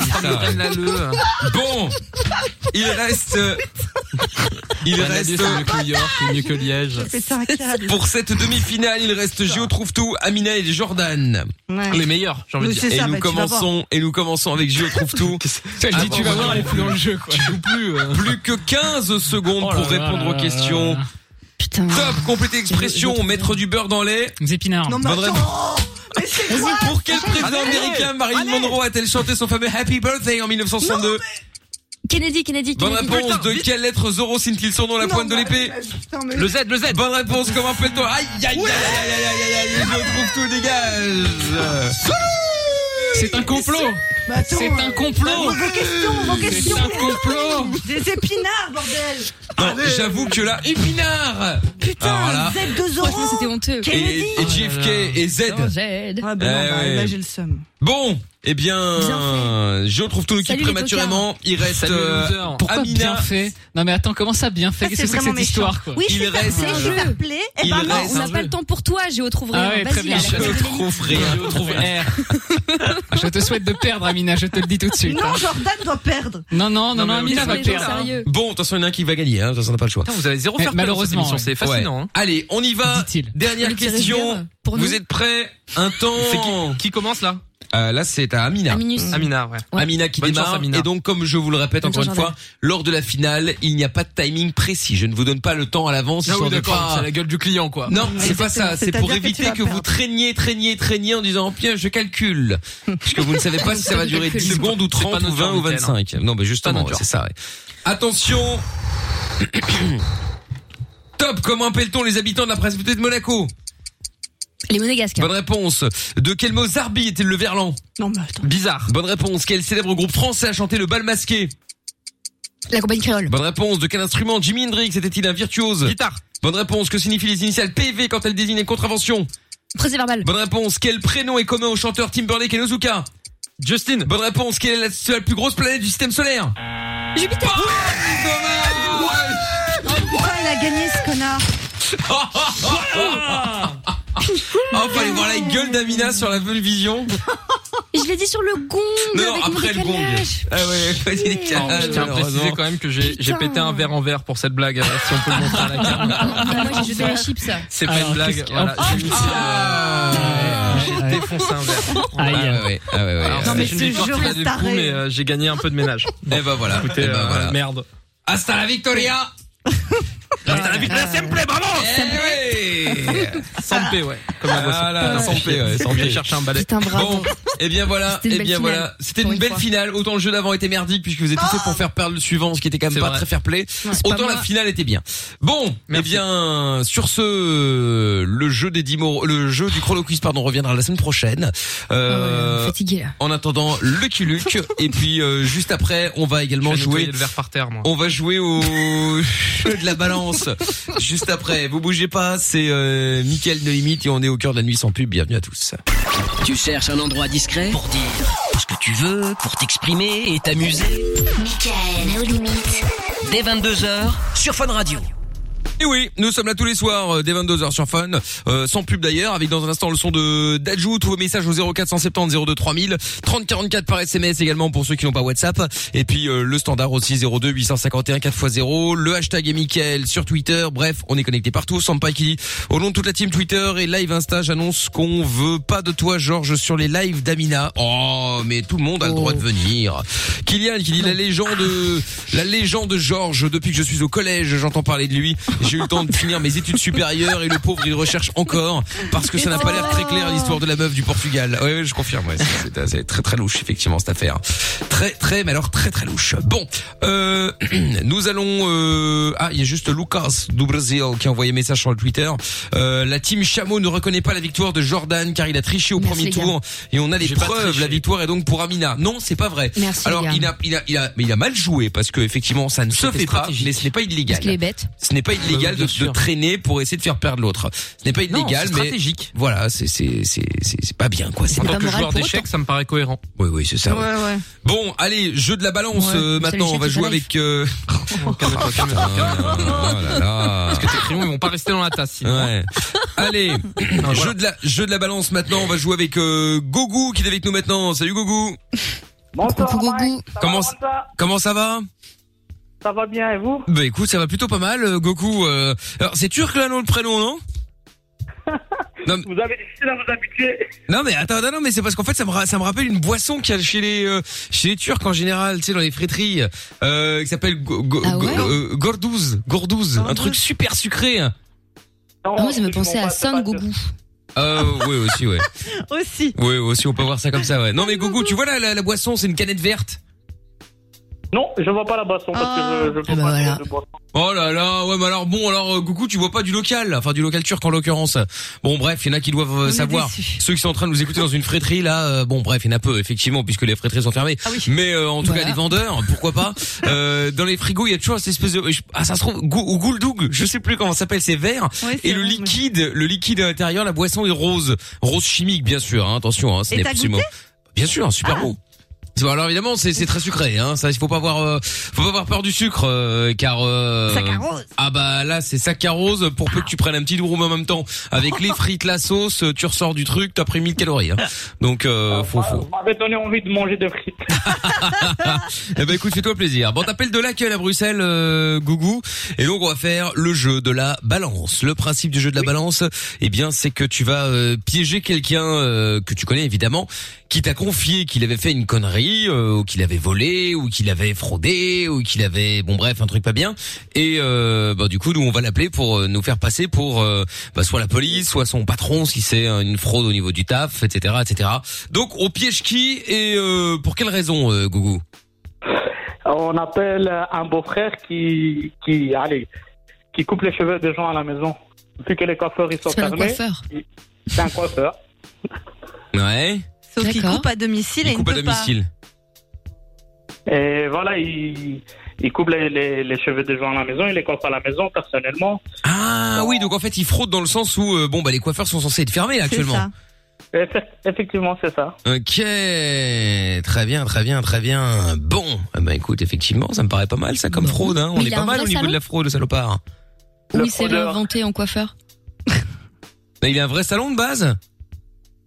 Speaker 1: putain. Bon, il reste. Il
Speaker 7: Bah,
Speaker 1: reste.
Speaker 7: Nadia, c'est mieux que New York, c'est mieux que Liège.
Speaker 1: Pour cette demi-finale, il reste Gio trouve tout, Amina et Jordan.
Speaker 7: Ouais. Les meilleurs, j'ai envie de dire.
Speaker 1: Et
Speaker 7: C'est ça,
Speaker 1: nous
Speaker 7: bah, tu vas
Speaker 1: commençons, et nous commençons avec Gio trouve tout.
Speaker 7: Toi, je dis,
Speaker 1: Ah,
Speaker 7: tu vas voir, elle est plus dans le
Speaker 1: jeu, quoi. plus, euh. Plus que 15 secondes pour répondre aux questions.
Speaker 5: Putain.
Speaker 1: Top, compléter l'expression, mettre du beurre dans les.
Speaker 9: Des épinards.
Speaker 1: Non, mais Pour quel président américain Marilyn Monroe a-t-elle chanté son fameux Happy Birthday en 1962
Speaker 5: Kennedy, Kennedy,
Speaker 1: Bonne
Speaker 5: Kennedy.
Speaker 1: réponse. De quelle lettre Zoro signe-t-il son nom la pointe de
Speaker 4: bah,
Speaker 1: l'épée Le Z, le Z. Bonne réponse. Comment appelle-t-on Aïe, aïe, aïe, aïe, aïe, aïe, aïe, aïe, je trouve tout, dégage.
Speaker 9: C'est un complot. C'est un complot.
Speaker 4: Bah, Vos questions, vos questions.
Speaker 9: C'est un complot.
Speaker 4: Des épinards, bordel.
Speaker 1: Non, j'avoue que là, épinard. Alors là,
Speaker 4: Z2 euros.
Speaker 5: Franchement, c'était honteux.
Speaker 1: Ah. et, et JFK et Z.
Speaker 4: Ah ben
Speaker 1: Eh
Speaker 4: non, bah,
Speaker 1: ouais.
Speaker 4: là j'ai le seum.
Speaker 1: Bon, eh bien, je trouve tout le kit
Speaker 9: Salut les
Speaker 1: prématurément. Il reste
Speaker 9: Salut,
Speaker 1: euh,
Speaker 9: loser. Pourquoi
Speaker 1: Amina.
Speaker 9: bien fait Non mais attends, comment ça bien fait
Speaker 1: Ça,
Speaker 9: Qu'est-ce
Speaker 1: c'est
Speaker 9: que c'est que
Speaker 1: vraiment méchant.
Speaker 9: cette histoire quoi
Speaker 5: Oui,
Speaker 1: Il
Speaker 5: je suis fair
Speaker 1: reste
Speaker 5: play,
Speaker 1: un
Speaker 5: je
Speaker 1: jeu.
Speaker 5: suis fair play. Eh
Speaker 1: Il
Speaker 5: ben non,
Speaker 1: reste
Speaker 5: on
Speaker 1: un
Speaker 5: n'a pas
Speaker 1: jeu.
Speaker 5: le temps pour toi, Géo trouve rien.
Speaker 9: Ah ouais, très
Speaker 5: Vas-y,
Speaker 9: bien.
Speaker 5: là, la
Speaker 9: Je
Speaker 5: Copa
Speaker 1: trouve rien.
Speaker 9: Je trouve R. Je te souhaite de perdre, Amina. Je te le dis tout de suite.
Speaker 4: Non,
Speaker 9: hein.
Speaker 4: Jordan doit perdre.
Speaker 9: Non,
Speaker 7: Non,
Speaker 9: non, non, non,
Speaker 7: mais
Speaker 9: Amina
Speaker 7: laisse
Speaker 9: va
Speaker 7: les gens
Speaker 9: perdre. hein.
Speaker 5: sérieux.
Speaker 1: Bon, de toute façon, il y en a un qui va gagner, hein, de toute façon, on n'a pas le choix.
Speaker 7: Putain, vous avez zéro
Speaker 9: Eh,
Speaker 7: faire play dans cette
Speaker 9: malheureusement,
Speaker 7: émission,
Speaker 9: ouais.
Speaker 7: c'est fascinant. hein.
Speaker 1: Allez, on y va.
Speaker 9: Dit-il.
Speaker 1: Dernière
Speaker 5: Le petit
Speaker 1: question.
Speaker 5: revers, pour
Speaker 1: Vous
Speaker 5: nous.
Speaker 1: êtes prêts Un temps.
Speaker 7: C'est qui, qui commence là Mmh.
Speaker 1: Euh, là, c'est à Amina.
Speaker 5: Aminus.
Speaker 7: Amina, ouais.
Speaker 5: Ouais.
Speaker 1: Amina qui
Speaker 7: Bonne
Speaker 1: démarre.
Speaker 7: chance, Amina.
Speaker 1: Et donc, comme je vous le répète
Speaker 5: Bonne
Speaker 1: encore une
Speaker 5: chance,
Speaker 1: fois, lors de la finale, il n'y a pas de timing précis. Je ne vous donne pas le temps à
Speaker 7: Ah
Speaker 1: l'avance. histoire de pas-
Speaker 7: gueule du client quoi.
Speaker 1: Non, c'est pas ça. C'est
Speaker 4: C'est-à-dire
Speaker 1: pour
Speaker 4: que tu
Speaker 1: éviter
Speaker 4: vas
Speaker 1: que, vous
Speaker 4: perdre.
Speaker 1: traîniez, traîniez, traîniez en disant, oh, bien, je calcule. Parce que vous ne savez pas si ça va durer 10 secondes ou
Speaker 7: pas
Speaker 1: 30 ou
Speaker 7: notre
Speaker 1: 20 ou
Speaker 7: genre, Mickaël,
Speaker 1: 25. Non, mais justement,
Speaker 7: notre
Speaker 1: ouais,
Speaker 7: genre.
Speaker 1: c'est ça. ouais. Attention. Top, comment appelle-t-on les habitants de la principauté de Monaco
Speaker 5: Les Monégasques.
Speaker 1: Bonne réponse. De quel mot Zarbi était le verlan
Speaker 4: Non, mais attends.
Speaker 7: Bizarre.
Speaker 1: Bonne réponse. Quel célèbre groupe français a chanté le bal masqué
Speaker 5: La compagnie créole.
Speaker 1: Bonne réponse. De quel instrument Jimi Hendrix était-il un virtuose
Speaker 7: Guitare.
Speaker 1: Bonne réponse. Que signifient les initiales PV quand elles désignent une contravention
Speaker 5: Procès verbal.
Speaker 1: Bonne réponse. Quel prénom est commun aux chanteurs Timberlake et Nozuka
Speaker 7: Justin.
Speaker 1: Bonne réponse. Quelle est la, seule- la plus grosse planète du système solaire Ah,
Speaker 5: Jupiter.
Speaker 4: Pourquoi il a gagné ce connard
Speaker 1: Ah, Oh, fallait voir la gueule d'Amina sur la vision.
Speaker 5: Je l'ai dit sur le gong.
Speaker 1: Non, non,
Speaker 5: avec mon
Speaker 1: après le gong.
Speaker 5: décalage.
Speaker 1: Ah ouais, vas-y, les
Speaker 7: Non, mais je tiens à préciser quand même que j'ai j'ai
Speaker 5: Putain.
Speaker 7: pété un verre en verre pour cette blague, euh, si on peut le montrer à la caméra.
Speaker 5: Ah, Moi, j'ai jeté les chips.
Speaker 7: C'est pas
Speaker 9: Alors,
Speaker 7: une blague.
Speaker 9: qu'est-ce qu'il y a
Speaker 7: Voilà, j'ai mis-
Speaker 5: Euh,
Speaker 1: Ah.
Speaker 7: J'ai défoncé un verre.
Speaker 1: Ah
Speaker 9: Aïe.
Speaker 1: ouais, ouais, ah ouais, ouais.
Speaker 7: Alors,
Speaker 4: Non, mais
Speaker 7: c'est une
Speaker 4: ce
Speaker 7: victoire
Speaker 4: jeu
Speaker 7: qui a
Speaker 4: est
Speaker 7: du coup,
Speaker 4: taré.
Speaker 7: mais euh, j'ai gagné un peu de ménage.
Speaker 1: Eh ben voilà.
Speaker 7: Écoutez,
Speaker 1: eh ben
Speaker 7: euh,
Speaker 1: voilà.
Speaker 7: merde.
Speaker 1: Hasta la victoria. Eh Hasta la victoria
Speaker 5: Euh,
Speaker 1: siempre, bravo.
Speaker 7: Sans paix, ouais. Comme la boisson.
Speaker 1: Ah là, sans paix, ouais, sans
Speaker 7: Sans
Speaker 1: paix.
Speaker 7: bien chercher un balai.
Speaker 5: Putain, bravo.
Speaker 1: Bon, et bien voilà,
Speaker 5: C'était une
Speaker 1: et
Speaker 5: belle
Speaker 1: bien
Speaker 5: finale,
Speaker 1: voilà, c'était
Speaker 5: pour
Speaker 1: une
Speaker 5: une
Speaker 1: belle
Speaker 5: fois. Oh
Speaker 1: finale. Autant le jeu d'avant était merdique puisque vous êtes tous fait pour faire perdre le suivant, ce qui était quand même
Speaker 7: C'est
Speaker 1: pas
Speaker 7: vrai.
Speaker 1: très fair play. Autant la finale était bien. Bon, eh
Speaker 7: Merci.
Speaker 1: bien sur ce, le jeu des 10 mots, le jeu du chrono quiz pardon reviendra la semaine prochaine.
Speaker 5: Ah ouais,
Speaker 1: Euh,
Speaker 5: Fatigué là.
Speaker 1: en attendant, le Luke et puis euh, juste après, on va également
Speaker 7: J'ai nettoyé
Speaker 1: jouer.
Speaker 7: le verre par terre, moi.
Speaker 1: On va jouer au jeu de la balance juste après. Vous bougez pas, c'est euh, Mickaël de Limite et on est au cœur de la nuit sans pub. Bienvenue à tous.
Speaker 6: Tu cherches un endroit discret pour dire ce que tu veux, pour t'exprimer et t'amuser.
Speaker 11: Michael, nos limites.
Speaker 6: Dès 22h sur Fun Radio.
Speaker 1: Et oui, nous sommes là tous les soirs euh, dès 22h sur Fun, euh, sans pub d'ailleurs, avec dans un instant le son de Dajou, tous vos messages au 0470 02 3000, 30 44 par SMS également pour ceux qui n'ont pas WhatsApp, et puis euh, le standard aussi 02 851 4x0, le hashtag est Mickaël sur Twitter, bref, on est connecté partout, Sampai qui dit au nom de toute la team Twitter et live Insta, j'annonce qu'on veut pas de toi Georges sur les lives d'Amina. Oh, mais tout le monde a le droit de venir. Kylian qui dit la légende, la légende Georges, depuis que je suis au collège, j'entends parler de lui J'ai eu le temps de finir mes études supérieures et le pauvre il recherche encore parce que ça n'a pas l'air très clair l'histoire de la meuf du Portugal. Oui, je confirme. ouais, c'est- c'est- c'est très très louche effectivement cette affaire. Très très mais alors très très louche. Bon, euh, nous allons. euh, Ah, il y a juste Lucas du Brésil qui a envoyé un message sur le Twitter. Euh, la team chameau ne reconnaît pas la victoire de Jordan car il a triché au
Speaker 7: Merci,
Speaker 1: premier
Speaker 7: les gars.
Speaker 1: tour et on a les
Speaker 7: J'ai pas
Speaker 1: preuves.
Speaker 7: triché.
Speaker 1: La victoire est donc pour Amina. Non, c'est pas vrai.
Speaker 5: Merci, les
Speaker 1: alors
Speaker 5: gars.
Speaker 1: il a il a il a mais il a mal joué parce que effectivement ça ne se fait pas. Mais ce n'est pas illégal.
Speaker 5: Parce qu'il est bête.
Speaker 1: Ce n'est pas illégal de, de traîner pour essayer de faire perdre l'autre. Ce n'est pas
Speaker 7: Non,
Speaker 1: illégal,
Speaker 7: c'est
Speaker 1: mais
Speaker 7: stratégique.
Speaker 1: voilà, c'est c'est c'est c'est c'est pas bien quoi. C'est
Speaker 7: En tant
Speaker 1: pas
Speaker 7: que
Speaker 1: moral
Speaker 7: joueur
Speaker 1: pour
Speaker 7: d'échecs,
Speaker 1: autant.
Speaker 7: ça me paraît cohérent.
Speaker 1: Oui, oui, c'est ça. ouais. Bon, allez, jeu de la balance
Speaker 7: Ouais,
Speaker 1: euh,
Speaker 7: c'est
Speaker 1: maintenant.
Speaker 7: le
Speaker 1: On va
Speaker 7: chef de
Speaker 1: jouer
Speaker 7: life.
Speaker 1: avec. Euh...
Speaker 7: Oh
Speaker 1: Parce
Speaker 7: que tes crayons, ils vont pas rester dans la tasse. hein.
Speaker 1: Ouais. Allez, jeu de la jeu de la balance maintenant. On va jouer avec euh, Gougou qui est avec nous maintenant. Salut Gougou.
Speaker 12: Bonsoir, Mike. Ça va,
Speaker 1: Comment
Speaker 12: Bonsoir.
Speaker 1: comment ça va
Speaker 12: Ça va bien et vous
Speaker 1: Bah écoute, ça va plutôt pas mal, euh, Goku. euh. Alors c'est turc là, non le prénom, non
Speaker 12: Vous avez difficile à vous habituer.
Speaker 1: Non mais attends, non, non mais c'est parce qu'en fait ça me ra- ça me rappelle une boisson qu'il y a chez les euh, chez les Turcs en général, tu sais dans les friteries, euh, qui s'appelle go- go- go- euh, gordouz, gordouz, un truc super sucré.
Speaker 5: Ah, moi, ça me pensait à Son Gougou.
Speaker 1: Euh, oui aussi, ouais.
Speaker 4: aussi.
Speaker 1: Oui aussi, on peut voir ça comme ça, ouais. Non mais Goku, tu vois là la, la boisson, c'est une canette verte.
Speaker 12: Non, je vois pas la boisson parce que
Speaker 5: Eh
Speaker 12: je, je
Speaker 5: ben
Speaker 12: peux pas de boisson.
Speaker 1: Oh là là, ouais mais alors bon alors euh, Goku, tu vois pas du local, enfin du local turc en l'occurrence. Bon bref, il y en a qui doivent euh,
Speaker 7: est
Speaker 1: savoir. Ceux qui sont en train de nous écouter dans une fréterie là, euh, bon bref, il y en a peu effectivement puisque les fréteries sont fermées. Mais euh, en tout cas les vendeurs, pourquoi pas Euh, dans les frigos, il y a toujours cette espèce de ah ça se trouve gou- ou gouldoug, je sais plus comment ça s'appelle, c'est vert
Speaker 7: Ouais, c'est
Speaker 1: et le
Speaker 7: rose,
Speaker 1: liquide, le liquide à l'intérieur, la boisson est rose, rose chimique bien sûr, hein, attention hein, ce
Speaker 7: Et
Speaker 1: n'est
Speaker 7: t'as
Speaker 1: absolument
Speaker 7: goûté Ah.
Speaker 1: Bien sûr, super bon. C'est bon, Alors évidemment c'est c'est très sucré hein ça il faut pas avoir euh, faut pas avoir peur du sucre euh, car euh,
Speaker 7: Saccharose.
Speaker 1: ah bah là c'est saccharose pour peu que tu prennes un petit durum en même temps avec les frites la sauce euh, tu ressors du truc t'as pris 1000 calories hein. donc euh, faut faut
Speaker 12: Vous m'avez donné envie de manger des frites.
Speaker 1: eh ben écoute, fais-toi plaisir. Bon, t'appelles de laquelle à Bruxelles, euh, Gougou. Et donc on va faire le jeu de la balance. Le principe du jeu de la balance, eh bien, c'est que tu vas euh, piéger quelqu'un euh, que tu connais évidemment, qui t'a confié qu'il avait fait une connerie, euh, ou qu'il avait volé, ou qu'il avait fraudé, ou qu'il avait, bon bref, un truc pas bien. Et euh, bah, du coup, nous on va l'appeler pour euh, nous faire passer pour euh, bah, soit la police, soit son patron si c'est euh, une fraude au niveau du taf, etc., etc. Donc on piège qui et euh, pour quelle raison, euh, Gougou
Speaker 12: On appelle euh, un beau-frère qui, qui, allez, qui coupe les cheveux des gens à la maison. Vu que les coiffeurs, ils sont
Speaker 4: C'est pas un
Speaker 12: fermés.
Speaker 4: coiffeur.
Speaker 12: il- C'est un coiffeur.
Speaker 1: Ouais.
Speaker 4: Sauf qu'il coupe à domicile et il ne
Speaker 12: coupe à
Speaker 4: peut pas.
Speaker 12: domicile. Et voilà, il, il coupe les, les- les cheveux des gens à la maison, il les coiffe à la maison personnellement.
Speaker 1: Ah oui, donc en fait, il fraude dans le sens où euh, bon bah les coiffeurs sont censés être fermés là, actuellement.
Speaker 12: Effe- Effectivement, c'est ça.
Speaker 1: Ok, très bien, très bien, très bien. Bon, eh ben écoute, effectivement, ça me paraît pas mal ça comme fraude. Hein.
Speaker 5: Bah Mais
Speaker 1: On
Speaker 5: il
Speaker 1: est
Speaker 5: y a
Speaker 1: pas
Speaker 5: un
Speaker 1: mal
Speaker 5: vrai
Speaker 1: au niveau
Speaker 5: salon
Speaker 1: de la fraude, salopard.
Speaker 5: Ou il s'est réinventé en coiffeur.
Speaker 1: Là, il a un vrai salon de base.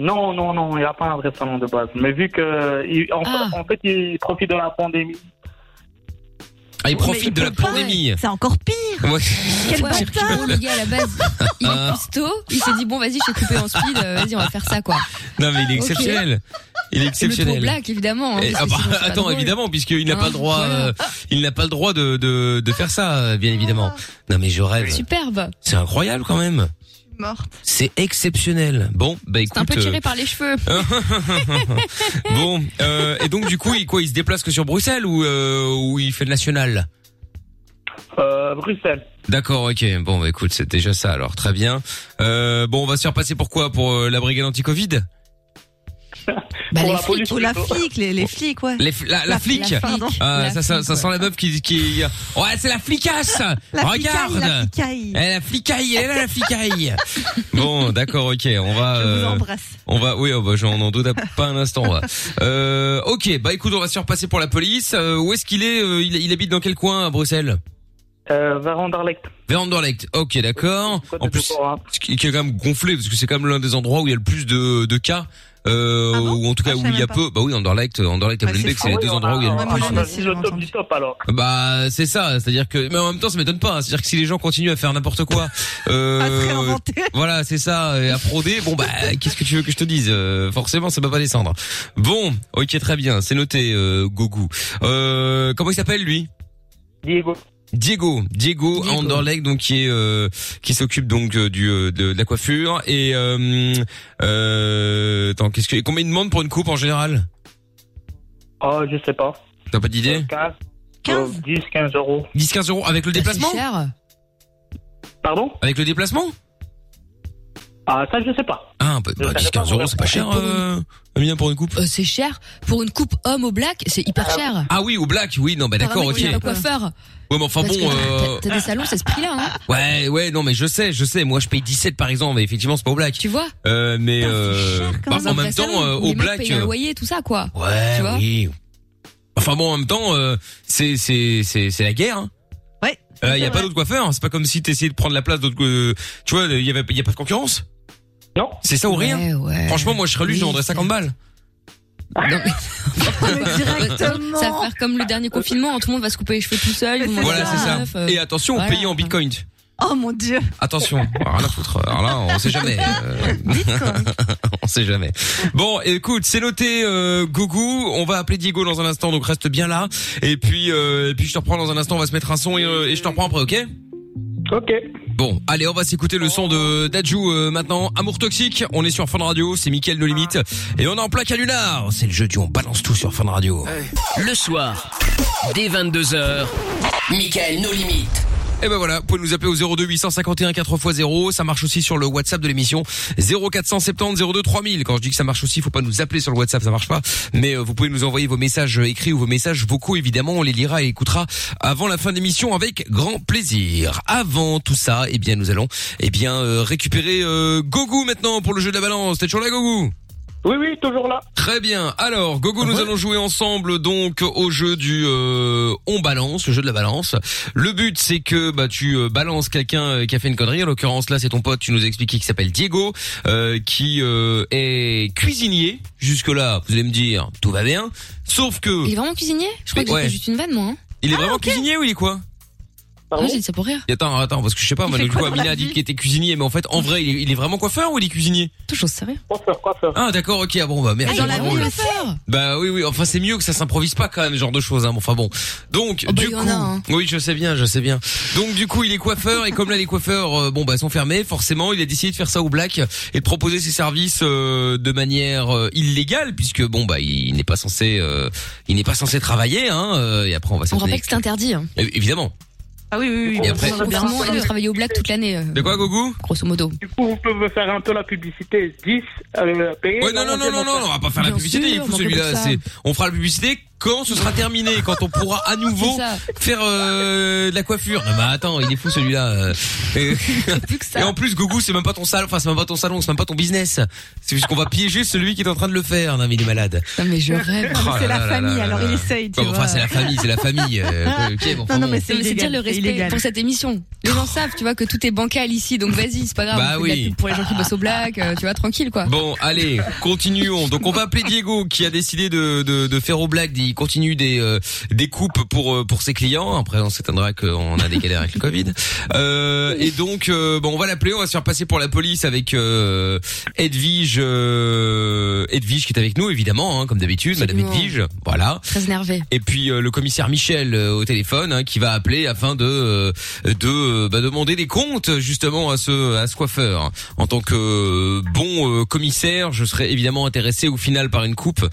Speaker 12: Non, non, non, il n'a pas un vrai salon de base. Mais vu que, il- en,
Speaker 5: Ah.
Speaker 12: fait- en fait, il profite de la pandémie.
Speaker 1: Ah, il
Speaker 12: Mais
Speaker 1: profite
Speaker 12: il
Speaker 1: de la
Speaker 12: peut pas.
Speaker 1: pandémie.
Speaker 4: C'est encore pire.
Speaker 1: Ouais.
Speaker 5: Quel
Speaker 1: Ouais.
Speaker 5: bâtard le gars à la base. Il est
Speaker 1: Ah.
Speaker 5: custo, il s'est dit bon vas-y je vais couper en speed, euh, vas-y on va faire ça quoi.
Speaker 1: Non mais il est
Speaker 5: Ok.
Speaker 1: exceptionnel. Il est
Speaker 5: Le
Speaker 1: exceptionnel.
Speaker 5: trop black évidemment. hein,
Speaker 1: Eh,
Speaker 5: parce
Speaker 1: ah
Speaker 5: que
Speaker 1: bah,
Speaker 5: sinon, c'est pas
Speaker 1: attends,
Speaker 5: drôle.
Speaker 1: évidemment, puisqu'il n'a
Speaker 5: Hein,
Speaker 1: pas le droit, euh, il n'a pas le droit de, de, de faire ça, euh, bien évidemment.
Speaker 5: Ah.
Speaker 1: Non mais je rêve.
Speaker 5: Superbe.
Speaker 1: C'est incroyable quand même.
Speaker 4: Morte.
Speaker 1: C'est exceptionnel. Bon, bah écoute.
Speaker 5: T'es un peu tiré
Speaker 1: euh,
Speaker 5: par les cheveux.
Speaker 1: bon, euh, et donc du coup, il quoi, il se déplace que sur Bruxelles ou euh, ou il fait le national
Speaker 12: Euh, Bruxelles.
Speaker 1: D'accord, ok. Bon, bah, écoute, c'est déjà ça. Alors, très bien. Euh, bon, on va se faire passer pour quoi Pour euh, la brigade anti-Covid
Speaker 4: Bah,
Speaker 1: Pour
Speaker 4: les
Speaker 1: la
Speaker 4: flics,
Speaker 1: police,
Speaker 4: ou la
Speaker 1: plutôt.
Speaker 4: flic, les, les flics, ouais.
Speaker 1: Les fl- la, la flic.
Speaker 4: pardon.
Speaker 1: Ah,
Speaker 4: La
Speaker 1: ça, ça, ça sent la meuf qui qui. Ouais, c'est la flicasse.
Speaker 4: La
Speaker 1: Regarde.
Speaker 4: flicaille, la flicaille.
Speaker 1: Elle la flicaille, elle a la flicaille. bon, d'accord, ok. On
Speaker 4: Je
Speaker 1: va.
Speaker 4: vous
Speaker 1: euh,
Speaker 4: embrasse.
Speaker 1: On va, oui, oh, bah, j'en en doute à pas un instant. Là. Euh, ok, bah écoute, on va se faire passer pour la police. Euh, où est-ce qu'il est, euh, il, il habite dans quel coin à Bruxelles
Speaker 12: Euh, vers Anderlecht.
Speaker 1: Vers Anderlecht. Ok, d'accord. En plus,
Speaker 12: hein
Speaker 1: ce qui qui est quand même gonflé parce que c'est quand même l'un des endroits où il y a le plus de, de cas. Euh,
Speaker 4: Ah
Speaker 1: ou en tout cas où il y a peu. Bah oui, Anderlecht, Anderlecht
Speaker 5: Ah,
Speaker 1: et Molenbeek, c'est les deux endroits où il y a le plus.
Speaker 12: Ah, vas-y, le top du top alors.
Speaker 1: Bah c'est ça, c'est-à-dire que mais en même temps ça m'étonne pas, hein. c'est-à-dire que si les gens continuent à faire n'importe quoi, euh, voilà c'est ça, et à frauder, bon bah qu'est-ce que tu veux que je te dise, Euh, forcément ça va pas descendre. Bon, ok très bien, c'est noté euh, Gougou. Euh, comment il s'appelle lui
Speaker 12: Diego.
Speaker 1: Diego, Diego, à Anderlecht, donc qui est euh, qui s'occupe donc euh, du euh, de, de la coiffure et euh, euh, attends, qu'est-ce que combien il demande pour une coupe en général
Speaker 8: Oh, je sais pas.
Speaker 1: T'as pas d'idée
Speaker 8: 15
Speaker 12: Euh,
Speaker 8: 10, 15 euros.
Speaker 1: 10 15 euros avec le
Speaker 5: Bah,
Speaker 1: déplacement
Speaker 8: Pardon
Speaker 1: Avec le déplacement
Speaker 8: Ah, ça je sais pas.
Speaker 1: Ah, bah, bah, 10 15 euros, c'est pas cher euh, Amina pour une coupe
Speaker 5: Euh, c'est cher. Pour une coupe homme au black, c'est hyper cher.
Speaker 1: Ah oui, au black, oui, non, bah
Speaker 5: Par un
Speaker 1: d'accord,
Speaker 5: mec
Speaker 1: OK.
Speaker 5: qui est pas coiffeur.
Speaker 1: Ouais, mais enfin
Speaker 5: Parce
Speaker 1: bon
Speaker 5: que
Speaker 1: euh, Bah,
Speaker 5: t'as- T'as des salons, c'est ce prix-là. Hein.
Speaker 1: Ouais, ouais, non, mais je sais, je sais. Moi, je paye 17 par exemple, mais effectivement, c'est pas au black.
Speaker 5: Tu vois
Speaker 1: euh, Mais euh,
Speaker 5: Comme
Speaker 1: bah,
Speaker 5: dans un
Speaker 1: en même
Speaker 5: vrai salon,
Speaker 1: temps, euh,
Speaker 5: les
Speaker 1: au
Speaker 5: mecs
Speaker 1: black.
Speaker 5: payent un
Speaker 1: euh,
Speaker 5: loyer, tout ça, quoi.
Speaker 1: Ouais,
Speaker 5: tu vois
Speaker 1: oui. Enfin bon, en même temps, euh, c'est c'est c'est c'est la guerre. Hein.
Speaker 4: Ouais.
Speaker 1: Il y a pas d'autres coiffeurs. C'est pas comme si t'essayais de prendre la place d'autres. euh, tu vois, il y avait il y a pas de concurrence.
Speaker 8: Non.
Speaker 1: C'est ça ou
Speaker 5: Ouais,
Speaker 1: rien.
Speaker 5: ouais.
Speaker 1: Franchement, moi, je serais lui, je lui vendrais 50 balles.
Speaker 4: Oh,
Speaker 5: Directement. Ça va faire comme le dernier confinement, hein. tout le monde va se couper les cheveux tout seul. vous mangez
Speaker 1: Voilà,
Speaker 5: des
Speaker 1: c'est ça.
Speaker 5: meufs, euh,
Speaker 1: Et attention,
Speaker 5: voilà.
Speaker 1: payé en bitcoin.
Speaker 4: Oh mon dieu.
Speaker 1: Attention, alors là, foutre. Alors là, on sait jamais. euh, on sait jamais. Bon, écoute, c'est noté, euh, Gougou. On va appeler Diego dans un instant, donc reste bien là. Et puis, euh, et puis je te reprends dans un instant. On va se mettre un son et, euh, et je te reprends après, ok
Speaker 8: Ok.
Speaker 1: Bon, allez, on va s'écouter le son de d'Adjou euh, maintenant. Amour toxique. On est sur Fun Radio, c'est Mickaël No Limite, et on est en plein canular. C'est le jeudi, on balance tout sur Fun Radio.
Speaker 6: Le soir, dès 22h, Michael nos limites.
Speaker 1: Et ben voilà, vous pouvez nous appeler au 02 851 4x0, ça marche aussi sur le WhatsApp de l'émission 0470 02 3000. Quand je dis que ça marche aussi, faut pas nous appeler sur le WhatsApp, ça marche pas, mais euh, vous pouvez nous envoyer vos messages écrits ou vos messages vocaux évidemment, on les lira et écoutera avant la fin de l'émission avec grand plaisir. Avant tout ça, eh bien nous allons eh bien euh, récupérer euh, Gogo maintenant pour le jeu de la balance. T'es toujours là Gogo
Speaker 8: Oui, oui, toujours là.
Speaker 1: Très bien. Alors, Gogo, nous allons jouer ensemble donc au jeu du euh, on balance, le jeu de la balance. Le but, c'est que bah tu euh, balances quelqu'un euh, qui a fait une connerie. En l'occurrence, là, c'est ton pote. Tu nous as expliqué qui s'appelle Diego, euh, qui euh, est cuisinier. Jusque là, vous allez me dire tout va bien. Sauf que
Speaker 5: Il est vraiment cuisinier Je crois
Speaker 1: Mais
Speaker 5: que
Speaker 1: ouais.
Speaker 5: c'était juste une vanne, moi. hein.
Speaker 1: il est vraiment cuisinier ou il est quoi
Speaker 5: Moi, j'ai dit ça pour rire.
Speaker 1: Et Attends, attends, parce que je sais pas.
Speaker 5: Il
Speaker 1: Moi,
Speaker 5: fait
Speaker 1: du coup,
Speaker 5: quoi dans la
Speaker 1: Amina a dit
Speaker 5: vie
Speaker 1: qu'il était cuisinier, mais en fait, en vrai, il est, il est vraiment coiffeur ou il est cuisinier
Speaker 5: Toujours sérieux.
Speaker 8: Coiffeur, coiffeur.
Speaker 1: Ah d'accord, ok. Ah bon, bah merde.
Speaker 5: Ah, dans la
Speaker 1: vraiment,
Speaker 5: vie,
Speaker 1: le-
Speaker 5: le faire
Speaker 1: Bah oui, oui. Enfin, c'est mieux que ça s'improvise pas quand même, ce genre de choses. Hein. Bon, enfin bon. Donc,
Speaker 5: Oh, bah,
Speaker 1: du
Speaker 5: il y
Speaker 1: coup,
Speaker 5: en a, hein.
Speaker 1: oui, je sais bien, je sais bien. Donc, du coup, il est coiffeur et comme là, les coiffeurs, euh, bon, bah, sont fermés. Forcément, il a décidé de faire ça au black et de proposer ses services euh, de manière euh, illégale, puisque bon, bah, il n'est pas censé, euh, il n'est pas censé travailler. Hein, euh, et après, on va
Speaker 5: On
Speaker 1: s'étonner.
Speaker 5: rappelle que c'est interdit. hein.
Speaker 1: Euh, Évidemment.
Speaker 4: Ah oui, oui, oui.
Speaker 1: Et après-
Speaker 5: Pendant le confinement et de travailler au black toute l'année. euh,
Speaker 1: De quoi, Gougou
Speaker 5: Grosso modo.
Speaker 8: Du coup, vous pouvez me faire un peu la publicité 10 euh, payé.
Speaker 1: Ouais, non, non, non, non, non, on va pas faire la
Speaker 5: Bien
Speaker 1: publicité, il
Speaker 5: sûr,
Speaker 1: faut
Speaker 5: on fait
Speaker 1: celui-là.
Speaker 5: ça.
Speaker 1: c'est- On fera la publicité quand ce sera terminé, quand on pourra à nouveau
Speaker 5: C'est ça.
Speaker 1: faire euh, de la coiffure. Non, mais attends, il est fou celui-là. euh. Et-
Speaker 5: Plus que ça.
Speaker 1: Et en plus, Gougou, c'est même pas ton salon, enfin, c'est même pas ton salon, c'est même pas ton business. C'est juste qu'on va piéger celui qui est en train de le faire. Non, mais il est malade.
Speaker 5: Non, Ah, mais je rêve.
Speaker 1: Oh là
Speaker 4: C'est la
Speaker 1: là là
Speaker 4: famille,
Speaker 1: là
Speaker 4: alors
Speaker 1: là
Speaker 4: il
Speaker 1: là.
Speaker 4: essaye, tu
Speaker 1: Bon, Enfin,
Speaker 4: vois.
Speaker 1: c'est la famille, c'est la famille. euh, ok, bon, enfin,
Speaker 4: Non, non,
Speaker 1: bon.
Speaker 4: mais c'est
Speaker 5: Non, mais c'est dire
Speaker 4: illégal,
Speaker 5: le
Speaker 4: c'est
Speaker 5: respect
Speaker 4: illégal.
Speaker 5: pour cette émission. Les gens savent, tu vois, que tout est bancal ici, donc vas-y, c'est pas grave.
Speaker 1: Bah
Speaker 5: on fait de la
Speaker 1: oui.
Speaker 5: pub Pour les gens qui
Speaker 4: Ah.
Speaker 5: bossent au black, euh, tu vois, tranquille, quoi.
Speaker 1: Bon, allez, continuons. Donc on va appeler Diego qui a décidé de, de, de faire au black. Il continue des euh, des coupes pour euh, pour ses clients. Après, on s'étonnera qu'on a des galères avec le Covid. Euh, et donc, euh, bon, on va l'appeler. On va se faire passer pour la police avec euh, Edwige euh, Edwige qui est avec nous, évidemment, hein, comme d'habitude, Madame
Speaker 5: Absolument.
Speaker 1: Edwige. Voilà.
Speaker 5: Très énervé.
Speaker 1: Et puis euh, le commissaire Michel euh, au téléphone hein, qui va appeler afin de euh, de euh, bah, demander des comptes justement à ce à ce coiffeur. En tant que euh, bon euh, commissaire, je serais évidemment intéressé au final par une coupe.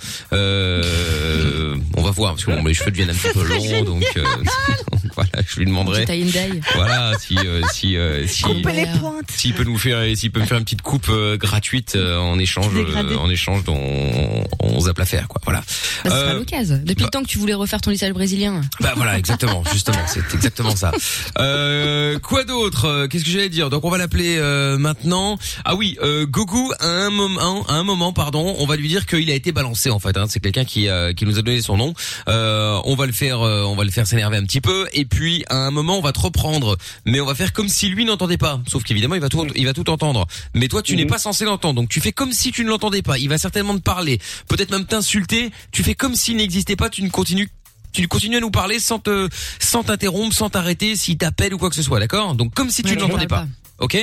Speaker 1: Euh, on va voir parce que bon, mes cheveux deviennent un petit peu longs, donc euh, voilà, je lui demanderai.
Speaker 5: T'as une daille.
Speaker 1: Voilà, si euh, si euh, si
Speaker 4: Couper les pointes.
Speaker 1: s'il peut nous faire s'il peut me faire une petite coupe euh, gratuite euh, en échange euh,
Speaker 4: Dégradé.
Speaker 1: en échange dont on, on zappe l'affaire quoi. Voilà.
Speaker 5: Bah, ce sera
Speaker 1: Euh,
Speaker 5: l'occasion. Depuis le temps que tu voulais refaire ton lycée brésilien.
Speaker 1: bah voilà, exactement, justement, c'est exactement ça. Euh, quoi d'autre Euh, Qu'est-ce que j'allais dire Donc on va l'appeler euh, maintenant. Ah oui, euh, Gougou, à un moment, à un moment, pardon, on va lui dire qu'il a été balancé en fait. Hein. C'est quelqu'un qui euh, qui nous a donné son nom. Euh, on va le faire, euh, on va le faire s'énerver un petit peu. Et puis à un moment, on va te reprendre, mais on va faire comme si lui n'entendait pas. Sauf qu'évidemment, il va tout, il va tout entendre. Mais toi, tu n'es pas censé l'entendre, donc tu fais comme si tu ne l'entendais pas. Il va certainement te parler, peut-être même t'insulter. Tu fais comme s'il n'existait pas. Tu ne continues tu continues à nous parler sans te, sans t'interrompre, sans t'arrêter, s'il t'appelle ou quoi que ce soit, d'accord Donc comme si tu
Speaker 5: Ouais,
Speaker 1: ne
Speaker 5: je
Speaker 1: l'entendais pas.
Speaker 5: parle
Speaker 1: Ok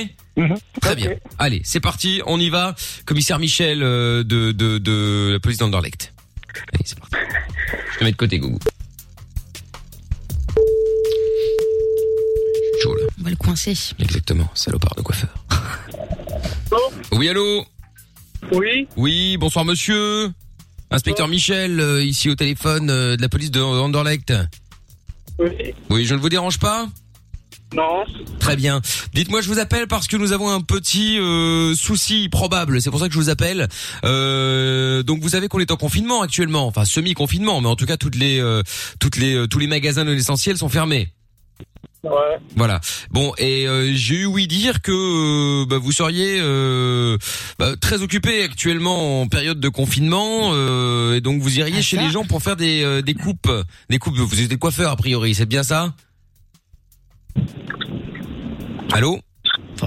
Speaker 1: Très bien. Allez, c'est parti, on y va. Commissaire Michel euh, de, de, de la police d'Anderlecht. Allez, c'est parti. Je te mets de côté, Gougou.
Speaker 5: coincé.
Speaker 1: Exactement, salopard de coiffeur. Oui, allô
Speaker 12: Oui
Speaker 1: Oui, bonsoir monsieur. Inspecteur Michel, euh, ici au téléphone euh, de la police de Anderlecht.
Speaker 12: Oui.
Speaker 1: Oui, je ne vous dérange pas
Speaker 12: Non.
Speaker 1: Très bien. Dites-moi, je vous appelle parce que nous avons un petit euh, souci probable. C'est pour ça que je vous appelle. Euh, donc, vous savez qu'on est en confinement actuellement, enfin semi-confinement, mais en tout cas, toutes les, euh, toutes les, euh, tous les magasins de l'essentiel sont fermés.
Speaker 12: Ouais.
Speaker 1: Voilà. Bon, et euh, j'ai eu oui dire que euh, bah, vous seriez euh, bah, très occupé actuellement en période de confinement, euh, et donc vous iriez chez les gens pour faire des, euh, des coupes, des coupes. Vous êtes coiffeur a priori, c'est bien ça Allô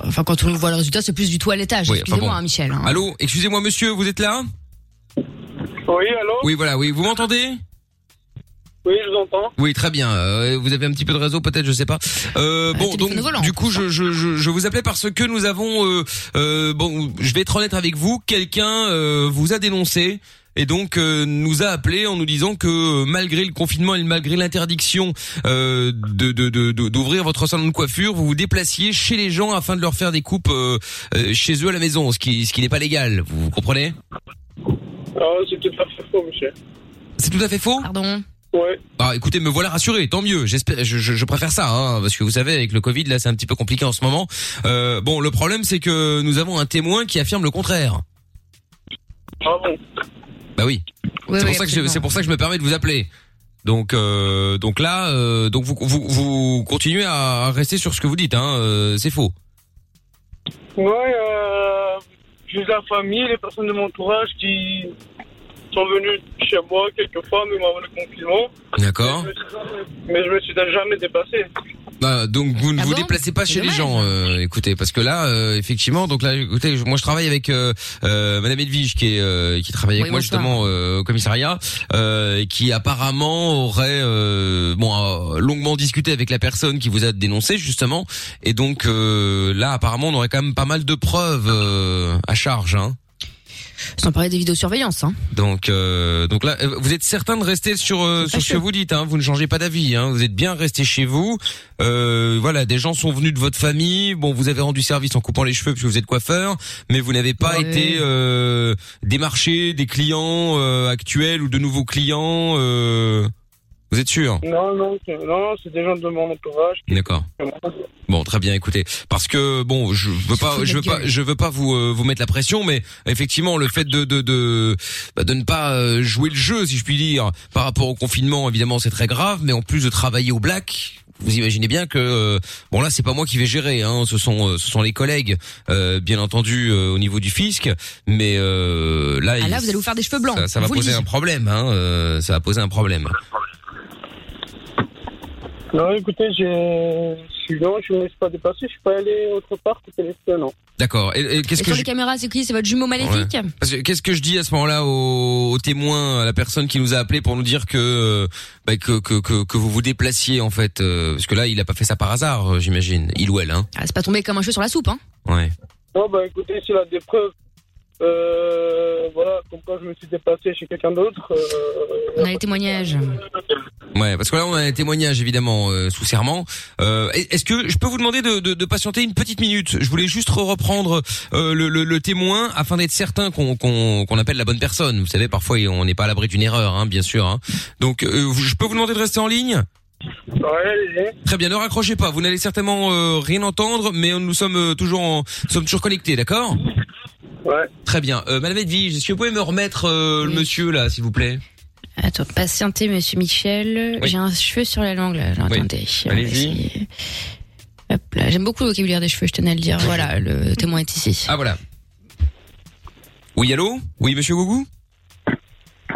Speaker 5: Enfin, quand on voit le résultat, c'est plus du toilettage.
Speaker 1: Oui, enfin
Speaker 5: Excusez-moi,
Speaker 1: bon. Ah.
Speaker 5: hein, Michel. hein.
Speaker 1: Allô, excusez-moi monsieur, vous êtes là
Speaker 12: Oui, allô
Speaker 1: Oui, voilà, oui, vous m'entendez
Speaker 12: Oui, je vous entends.
Speaker 1: Oui, très bien. Euh, vous avez un petit peu de réseau, peut-être, je sais pas. Euh, bon, donc du coup, je, je, je, je vous appelais parce que nous avons. Euh, euh, bon, je vais être honnête avec vous. Quelqu'un euh, vous a dénoncé. Et donc euh, nous a appelé en nous disant que euh, malgré le confinement et malgré l'interdiction euh, de de- de- de- d'ouvrir votre salon de coiffure, vous vous déplaciez chez les gens afin de leur faire des coupes euh, euh, chez eux à la maison, ce qui ce qui n'est pas légal. Vous, vous comprenez
Speaker 12: Ah, c'est tout à fait faux, monsieur.
Speaker 1: C'est tout à fait faux
Speaker 5: Pardon
Speaker 12: Ouais.
Speaker 1: Bah écoutez, me voilà rassuré, tant mieux. J'espère, je, je, je préfère ça, hein, parce que vous savez, avec le Covid, là, c'est un petit peu compliqué en ce moment. Euh, bon, le problème, c'est que nous avons un témoin qui affirme le contraire.
Speaker 12: Ah bon
Speaker 1: Bah oui.
Speaker 12: Oui, oui,
Speaker 1: c'est pour ça que je,
Speaker 12: absolument.
Speaker 1: c'est pour ça que je me permets de vous appeler. Donc, euh, donc là, euh, donc vous, vous, vous continuez à rester sur ce que vous dites, hein. euh, c'est faux.
Speaker 12: Ouais, euh, j'ai la famille, les personnes de mon entourage qui sont venues chez moi quelques fois, même avant le confinement.
Speaker 1: D'accord.
Speaker 12: Mais je me suis jamais dépassé.
Speaker 1: Bah, donc vous ne
Speaker 12: Ah
Speaker 1: vous
Speaker 12: bon
Speaker 1: déplacez pas
Speaker 12: C'est
Speaker 1: chez les
Speaker 12: dommage.
Speaker 1: gens, euh, écoutez, parce que là, euh, effectivement, donc là, écoutez, je- moi je travaille avec euh, euh, Madame Edwige qui est euh, qui travaille avec
Speaker 7: Oui,
Speaker 1: moi
Speaker 7: bonsoir.
Speaker 1: justement euh, au commissariat, euh, et qui apparemment aurait euh, bon euh, longuement discuté avec la personne qui vous a dénoncé justement, et donc euh, là apparemment on aurait quand même pas mal de preuves euh, à charge, hein.
Speaker 5: Sans parler des vidéosurveillances. Hein.
Speaker 1: Donc euh, donc là, euh, vous êtes certain de rester sur euh, sur ce que vous dites. Hein, vous ne changez pas d'avis. Hein, vous êtes bien resté chez vous. Euh, voilà, des gens sont venus de votre famille. Bon, vous avez rendu service en coupant les cheveux puisque vous êtes coiffeur, mais vous n'avez pas été euh, démarché des clients euh, actuels ou de nouveaux clients. euh, vous êtes sûr
Speaker 8: Euh,
Speaker 12: Non, non, c'est- non, non, c'est des gens de mon entourage.
Speaker 1: D'accord. Bon, très bien. Écoutez, parce que bon, je veux pas, je veux pas, je veux pas vous euh, vous mettre la pression, mais effectivement, le fait de de de bah, de ne pas euh, jouer le jeu, si je puis dire, par rapport au confinement, évidemment, c'est très grave. Mais en plus de travailler au black. Vous imaginez bien que euh, bon là c'est pas moi qui vais gérer hein, ce sont euh, ce sont les collègues euh, bien entendu euh, au niveau du fisc mais euh, là
Speaker 5: Ah, là,
Speaker 1: il-
Speaker 5: vous allez vous faire des cheveux blancs.
Speaker 1: ça, ça va
Speaker 5: Vous le
Speaker 1: poser
Speaker 5: dites.
Speaker 1: un problème hein, euh, ça va poser un problème
Speaker 12: Non, écoutez, j'ai- je suis non, je me laisse pas dépasser, je suis pas allé autre part que Téléphone, non.
Speaker 1: d'accord et, et
Speaker 5: Et
Speaker 1: qu'est-ce
Speaker 5: sur
Speaker 1: que
Speaker 5: les
Speaker 1: je-
Speaker 5: caméras, c'est qui C'est votre jumeau maléfique
Speaker 1: Ouais. Parce que qu'est-ce que je dis à ce moment-là au, au témoin, à la personne qui nous a appelé pour nous dire que euh, bah, que, que que que vous vous déplaciez en fait, euh, parce que là il a pas fait ça par hasard, euh, j'imagine, il ou elle, hein.
Speaker 5: Ah, C'est pas tombé comme un cheveu sur la soupe. Hein.
Speaker 1: Ouais.
Speaker 12: Non, bah écoutez, s'il a des preuves, euh, voilà, comme quand je me suis dépassé chez quelqu'un d'autre, euh,
Speaker 5: On a les témoignages.
Speaker 1: Ouais, parce que là on a un témoignage évidemment euh, sous serment. Euh, est- Est-ce que je peux vous demander de, de, de patienter une petite minute Je voulais juste reprendre euh, le, le, le témoin afin d'être certain qu'on qu'on qu'on appelle la bonne personne. Vous savez, parfois on n'est pas à l'abri d'une erreur, hein, bien sûr. hein. Donc euh, je peux vous demander de rester en ligne Très bien, ne raccrochez pas. Vous n'allez certainement euh, rien entendre, mais nous sommes euh, toujours, en- nous sommes toujours connectés, d'accord
Speaker 12: Ouais.
Speaker 1: Très bien. Euh, Madame Edwige, est-ce que vous pouvez me remettre euh, le monsieur là, s'il vous plaît
Speaker 5: Attends, patientez, monsieur Michel. J'ai un cheveu sur la langue, là. Alors,
Speaker 1: Oui.
Speaker 5: Attendez. on va essayer.
Speaker 1: Allez-y.
Speaker 5: Hop là, J'aime beaucoup le vocabulaire des cheveux, je tenais à le dire. Voilà, le témoin est ici.
Speaker 1: Ah voilà. Oui, allô Oui, monsieur Gougou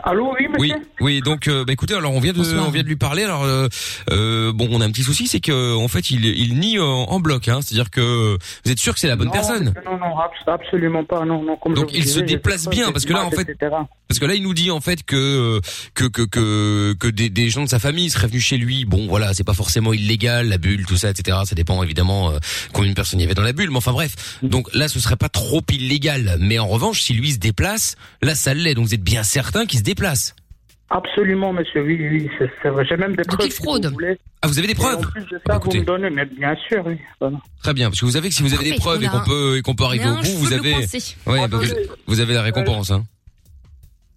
Speaker 12: Allô, oui,
Speaker 1: Oui, oui. Donc, euh, bah, écoutez, alors on vient de, on vient de lui parler. Alors, euh, euh, bon, on a un petit souci, c'est que en fait, il, il nie euh, en bloc. Hein, C'est-à-dire que vous êtes sûr que c'est la bonne
Speaker 12: Non,
Speaker 1: personne
Speaker 12: Non, non, abs- absolument pas. Non, non, comme
Speaker 1: Donc
Speaker 12: je vous
Speaker 1: il se
Speaker 12: disais, j'ai
Speaker 1: déplace
Speaker 12: fait
Speaker 1: bien
Speaker 12: des
Speaker 1: parce que là en
Speaker 12: images,
Speaker 1: fait
Speaker 12: etc.
Speaker 1: parce que là il nous dit en fait que euh, que que que, que des, des gens de sa famille seraient venus chez lui. Bon voilà c'est pas forcément illégal la bulle tout ça etc. Ça dépend évidemment euh, combien de personnes il y avait dans la bulle mais enfin bref donc là ce serait pas trop illégal mais en revanche si lui se déplace là ça l'est donc vous êtes bien certain qu'il se déplace.
Speaker 8: Absolument, monsieur, oui, oui, c'est c'est vrai. J'ai même des preuves. si
Speaker 5: fraude.
Speaker 8: vous voulez.
Speaker 1: Ah, vous avez des preuves
Speaker 8: Et En plus de ça, vous me donnez, mais bien sûr, oui. Voilà.
Speaker 1: Très bien, parce que vous savez que si vous avez
Speaker 8: Ah,
Speaker 1: des
Speaker 8: mais
Speaker 1: preuves
Speaker 8: on
Speaker 1: et
Speaker 8: a
Speaker 1: qu'on
Speaker 8: un-
Speaker 1: peut et qu'on peut arriver
Speaker 8: on a
Speaker 1: au
Speaker 8: un
Speaker 1: bout,
Speaker 8: cheveu
Speaker 1: vous
Speaker 8: de
Speaker 1: avez,
Speaker 8: coincé.
Speaker 1: ouais, bah, vous,
Speaker 8: Attendez.
Speaker 1: vous avez la récompense. Hein.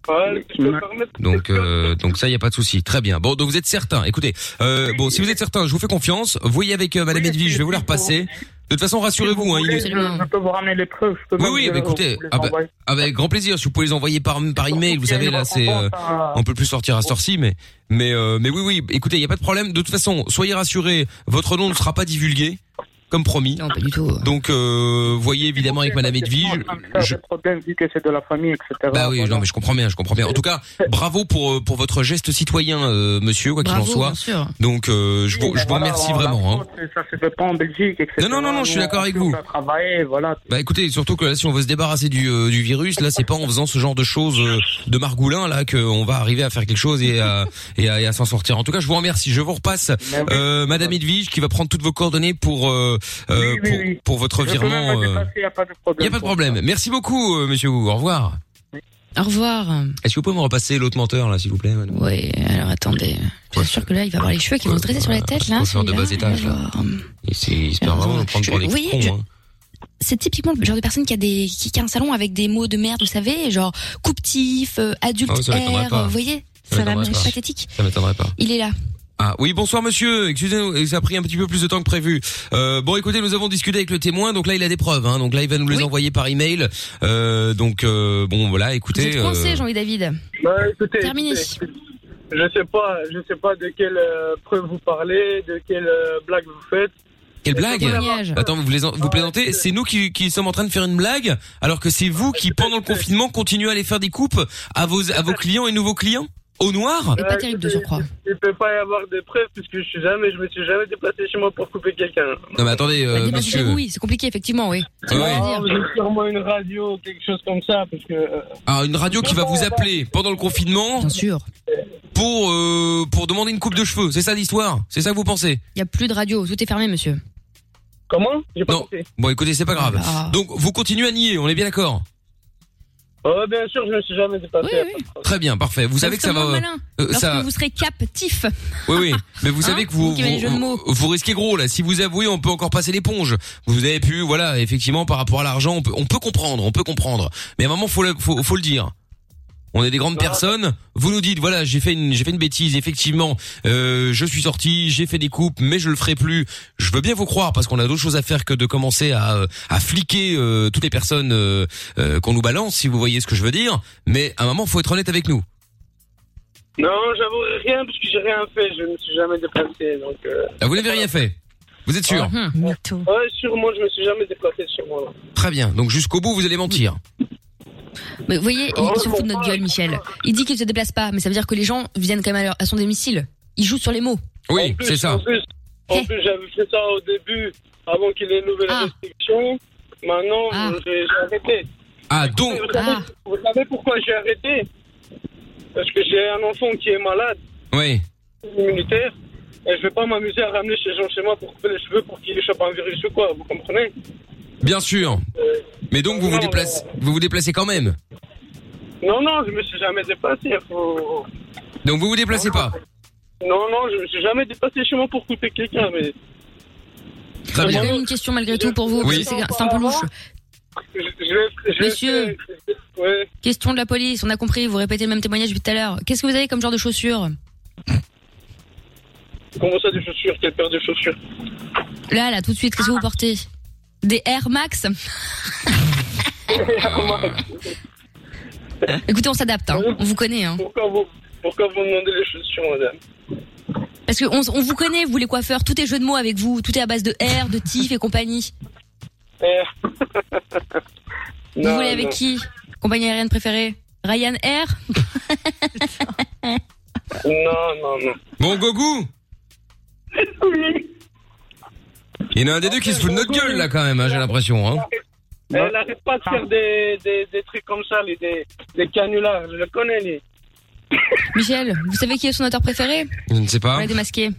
Speaker 8: Ouais, je peux me permettre.
Speaker 1: Donc, euh, donc ça, il y a pas de souci. Très bien. Bon, donc vous êtes certain. Écoutez, euh, bon, si vous êtes certain, je vous fais confiance. Voyez avec euh, Madame Edwige, je vais vous la repasser. De toute façon, rassurez-vous. Hein, il-
Speaker 8: Voulez, Je je peux vous ramener les preuves. Je peux
Speaker 1: Oui,
Speaker 8: même
Speaker 1: oui,
Speaker 8: vous-
Speaker 1: bah, écoutez,
Speaker 8: vous les
Speaker 1: ah bah,
Speaker 8: envoyer.
Speaker 1: avec grand plaisir. Si vous pouvez les envoyer par par email, vous
Speaker 8: qu'il y a
Speaker 1: savez
Speaker 8: une
Speaker 1: là, c'est euh,
Speaker 8: récompense à-
Speaker 1: on peut plus sortir à cette heure-ci, mais mais euh, mais oui, oui. Écoutez, il y a pas de problème. De toute façon, soyez rassurés, votre nom ne sera pas divulgué, comme promis.
Speaker 5: Non, pas du tout.
Speaker 1: Donc, euh, voyez évidemment avec Madame Edwige.
Speaker 8: Faire des problèmes, vu que c'est de la famille, etc.
Speaker 1: Bah oui, non mais je comprends bien, je comprends bien. En tout cas, bravo pour euh, pour votre geste citoyen, euh, monsieur, quoi qu'il en
Speaker 8: Bravo,
Speaker 1: soit.
Speaker 8: bien sûr.
Speaker 1: Donc euh, je vous je vous
Speaker 8: Voilà,
Speaker 1: remercie
Speaker 8: la
Speaker 1: vraiment. hein.
Speaker 8: France, Ça se fait pas en Belgique, etc.
Speaker 1: Non, non, non, non, je suis
Speaker 8: Nous,
Speaker 1: d'accord avec
Speaker 8: on
Speaker 1: vous.
Speaker 8: doit travailler, voilà.
Speaker 1: Bah écoutez, surtout que là, si on veut se débarrasser du, euh, du virus, là, c'est pas en faisant ce genre de choses euh, de margoulin là qu'on va arriver à faire quelque chose et à et à, et à s'en sortir. En tout cas, je vous remercie. Je vous repasse euh, Madame Edwige qui va prendre toutes vos coordonnées pour euh, euh, pour, pour votre
Speaker 8: Je peux même
Speaker 1: virement.
Speaker 8: me
Speaker 1: euh.
Speaker 8: déplacer, y a pas de
Speaker 1: Il y
Speaker 8: problème.
Speaker 1: a pas de problème. Merci beaucoup, euh, Monsieur Wu. Au revoir.
Speaker 5: Au revoir.
Speaker 1: Est-ce que vous pouvez me repasser l'autre menteur là, s'il vous plaît madame
Speaker 5: Oui, alors attendez. Je suis sûr que là, il va avoir les cheveux qui vont se dresser sur la tête, là.
Speaker 1: Chauffeur de bas
Speaker 5: celui-là.
Speaker 1: étage là. Il s'est- il se perd vraiment de nous prendre pour des
Speaker 5: Vous voyez,
Speaker 1: cons.
Speaker 5: je-
Speaker 1: hein.
Speaker 5: C'est typiquement le genre de personne qui a des qui, qui a un salon avec des mots de merde, vous savez, genre couptif, euh, adulte
Speaker 1: Ah oui, ça m'étonnerait
Speaker 5: air,
Speaker 1: pas.
Speaker 5: vous voyez, ça
Speaker 1: Ça
Speaker 5: va
Speaker 1: m'étonnerait
Speaker 5: me
Speaker 1: pas.
Speaker 5: pathétique.
Speaker 1: Ça m'étonnerait pas.
Speaker 5: Il est là.
Speaker 1: Ah oui, bonsoir monsieur. Excusez-nous, ça a pris un petit peu plus de temps que prévu. Euh, bon, écoutez, nous avons discuté avec le témoin, donc là il a des preuves. Hein, donc là il va nous les envoyer par email. Euh, donc euh, bon, voilà,
Speaker 5: Vous
Speaker 1: écoutez.
Speaker 5: êtes coincé,
Speaker 1: euh,
Speaker 5: Jean-Louis David.
Speaker 8: Bah, écoutez,
Speaker 5: Terminé.
Speaker 8: écoutez, Je sais pas, je sais pas de quelle euh, preuve vous parlez, de quelle euh, blague vous faites.
Speaker 1: Quelle blague
Speaker 8: Témoignage.
Speaker 1: Attends, vous, les en-
Speaker 5: Ah
Speaker 1: vous plaisantez C'est nous qui, qui sommes en train de faire une blague, alors que c'est vous qui, pendant le confinement, continuez à aller faire des coupes à vos à vos clients et nouveaux clients au noir.
Speaker 8: Euh, écoutez, Il peut pas y avoir de preuves puisque je suis jamais, je me suis jamais déplacé chez moi pour couper quelqu'un.
Speaker 1: Non mais attendez, euh,
Speaker 5: Bah,
Speaker 1: monsieur.
Speaker 5: Oui, c'est compliqué effectivement, oui.
Speaker 1: Ah ouais.
Speaker 8: Ah, Vous avez sûrement une radio, quelque chose comme ça, parce que. euh,
Speaker 1: Ah, une radio qui va vous appeler pendant le confinement. Bien
Speaker 5: sûr.
Speaker 1: Pour euh, pour demander une coupe de cheveux, c'est ça l'histoire C'est ça que vous pensez
Speaker 5: Il y a plus de radio, tout est fermé, monsieur.
Speaker 8: Comment
Speaker 1: Non. Bon, écoutez, c'est pas grave.
Speaker 5: Ah.
Speaker 1: Donc vous continuez à nier, on est bien d'accord
Speaker 8: Oh, bien sûr, je me suis jamais déplacé.
Speaker 1: Très bien, parfait.
Speaker 5: Bah,
Speaker 1: Vous savez que ça va
Speaker 5: Malin.
Speaker 1: euh,
Speaker 5: Lorsque
Speaker 1: ça
Speaker 5: vous serez captif.
Speaker 1: Oui oui, mais vous
Speaker 5: Hein
Speaker 1: savez que vous
Speaker 5: Vous qui avez les jeux de
Speaker 1: vous,
Speaker 5: mots.
Speaker 1: vous risquez gros là. Si vous avouez, on peut encore passer l'éponge. Vous avez pu voilà, effectivement par rapport à l'argent, on peut, on peut comprendre, on peut comprendre. Mais à un moment faut le, faut, faut le dire. On est des grandes personnes. Vous nous dites voilà j'ai fait une j'ai fait une bêtise effectivement. euh, je suis sorti, j'ai fait des coupes, mais je le ferai plus. Je veux bien vous croire parce qu'on a d'autres choses à faire que de commencer à euh, à fliquer euh, toutes les personnes euh, euh, qu'on nous balance si vous voyez ce que je veux dire. Mais à un moment faut être honnête avec nous.
Speaker 8: Non, j'avoue rien parce que j'ai rien fait, je me suis jamais déplacé. Donc, euh...
Speaker 1: Ah, vous n'avez rien fait. Vous êtes sûr
Speaker 8: Ouais, sûrement, je me suis jamais déplacé chez moi.
Speaker 1: Très bien. Donc jusqu'au bout, vous allez mentir.
Speaker 5: Mais vous voyez,
Speaker 8: Oh,
Speaker 5: il se fout de notre gueule, Michel. Il dit qu'il se déplace pas, mais ça veut dire que les gens viennent quand même à, leur- à son domicile. Il joue sur les mots.
Speaker 1: Oui,
Speaker 8: c'est ça. En plus, en plus, j'avais fait ça au début, avant qu'il y ait les nouvelles restrictions. Maintenant, j'ai j'ai arrêté.
Speaker 1: Ah, donc.
Speaker 8: Vous savez, vous savez pourquoi j'ai arrêté Parce que j'ai un enfant qui est malade,
Speaker 1: Oui.
Speaker 8: immunitaire, et je vais pas m'amuser à ramener ces gens chez moi pour couper les cheveux pour qu'il échappe un virus ou quoi, vous comprenez
Speaker 1: Bien sûr. Mais donc vous vous déplacez, vous vous déplacez quand même.
Speaker 8: euh, Non, non, je me suis jamais déplacé. Faut...
Speaker 1: Donc vous vous déplacez pas.
Speaker 8: Non, non, je me suis jamais déplacé chez moi pour couper quelqu'un, mais.
Speaker 1: Très
Speaker 5: J'ai
Speaker 1: bien.
Speaker 5: quand même une question malgré tout pour vous,
Speaker 1: Oui.
Speaker 5: parce que c'est c'est un peu louche.
Speaker 8: Je, je, je,
Speaker 5: Monsieur.
Speaker 8: Ouais.
Speaker 5: Question de la police, on a compris, vous répétez le même témoignage depuis tout à l'heure. Qu'est-ce que vous avez comme genre de chaussures
Speaker 8: Comment ça, des chaussures Quelle paire de chaussures
Speaker 5: Là, là, tout de suite, qu'est-ce que vous portez Des Air Max Écoutez, on s'adapte, hein. on vous connaît. Hein.
Speaker 8: Pourquoi vous, pourquoi vous me demandez les chaussures, madame
Speaker 5: Parce que on, s- on vous connaît, vous les coiffeurs, tout est jeu de mots avec vous, tout est à base de air, de tif et compagnie.
Speaker 8: Eh.
Speaker 5: Vous
Speaker 8: Non,
Speaker 5: voulez avec
Speaker 8: non.
Speaker 5: qui Compagnie aérienne préférée Ryan Air
Speaker 8: Non, non, non.
Speaker 1: Bon Gogou. Il y en a un des deux qui se fout de notre gueule là quand même, hein, j'ai l'impression. Hein.
Speaker 8: Elle n'arrête pas de faire des, des, des trucs comme ça, les, des, des canulars. Je le connais, lui.
Speaker 5: Michel, vous savez qui est son auteur préféré
Speaker 1: Je ne sais
Speaker 5: On
Speaker 1: pas.
Speaker 5: l'a démasqué.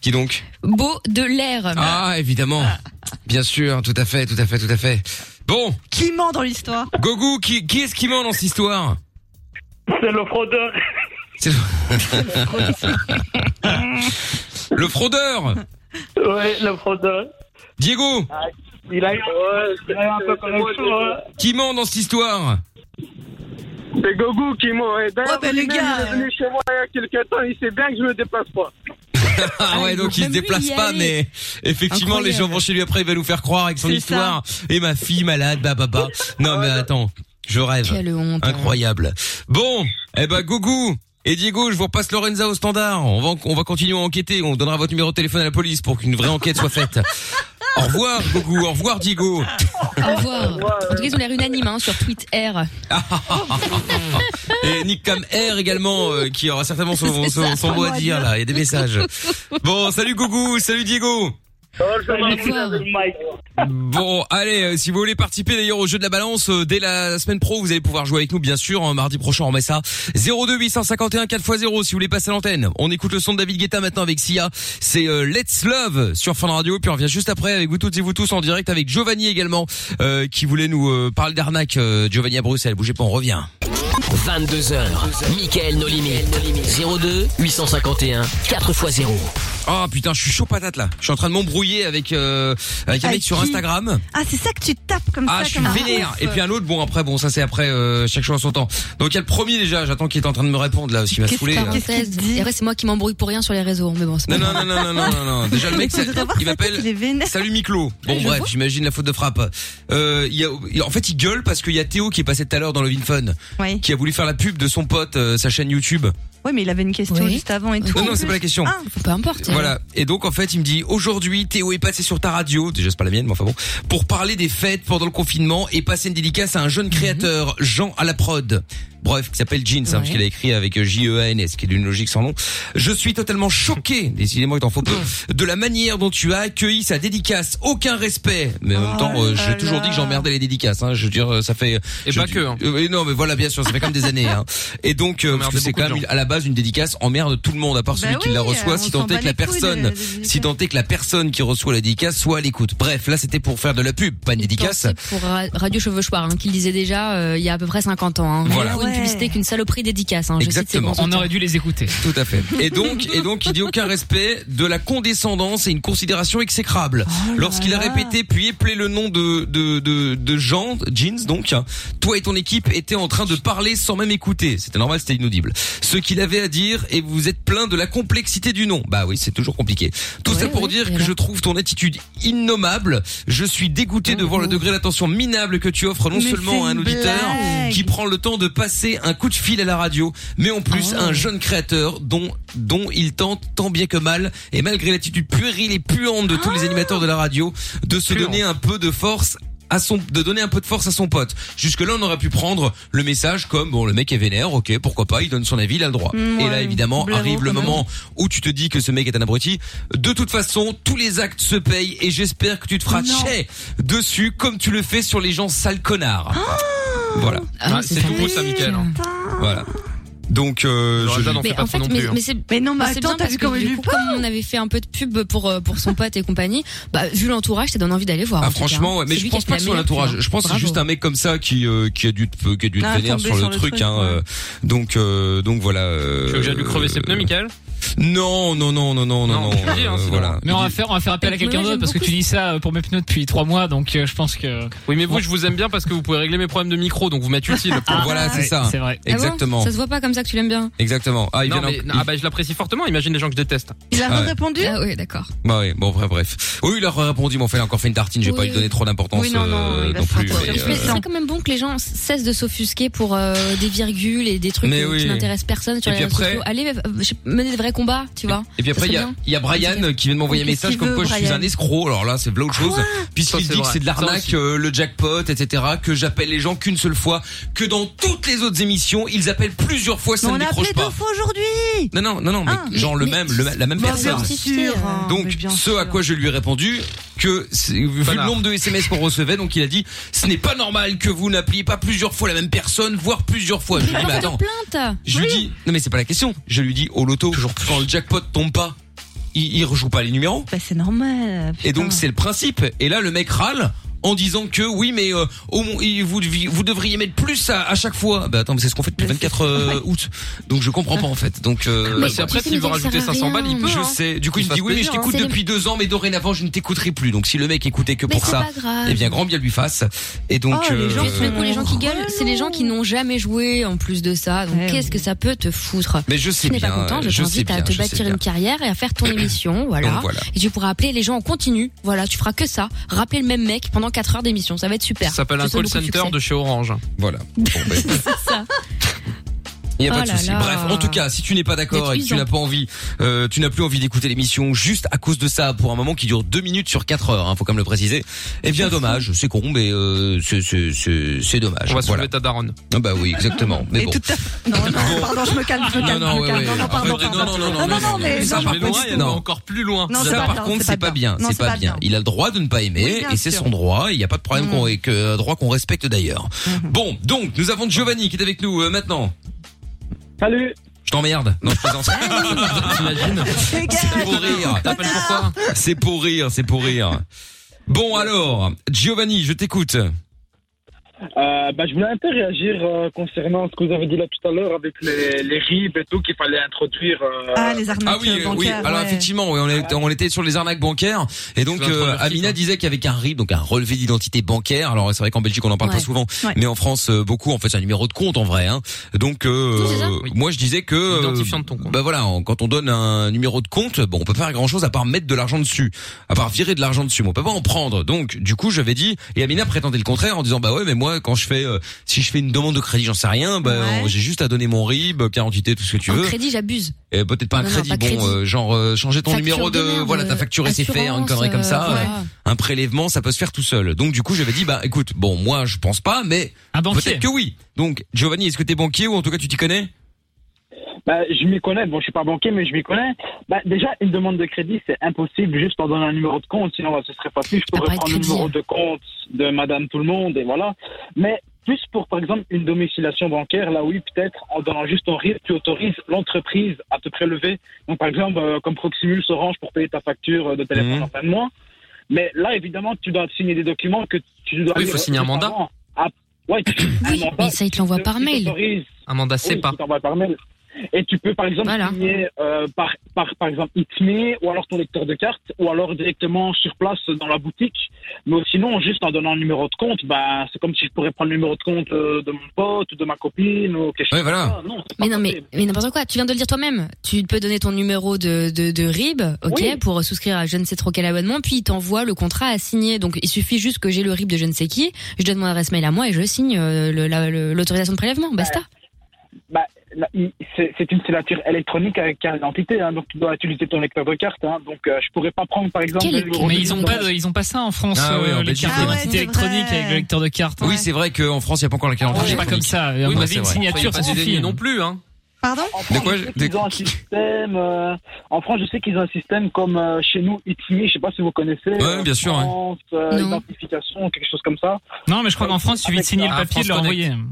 Speaker 1: Qui donc
Speaker 5: Beau de l'air.
Speaker 1: Ah évidemment. Bien sûr, tout à fait, tout à fait, tout à fait. Bon.
Speaker 4: Qui
Speaker 1: hein.
Speaker 4: ment dans l'histoire
Speaker 1: Gogou, qui qui est-ce qui ment dans cette histoire
Speaker 8: C'est le fraudeur.
Speaker 1: C'est le... Le fraudeur.
Speaker 12: Ouais, le fraudeur.
Speaker 1: Diego.
Speaker 12: Il a eu il hein. a eu un peu comme ça.
Speaker 1: Qui ment dans cette histoire
Speaker 12: C'est Gogo qui ment. Et D'ailleurs,
Speaker 2: ben, les
Speaker 12: lui-même,
Speaker 2: gars,
Speaker 12: il est venu chez moi il y a quelques temps. Il sait bien que je me déplace pas.
Speaker 1: Ah ouais, donc il se déplace
Speaker 12: y
Speaker 1: pas,
Speaker 12: aller.
Speaker 1: mais effectivement, les gens vont chez lui après, il va nous faire croire avec son
Speaker 12: C'est
Speaker 1: histoire. Et ma fille malade, bah bah bah. Non mais attends, je rêve.
Speaker 5: Quelle honte, hein.
Speaker 1: Incroyable. Bon, eh ben Gougou et Diego, je vous repasse Lorenza au standard. On va on va continuer à enquêter. On donnera votre numéro de téléphone à la police pour qu'une vraie enquête soit faite. au revoir Gougou, au revoir Diego.
Speaker 5: Au revoir. En tout cas, ils ont l'air unanimes hein, sur Twitter.
Speaker 1: Et Nick Cam Air également, euh, qui aura certainement son,
Speaker 5: C'est
Speaker 1: son,
Speaker 5: ça,
Speaker 1: son mot à dire là. Il y a des messages. Bon, salut Gougou, salut Diego. Bon, allez, euh, si vous voulez participer d'ailleurs au jeu de la balance, euh, dès la semaine pro, vous allez pouvoir jouer avec nous, bien sûr, hein, mardi prochain, on met ça. 02 851 4x0, si vous voulez passer à l'antenne. On écoute le son de David Guetta maintenant avec Sia. C'est euh, Let's Love sur Fun Radio, puis on revient juste après avec vous toutes et vous tous en direct avec Giovanni également, euh, qui voulait nous euh, parler d'arnaque, euh, Giovanni à Bruxelles. Bougez pas, on revient.
Speaker 6: 22h, Michael No Limites. 02 851 4x0.
Speaker 1: Ah putain, je suis chaud patate là. Je suis en train de m'embrouiller avec, euh, avec un
Speaker 4: Avec
Speaker 1: mec sur
Speaker 4: qui
Speaker 1: Instagram.
Speaker 4: Ah, c'est ça que tu tapes comme ça.
Speaker 1: Ah, je suis
Speaker 4: comme un
Speaker 1: vénère.
Speaker 4: ouf.
Speaker 1: Et puis un autre, bon après, bon ça c'est après euh, chaque chose en son temps. Donc il y a le premier déjà. J'attends qu'il est en train de me répondre là, ce qui m'a saoulé. là.
Speaker 5: Et après, c'est moi qui m'embrouille pour rien sur les réseaux. Mais bon, c'est
Speaker 1: Non
Speaker 5: pas
Speaker 1: non non
Speaker 5: grave.
Speaker 1: non non non non. non. Déjà le mec, c'est- il m'appelle. Salut Miclo. Bon
Speaker 5: Je
Speaker 1: bref,
Speaker 5: vois.
Speaker 1: j'imagine la faute de frappe. Euh, il y a, en fait, il gueule parce qu'il y a Théo qui est passé tout à l'heure dans le Fun,
Speaker 4: Oui.
Speaker 1: qui a voulu faire la pub de son pote, euh, sa chaîne YouTube.
Speaker 4: Ouais, mais il avait une question juste avant et tout.
Speaker 1: Non,
Speaker 4: en
Speaker 1: non, c'est
Speaker 4: plus.
Speaker 1: pas la question.
Speaker 4: Ah,
Speaker 5: peu importe.
Speaker 1: Voilà. Et donc en fait, il me dit aujourd'hui, Théo est passé sur ta radio, déjà c'est pas la mienne, mais enfin bon, pour parler des fêtes pendant le confinement et passer une dédicace à un jeune créateur, Jean à la prod. Bref, qui s'appelle Jeans, hein, parce qu'il a écrit avec J E A N S, qui est d'une logique sans nom. Je suis totalement choqué, décidément il t'en faut peu, de la manière dont tu as accueilli sa dédicace. Aucun respect. Mais en même temps, euh, j'ai toujours dit que j'emmerdais les dédicaces. Hein. Je veux dire, euh, ça fait.
Speaker 7: Et
Speaker 1: je-
Speaker 7: pas que, hein.
Speaker 1: Euh, non, mais voilà, bien sûr, ça fait quand même des années. Hein. Et donc, euh, parce que
Speaker 7: Emmerdait
Speaker 1: c'est
Speaker 7: beaucoup de
Speaker 1: quand même
Speaker 7: gens.
Speaker 1: à la base une dédicace emmerde tout le monde, à part
Speaker 7: Bah
Speaker 1: celui qui la
Speaker 7: oui,
Speaker 1: reçoit,
Speaker 7: on
Speaker 1: si
Speaker 7: s'en
Speaker 1: tant est
Speaker 7: bat
Speaker 1: que la
Speaker 7: les couilles de la
Speaker 1: personne, si tant est que la personne qui reçoit la dédicace soit à l'écoute. Bref, là c'était pour faire de la pub, pas une dédicace.
Speaker 5: Pensez Pour Ra- Radio Cheveux Choir, hein, qu'il disait déjà euh, il y a à peu près 50 ans. Hein.
Speaker 1: Voilà.
Speaker 5: Mieux vaut une
Speaker 1: Ouais.
Speaker 5: publicité qu'une saloperie dédicace. Hein. Je cite ses
Speaker 1: Exactement.
Speaker 5: bons auteurs.
Speaker 1: dû les écouter. Tout à fait. Et donc, et donc, il dit aucun respect de la condescendance et une considération exécrable.
Speaker 7: Oh
Speaker 1: Lorsqu'il a répété puis éplé le nom de, de, de, de Jean, Jeans donc, hein, toi et ton équipe étaient en train de parler sans même écouter. C'était normal, c'était inaudible. Ce qu'il avait à dire et vous êtes plein de la complexité du nom. Bah oui, c'est toujours compliqué. Tout ça pour dire que je trouve ton attitude innommable. Je suis dégoûté de voir le degré d'attention minable que tu offres non
Speaker 7: Oh. Mais
Speaker 1: seulement
Speaker 7: c'est
Speaker 1: à un
Speaker 7: une
Speaker 1: auditeur
Speaker 7: blague.
Speaker 1: qui prend le temps de passer un coup de fil à la radio, mais en plus
Speaker 7: Ah.
Speaker 1: un jeune créateur dont dont il tente tant bien que mal et malgré l'attitude puérile et puante de tous
Speaker 7: Ah.
Speaker 1: les animateurs de la radio de se donner un peu de force à son de donner un peu de force à son pote. Jusque là on aurait pu prendre le message comme bon le mec est vénère, OK, pourquoi pas, il donne son avis, il a le droit.
Speaker 7: Mm,
Speaker 1: et là
Speaker 7: ouais,
Speaker 1: évidemment
Speaker 7: blaireau
Speaker 1: arrive le
Speaker 7: quand même.
Speaker 1: moment où tu te dis que ce mec est un abruti. De toute façon, tous les actes se payent et j'espère que tu te feras
Speaker 7: Non.
Speaker 1: chier dessus comme tu le fais sur les gens sales connards. voilà.
Speaker 7: Ah, c'est tout pour ça, Michael. hein.
Speaker 1: Voilà. Donc, euh,
Speaker 7: Lorenza
Speaker 1: je-
Speaker 7: n'en fait
Speaker 5: Mais en fait, mais, mais c'est
Speaker 4: mais non, mais
Speaker 5: c'est
Speaker 4: attends,
Speaker 5: bien
Speaker 4: t'as
Speaker 5: parce
Speaker 4: vu comment
Speaker 5: que
Speaker 4: il
Speaker 5: du
Speaker 4: lui
Speaker 5: coup, comme on avait fait un peu de pub pour euh, pour son pote et compagnie, bah vu l'entourage, ça donne envie d'aller voir. en
Speaker 1: Ah,
Speaker 5: tout cas,
Speaker 1: franchement,
Speaker 5: hein.
Speaker 1: ouais, mais
Speaker 5: C'est
Speaker 1: je
Speaker 5: lui
Speaker 1: pense
Speaker 5: qui a
Speaker 1: pas
Speaker 5: fait
Speaker 1: que sur
Speaker 5: la meilleure
Speaker 1: l'entourage.
Speaker 5: pub, hein.
Speaker 1: Je pense que c'est
Speaker 5: Bravo.
Speaker 1: juste un mec comme ça qui euh, qui a dû te- qui a dû te
Speaker 7: Ah,
Speaker 1: vénère
Speaker 7: tombé
Speaker 1: sur,
Speaker 7: sur
Speaker 1: le
Speaker 7: le
Speaker 1: truc.
Speaker 7: truc,
Speaker 1: hein, euh, donc euh, donc voilà.
Speaker 7: Tu
Speaker 1: Euh,
Speaker 7: veux que j'aille lui crever ses pneus, Michael
Speaker 1: Non non non non non non non.
Speaker 7: je le dis, hein,
Speaker 1: euh,
Speaker 7: sinon.
Speaker 1: voilà.
Speaker 9: Mais on va faire, on va faire appel à quelqu'un d'autre parce que tu dis ça euh, pour mes pneus depuis 3 mois, donc euh, je pense que.
Speaker 7: Oui, mais vous, je vous aime bien parce que vous pouvez régler mes problèmes de micro, donc vous m'êtes utile.
Speaker 1: Ah, Voilà, c'est ça.
Speaker 7: C'est vrai.
Speaker 5: Ah bon Ça se voit pas comme ça que tu l'aimes bien.
Speaker 1: Exactement. Ah, il
Speaker 7: Non,
Speaker 1: vient
Speaker 7: mais-
Speaker 1: en-
Speaker 7: ah, bah, je l'apprécie fortement. Imagine les gens que je déteste.
Speaker 5: Il
Speaker 1: a Ah ouais.
Speaker 4: répondu
Speaker 5: Ah oui, d'accord.
Speaker 1: Bah oui, bon bref bref. Oui, il a répondu, mais enfin, il a encore fait une tartine. J'ai
Speaker 5: Oui.
Speaker 1: pas lui donné trop d'importance
Speaker 5: Oui, non, non,
Speaker 1: euh,
Speaker 5: il va
Speaker 1: non plus. mais,
Speaker 5: Mais
Speaker 1: euh,
Speaker 5: c'est quand même bon que les gens cessent de s'offusquer pour euh, des virgules et des trucs
Speaker 1: Mais
Speaker 5: euh,
Speaker 1: oui.
Speaker 5: qui n'intéressent personne sur
Speaker 1: Et
Speaker 5: les
Speaker 1: puis
Speaker 5: réseaux
Speaker 1: après-
Speaker 5: sociaux. Allez euh, je sais, mener des vrais combats, tu vois.
Speaker 1: Et puis après,
Speaker 5: Ça
Speaker 1: il y,
Speaker 5: serait
Speaker 1: a-
Speaker 5: bien.
Speaker 1: il y a Brian euh, qui vient de m'envoyer un
Speaker 5: Qu'est-ce
Speaker 1: message
Speaker 5: qu'il
Speaker 1: comme
Speaker 5: veut,
Speaker 1: quoi je suis
Speaker 5: Brian
Speaker 1: un escroc. Alors là, c'est de l'autre chose. Puisqu'il
Speaker 7: Ça, c'est
Speaker 1: dit que
Speaker 7: vrai.
Speaker 1: c'est de
Speaker 7: Ça
Speaker 1: l'arnaque,
Speaker 7: aussi.
Speaker 1: euh, le jackpot, etc. Que j'appelle les gens qu'une seule fois. Que dans toutes les autres émissions, ils appellent plusieurs fois, ça
Speaker 4: Mais on
Speaker 1: ne
Speaker 4: l'a
Speaker 1: décroche
Speaker 4: appelé deux
Speaker 1: pas.
Speaker 4: fois Ah, aujourd'hui.
Speaker 1: Non, non, non, non, mais genre le même, le- la même
Speaker 4: Bah,
Speaker 1: personne.
Speaker 4: bien sûr, hein, mais
Speaker 1: Donc,
Speaker 4: bien
Speaker 1: ce à quoi je lui ai répondu, que c'est- vu le nombre de SMS qu'on recevait, donc il a dit, ce n'est pas normal que vous n'appeliez pas plusieurs fois la même personne, voire plusieurs fois. Je lui ai dit, mais attends,
Speaker 5: Plainte.
Speaker 1: je lui dis, non mais c'est pas la question. Je lui dis au loto, quand le jackpot tombe pas, il, il rejoue pas les numéros.
Speaker 4: Bah, c'est normal.
Speaker 1: Et donc c'est le principe. Et là le mec râle. en disant que oui, mais euh, au moins, il- vous, deviez- vous devriez mettre plus à, à chaque fois. Bah attends, mais c'est ce qu'on fait depuis le 24 euh, août. Donc je comprends pas en fait. Donc euh,
Speaker 7: Bah, c'est après, s'il veut rajouter 500 balles, il peut.
Speaker 1: Je sais. Du coup, il me dit oui, mais je t'écoute depuis deux ans, mais dorénavant, je ne t'écouterai plus. Donc si le mec écoutait que
Speaker 5: hein. Mais
Speaker 1: pour
Speaker 5: c'est
Speaker 1: ça,
Speaker 5: pas grave.
Speaker 1: eh bien grand bien lui fasse. Et donc euh,
Speaker 5: Tout d'un coup, les gens qui gueulent, c'est les gens qui n'ont jamais joué en plus de ça. Donc qu'est-ce que ça peut te foutre
Speaker 1: Mais je sais
Speaker 5: Tu n'es pas
Speaker 1: bien,
Speaker 5: content, je,
Speaker 1: je sais
Speaker 5: t'invite
Speaker 1: bien,
Speaker 5: à te
Speaker 1: je sais
Speaker 5: bâtir
Speaker 1: bien.
Speaker 5: une carrière et à faire ton émission, voilà.
Speaker 1: Donc, voilà.
Speaker 5: Et tu pourras appeler les gens en continu. Voilà, tu feras que ça. Rappeler le même mec pendant 4 heures d'émission, ça va être super.
Speaker 7: Ça s'appelle un
Speaker 5: Ce sera
Speaker 7: call
Speaker 5: beaucoup de
Speaker 7: center
Speaker 5: succès.
Speaker 7: de chez Orange.
Speaker 1: Voilà.
Speaker 5: C'est ça.
Speaker 1: Il n'y a
Speaker 5: Oh
Speaker 1: pas de
Speaker 5: là
Speaker 1: souci.
Speaker 5: là.
Speaker 1: Bref, en tout cas, si tu n'es pas d'accord et que tu
Speaker 5: Détruisant.
Speaker 1: n'as pas envie, euh, tu n'as plus envie d'écouter l'émission juste à cause de ça pour un moment qui dure deux minutes sur quatre heures, hein, faut quand même le préciser. Eh bien, dommage, c'est con, mais euh, c'est- c'est- c'est c'est dommage.
Speaker 7: On va soulever
Speaker 1: Voilà.
Speaker 7: ta daronne.
Speaker 1: Ah bah oui, exactement. Mais
Speaker 7: Et
Speaker 1: bon.
Speaker 7: tout
Speaker 4: Pardon, je me calme, je me calme.
Speaker 1: Ah non,
Speaker 4: je me
Speaker 1: ouais,
Speaker 4: calme.
Speaker 1: ouais.
Speaker 4: Non, non, pardon,
Speaker 1: Arrêtez,
Speaker 4: pardon.
Speaker 1: non, non, non,
Speaker 4: Ah,
Speaker 1: non,
Speaker 4: non, mais
Speaker 1: ça,
Speaker 4: non,
Speaker 1: par
Speaker 4: je
Speaker 1: contre,
Speaker 4: me-
Speaker 1: non.
Speaker 7: encore plus loin.
Speaker 4: Non, c'est
Speaker 1: ça,
Speaker 4: pas
Speaker 1: par
Speaker 4: bien,
Speaker 1: contre,
Speaker 4: c'est
Speaker 1: c'est
Speaker 4: pas
Speaker 1: pas
Speaker 4: bien. Non,
Speaker 1: bien. C'est
Speaker 4: c'est
Speaker 1: pas
Speaker 4: pas
Speaker 1: bien. Il a le droit de ne pas
Speaker 4: Oui,
Speaker 1: aimer,
Speaker 4: bien
Speaker 1: et c'est
Speaker 4: sûr. Mm.
Speaker 1: son droit. Il n'y a pas de problème qu'on, et que, euh, droit qu'on respecte d'ailleurs.
Speaker 4: Mm-hmm.
Speaker 1: Bon, donc, nous avons Giovanni qui est avec nous euh, maintenant.
Speaker 8: Salut.
Speaker 1: Je t'emmerde. Non, je plaisante.
Speaker 4: Eh,
Speaker 1: C'est pour rire. C'est pour rire, c'est pour rire. Bon alors, Giovanni, je t'écoute.
Speaker 8: Euh, bah, je voulais un peu réagir euh, concernant ce que vous avez dit là tout à l'heure avec les, les RIB et tout qu'il fallait introduire. euh,
Speaker 1: Ah oui, euh, oui. Alors effectivement, oui, on, est- on était sur les arnaques bancaires et donc
Speaker 7: Sur l'introduction,
Speaker 1: euh, Amina disait qu'avec un RIB, donc un relevé d'identité bancaire. Alors c'est vrai qu'en Belgique on en parle
Speaker 7: Ouais.
Speaker 1: pas souvent,
Speaker 7: Ouais.
Speaker 1: mais en France euh, beaucoup. En fait, c'est un numéro de compte en vrai. Hein. Donc euh, moi je disais que euh,
Speaker 7: Identifiant de ton
Speaker 1: Bah voilà, en- quand on donne un numéro de compte, bon, on peut pas faire grand chose à part mettre de l'argent dessus, à part virer de l'argent dessus. Mais on peut pas en prendre. Donc du coup j'avais dit et Amina prétendait le contraire en disant bah ouais mais moi quand je fais euh, si je fais une demande de crédit j'en sais rien, bah j'ai juste à donner mon RIB, carte d'identité, tout ce que tu
Speaker 5: En
Speaker 1: veux.
Speaker 5: crédit, j'abuse.
Speaker 1: Euh, peut-être pas un
Speaker 5: Non, non,
Speaker 1: crédit,
Speaker 5: pas
Speaker 1: bon,
Speaker 5: crédit.
Speaker 1: euh, genre euh, changer ton
Speaker 5: Facture
Speaker 1: numéro de,
Speaker 5: de merde,
Speaker 1: voilà, ta facture et c'est fait, hein, une
Speaker 5: assurance,
Speaker 1: connerie comme ça.
Speaker 5: euh,
Speaker 1: euh,
Speaker 5: voilà.
Speaker 1: Un prélèvement, ça peut se faire tout seul. Donc du coup, j'avais dit, bah écoute, bon, moi, je pense pas, mais peut-être que oui. Donc, Giovanni, est-ce que t'es banquier ou en tout cas tu t'y connais
Speaker 8: Bah, je m'y connais. Bon, je suis pas banquier, mais je m'y connais. Bah, déjà, une demande de crédit, c'est impossible juste en donnant un numéro de compte. Sinon, bah, ce serait facile. Je pourrais prendre le numéro de compte de Madame Tout le Monde et voilà. Mais plus pour, par exemple, une domiciliation bancaire, là oui, peut-être en donnant juste ton RIB, tu autorises l'entreprise à te prélever. Donc, par exemple, euh, comme Proximus Orange pour payer ta facture euh, de téléphone
Speaker 7: Mhm.
Speaker 8: en fin de mois. Mais là, évidemment, tu dois signer des documents que tu dois.
Speaker 7: Oui, il faut
Speaker 8: lire
Speaker 7: signer un mandat.
Speaker 8: avant. Ah, ouais, tu- un mandat.
Speaker 5: Mais ça, il te l'envoie par
Speaker 8: Tu
Speaker 5: mail.
Speaker 8: t'autorises
Speaker 7: Un mandat
Speaker 8: oui,
Speaker 7: CEPA.
Speaker 8: qui t'envoie par mail. Et tu peux par exemple signer euh, par, par par exemple Itme ou alors ton lecteur de carte ou alors directement sur place dans la boutique. Mais sinon juste en donnant un numéro de compte, bah c'est comme si je pourrais prendre le numéro de compte euh, de mon pote ou de ma copine ou quelque chose.
Speaker 1: Ouais, voilà.
Speaker 8: comme ça. Non,
Speaker 5: Mais non, mais, mais n'importe quoi. Tu viens de le dire toi-même. Tu peux donner ton numéro de, de, de RIB, ok,
Speaker 8: Oui.
Speaker 5: pour souscrire à je ne sais trop quel abonnement, puis il t'envoie le contrat à signer. Donc il suffit juste que j'ai le RIB de je ne sais qui, je donne mon adresse mail à moi et je signe euh, le- la- le- l'autorisation de prélèvement. Basta.
Speaker 8: bah, là, il- c'est c'est une signature électronique avec carte d'identité, hein, donc tu dois utiliser ton lecteur de carte. hein. donc euh, je pourrais pas prendre par exemple. le numéro
Speaker 9: Mais
Speaker 8: de
Speaker 9: ils ont
Speaker 8: compte.
Speaker 9: pas, de- ils ont pas ça en France.
Speaker 1: Ah ouais, en
Speaker 9: euh, les
Speaker 1: Belgique,
Speaker 9: cartes
Speaker 1: ouais.
Speaker 9: d'identité électronique avec le lecteur de carte.
Speaker 1: Oui, c'est vrai qu'en France, il n'y a pas encore la calendrier.
Speaker 9: C'est pas comme ça. À
Speaker 1: Oui,
Speaker 9: mon
Speaker 1: bah,
Speaker 9: avis,
Speaker 1: c'est
Speaker 9: une
Speaker 1: vrai.
Speaker 9: signature,
Speaker 1: Faut pas
Speaker 9: ça
Speaker 1: se
Speaker 9: suffit.
Speaker 1: dédaigner non
Speaker 7: plus, hein.
Speaker 4: Pardon
Speaker 1: De quoi je-
Speaker 8: Ils ont un système. euh, en France, je sais qu'ils ont un système comme euh, chez nous, Itimi, je sais pas si vous connaissez.
Speaker 1: Ouais, bien sûr, ouais.
Speaker 8: France, euh, identification, quelque chose comme ça.
Speaker 9: Non, mais je crois qu'en France, il suffit de signer le
Speaker 1: Ah,
Speaker 9: papier et de le
Speaker 1: France Connect.
Speaker 9: renvoyer.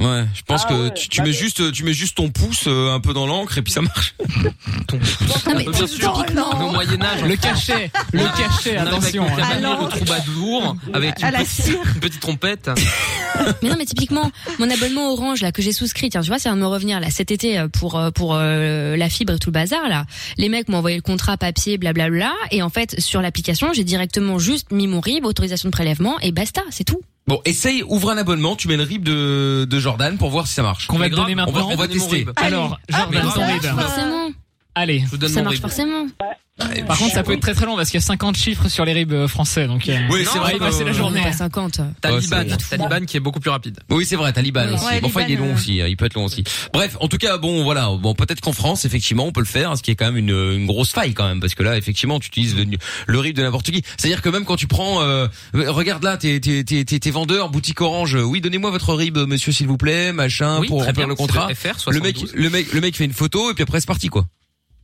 Speaker 1: Ouais, je pense
Speaker 8: Ah
Speaker 1: que
Speaker 8: ouais,
Speaker 1: tu, tu
Speaker 8: bah,
Speaker 1: mets
Speaker 8: mais-
Speaker 1: juste, tu mets juste ton pouce euh, un peu dans l'encre et puis ça marche.
Speaker 7: Bien sûr,
Speaker 5: Oh,
Speaker 9: non.
Speaker 7: le Moyen-Âge.
Speaker 9: Le cachet, le cachet, attention, hein.
Speaker 7: Avec le
Speaker 9: Alors.
Speaker 7: troubadour, avec
Speaker 5: À
Speaker 7: une
Speaker 5: la
Speaker 7: petite,
Speaker 5: cire.
Speaker 7: une petite trompette.
Speaker 5: mais non, mais typiquement, mon abonnement Orange là que j'ai souscrit, tiens, tu vois, c'est un de me revenir là cet été euh, pour euh, pour euh, la fibre et tout le bazar là. Les mecs m'ont envoyé le contrat papier, blablabla, et en fait sur l'application, j'ai directement juste mis mon RIB, autorisation de prélèvement et basta, c'est tout.
Speaker 1: Bon, essaye, ouvre un abonnement, tu mets le rib de, de Jordan pour voir si ça marche.
Speaker 9: Qu'on va
Speaker 1: Mais
Speaker 9: te donner
Speaker 1: grave,
Speaker 9: maintenant.
Speaker 1: On va, on va
Speaker 9: Donnez mon
Speaker 1: tester.
Speaker 9: RIB. Alors, Jordan,
Speaker 1: Mais
Speaker 9: ton
Speaker 1: grave.
Speaker 9: RIB.
Speaker 5: Forcément.
Speaker 9: Allez, je
Speaker 5: ça marche forcément.
Speaker 9: Par contre, ça peut être très très long parce qu'il y a 50 chiffres sur les RIB euh, français, donc. euh,
Speaker 7: Oui,
Speaker 9: on
Speaker 7: c'est
Speaker 9: va
Speaker 7: vrai,
Speaker 9: y
Speaker 7: bah,
Speaker 9: passer la
Speaker 7: euh,
Speaker 9: journée.
Speaker 5: Pas 50.
Speaker 7: Taliban,
Speaker 1: Ouais,
Speaker 7: Taliban qui est beaucoup plus rapide.
Speaker 1: Oui, c'est vrai, Taliban
Speaker 7: Ouais.
Speaker 1: aussi.
Speaker 7: Ouais,
Speaker 1: Bon, enfin, il est
Speaker 7: Liban,
Speaker 1: long
Speaker 7: euh.
Speaker 1: aussi, hein, il peut être long aussi. Bref, en tout cas, bon, voilà, bon, peut-être qu'en France, effectivement, on peut le faire, ce qui est quand même une, une grosse faille quand même, parce que là, effectivement, tu utilises le, le RIB de n'importe qui. C'est-à-dire que même quand tu prends, euh, regarde là, t'es, t'es, t'es, t'es- t'es vendeur, boutique orange, euh, oui, donnez-moi votre RIB, monsieur, s'il vous plaît, machin,
Speaker 7: Oui,
Speaker 1: pour
Speaker 7: très
Speaker 1: remplir
Speaker 7: bien,
Speaker 1: le contrat.
Speaker 7: c'est le FR72.
Speaker 1: le mec, le mec, le mec fait une photo et puis après c'est parti quoi.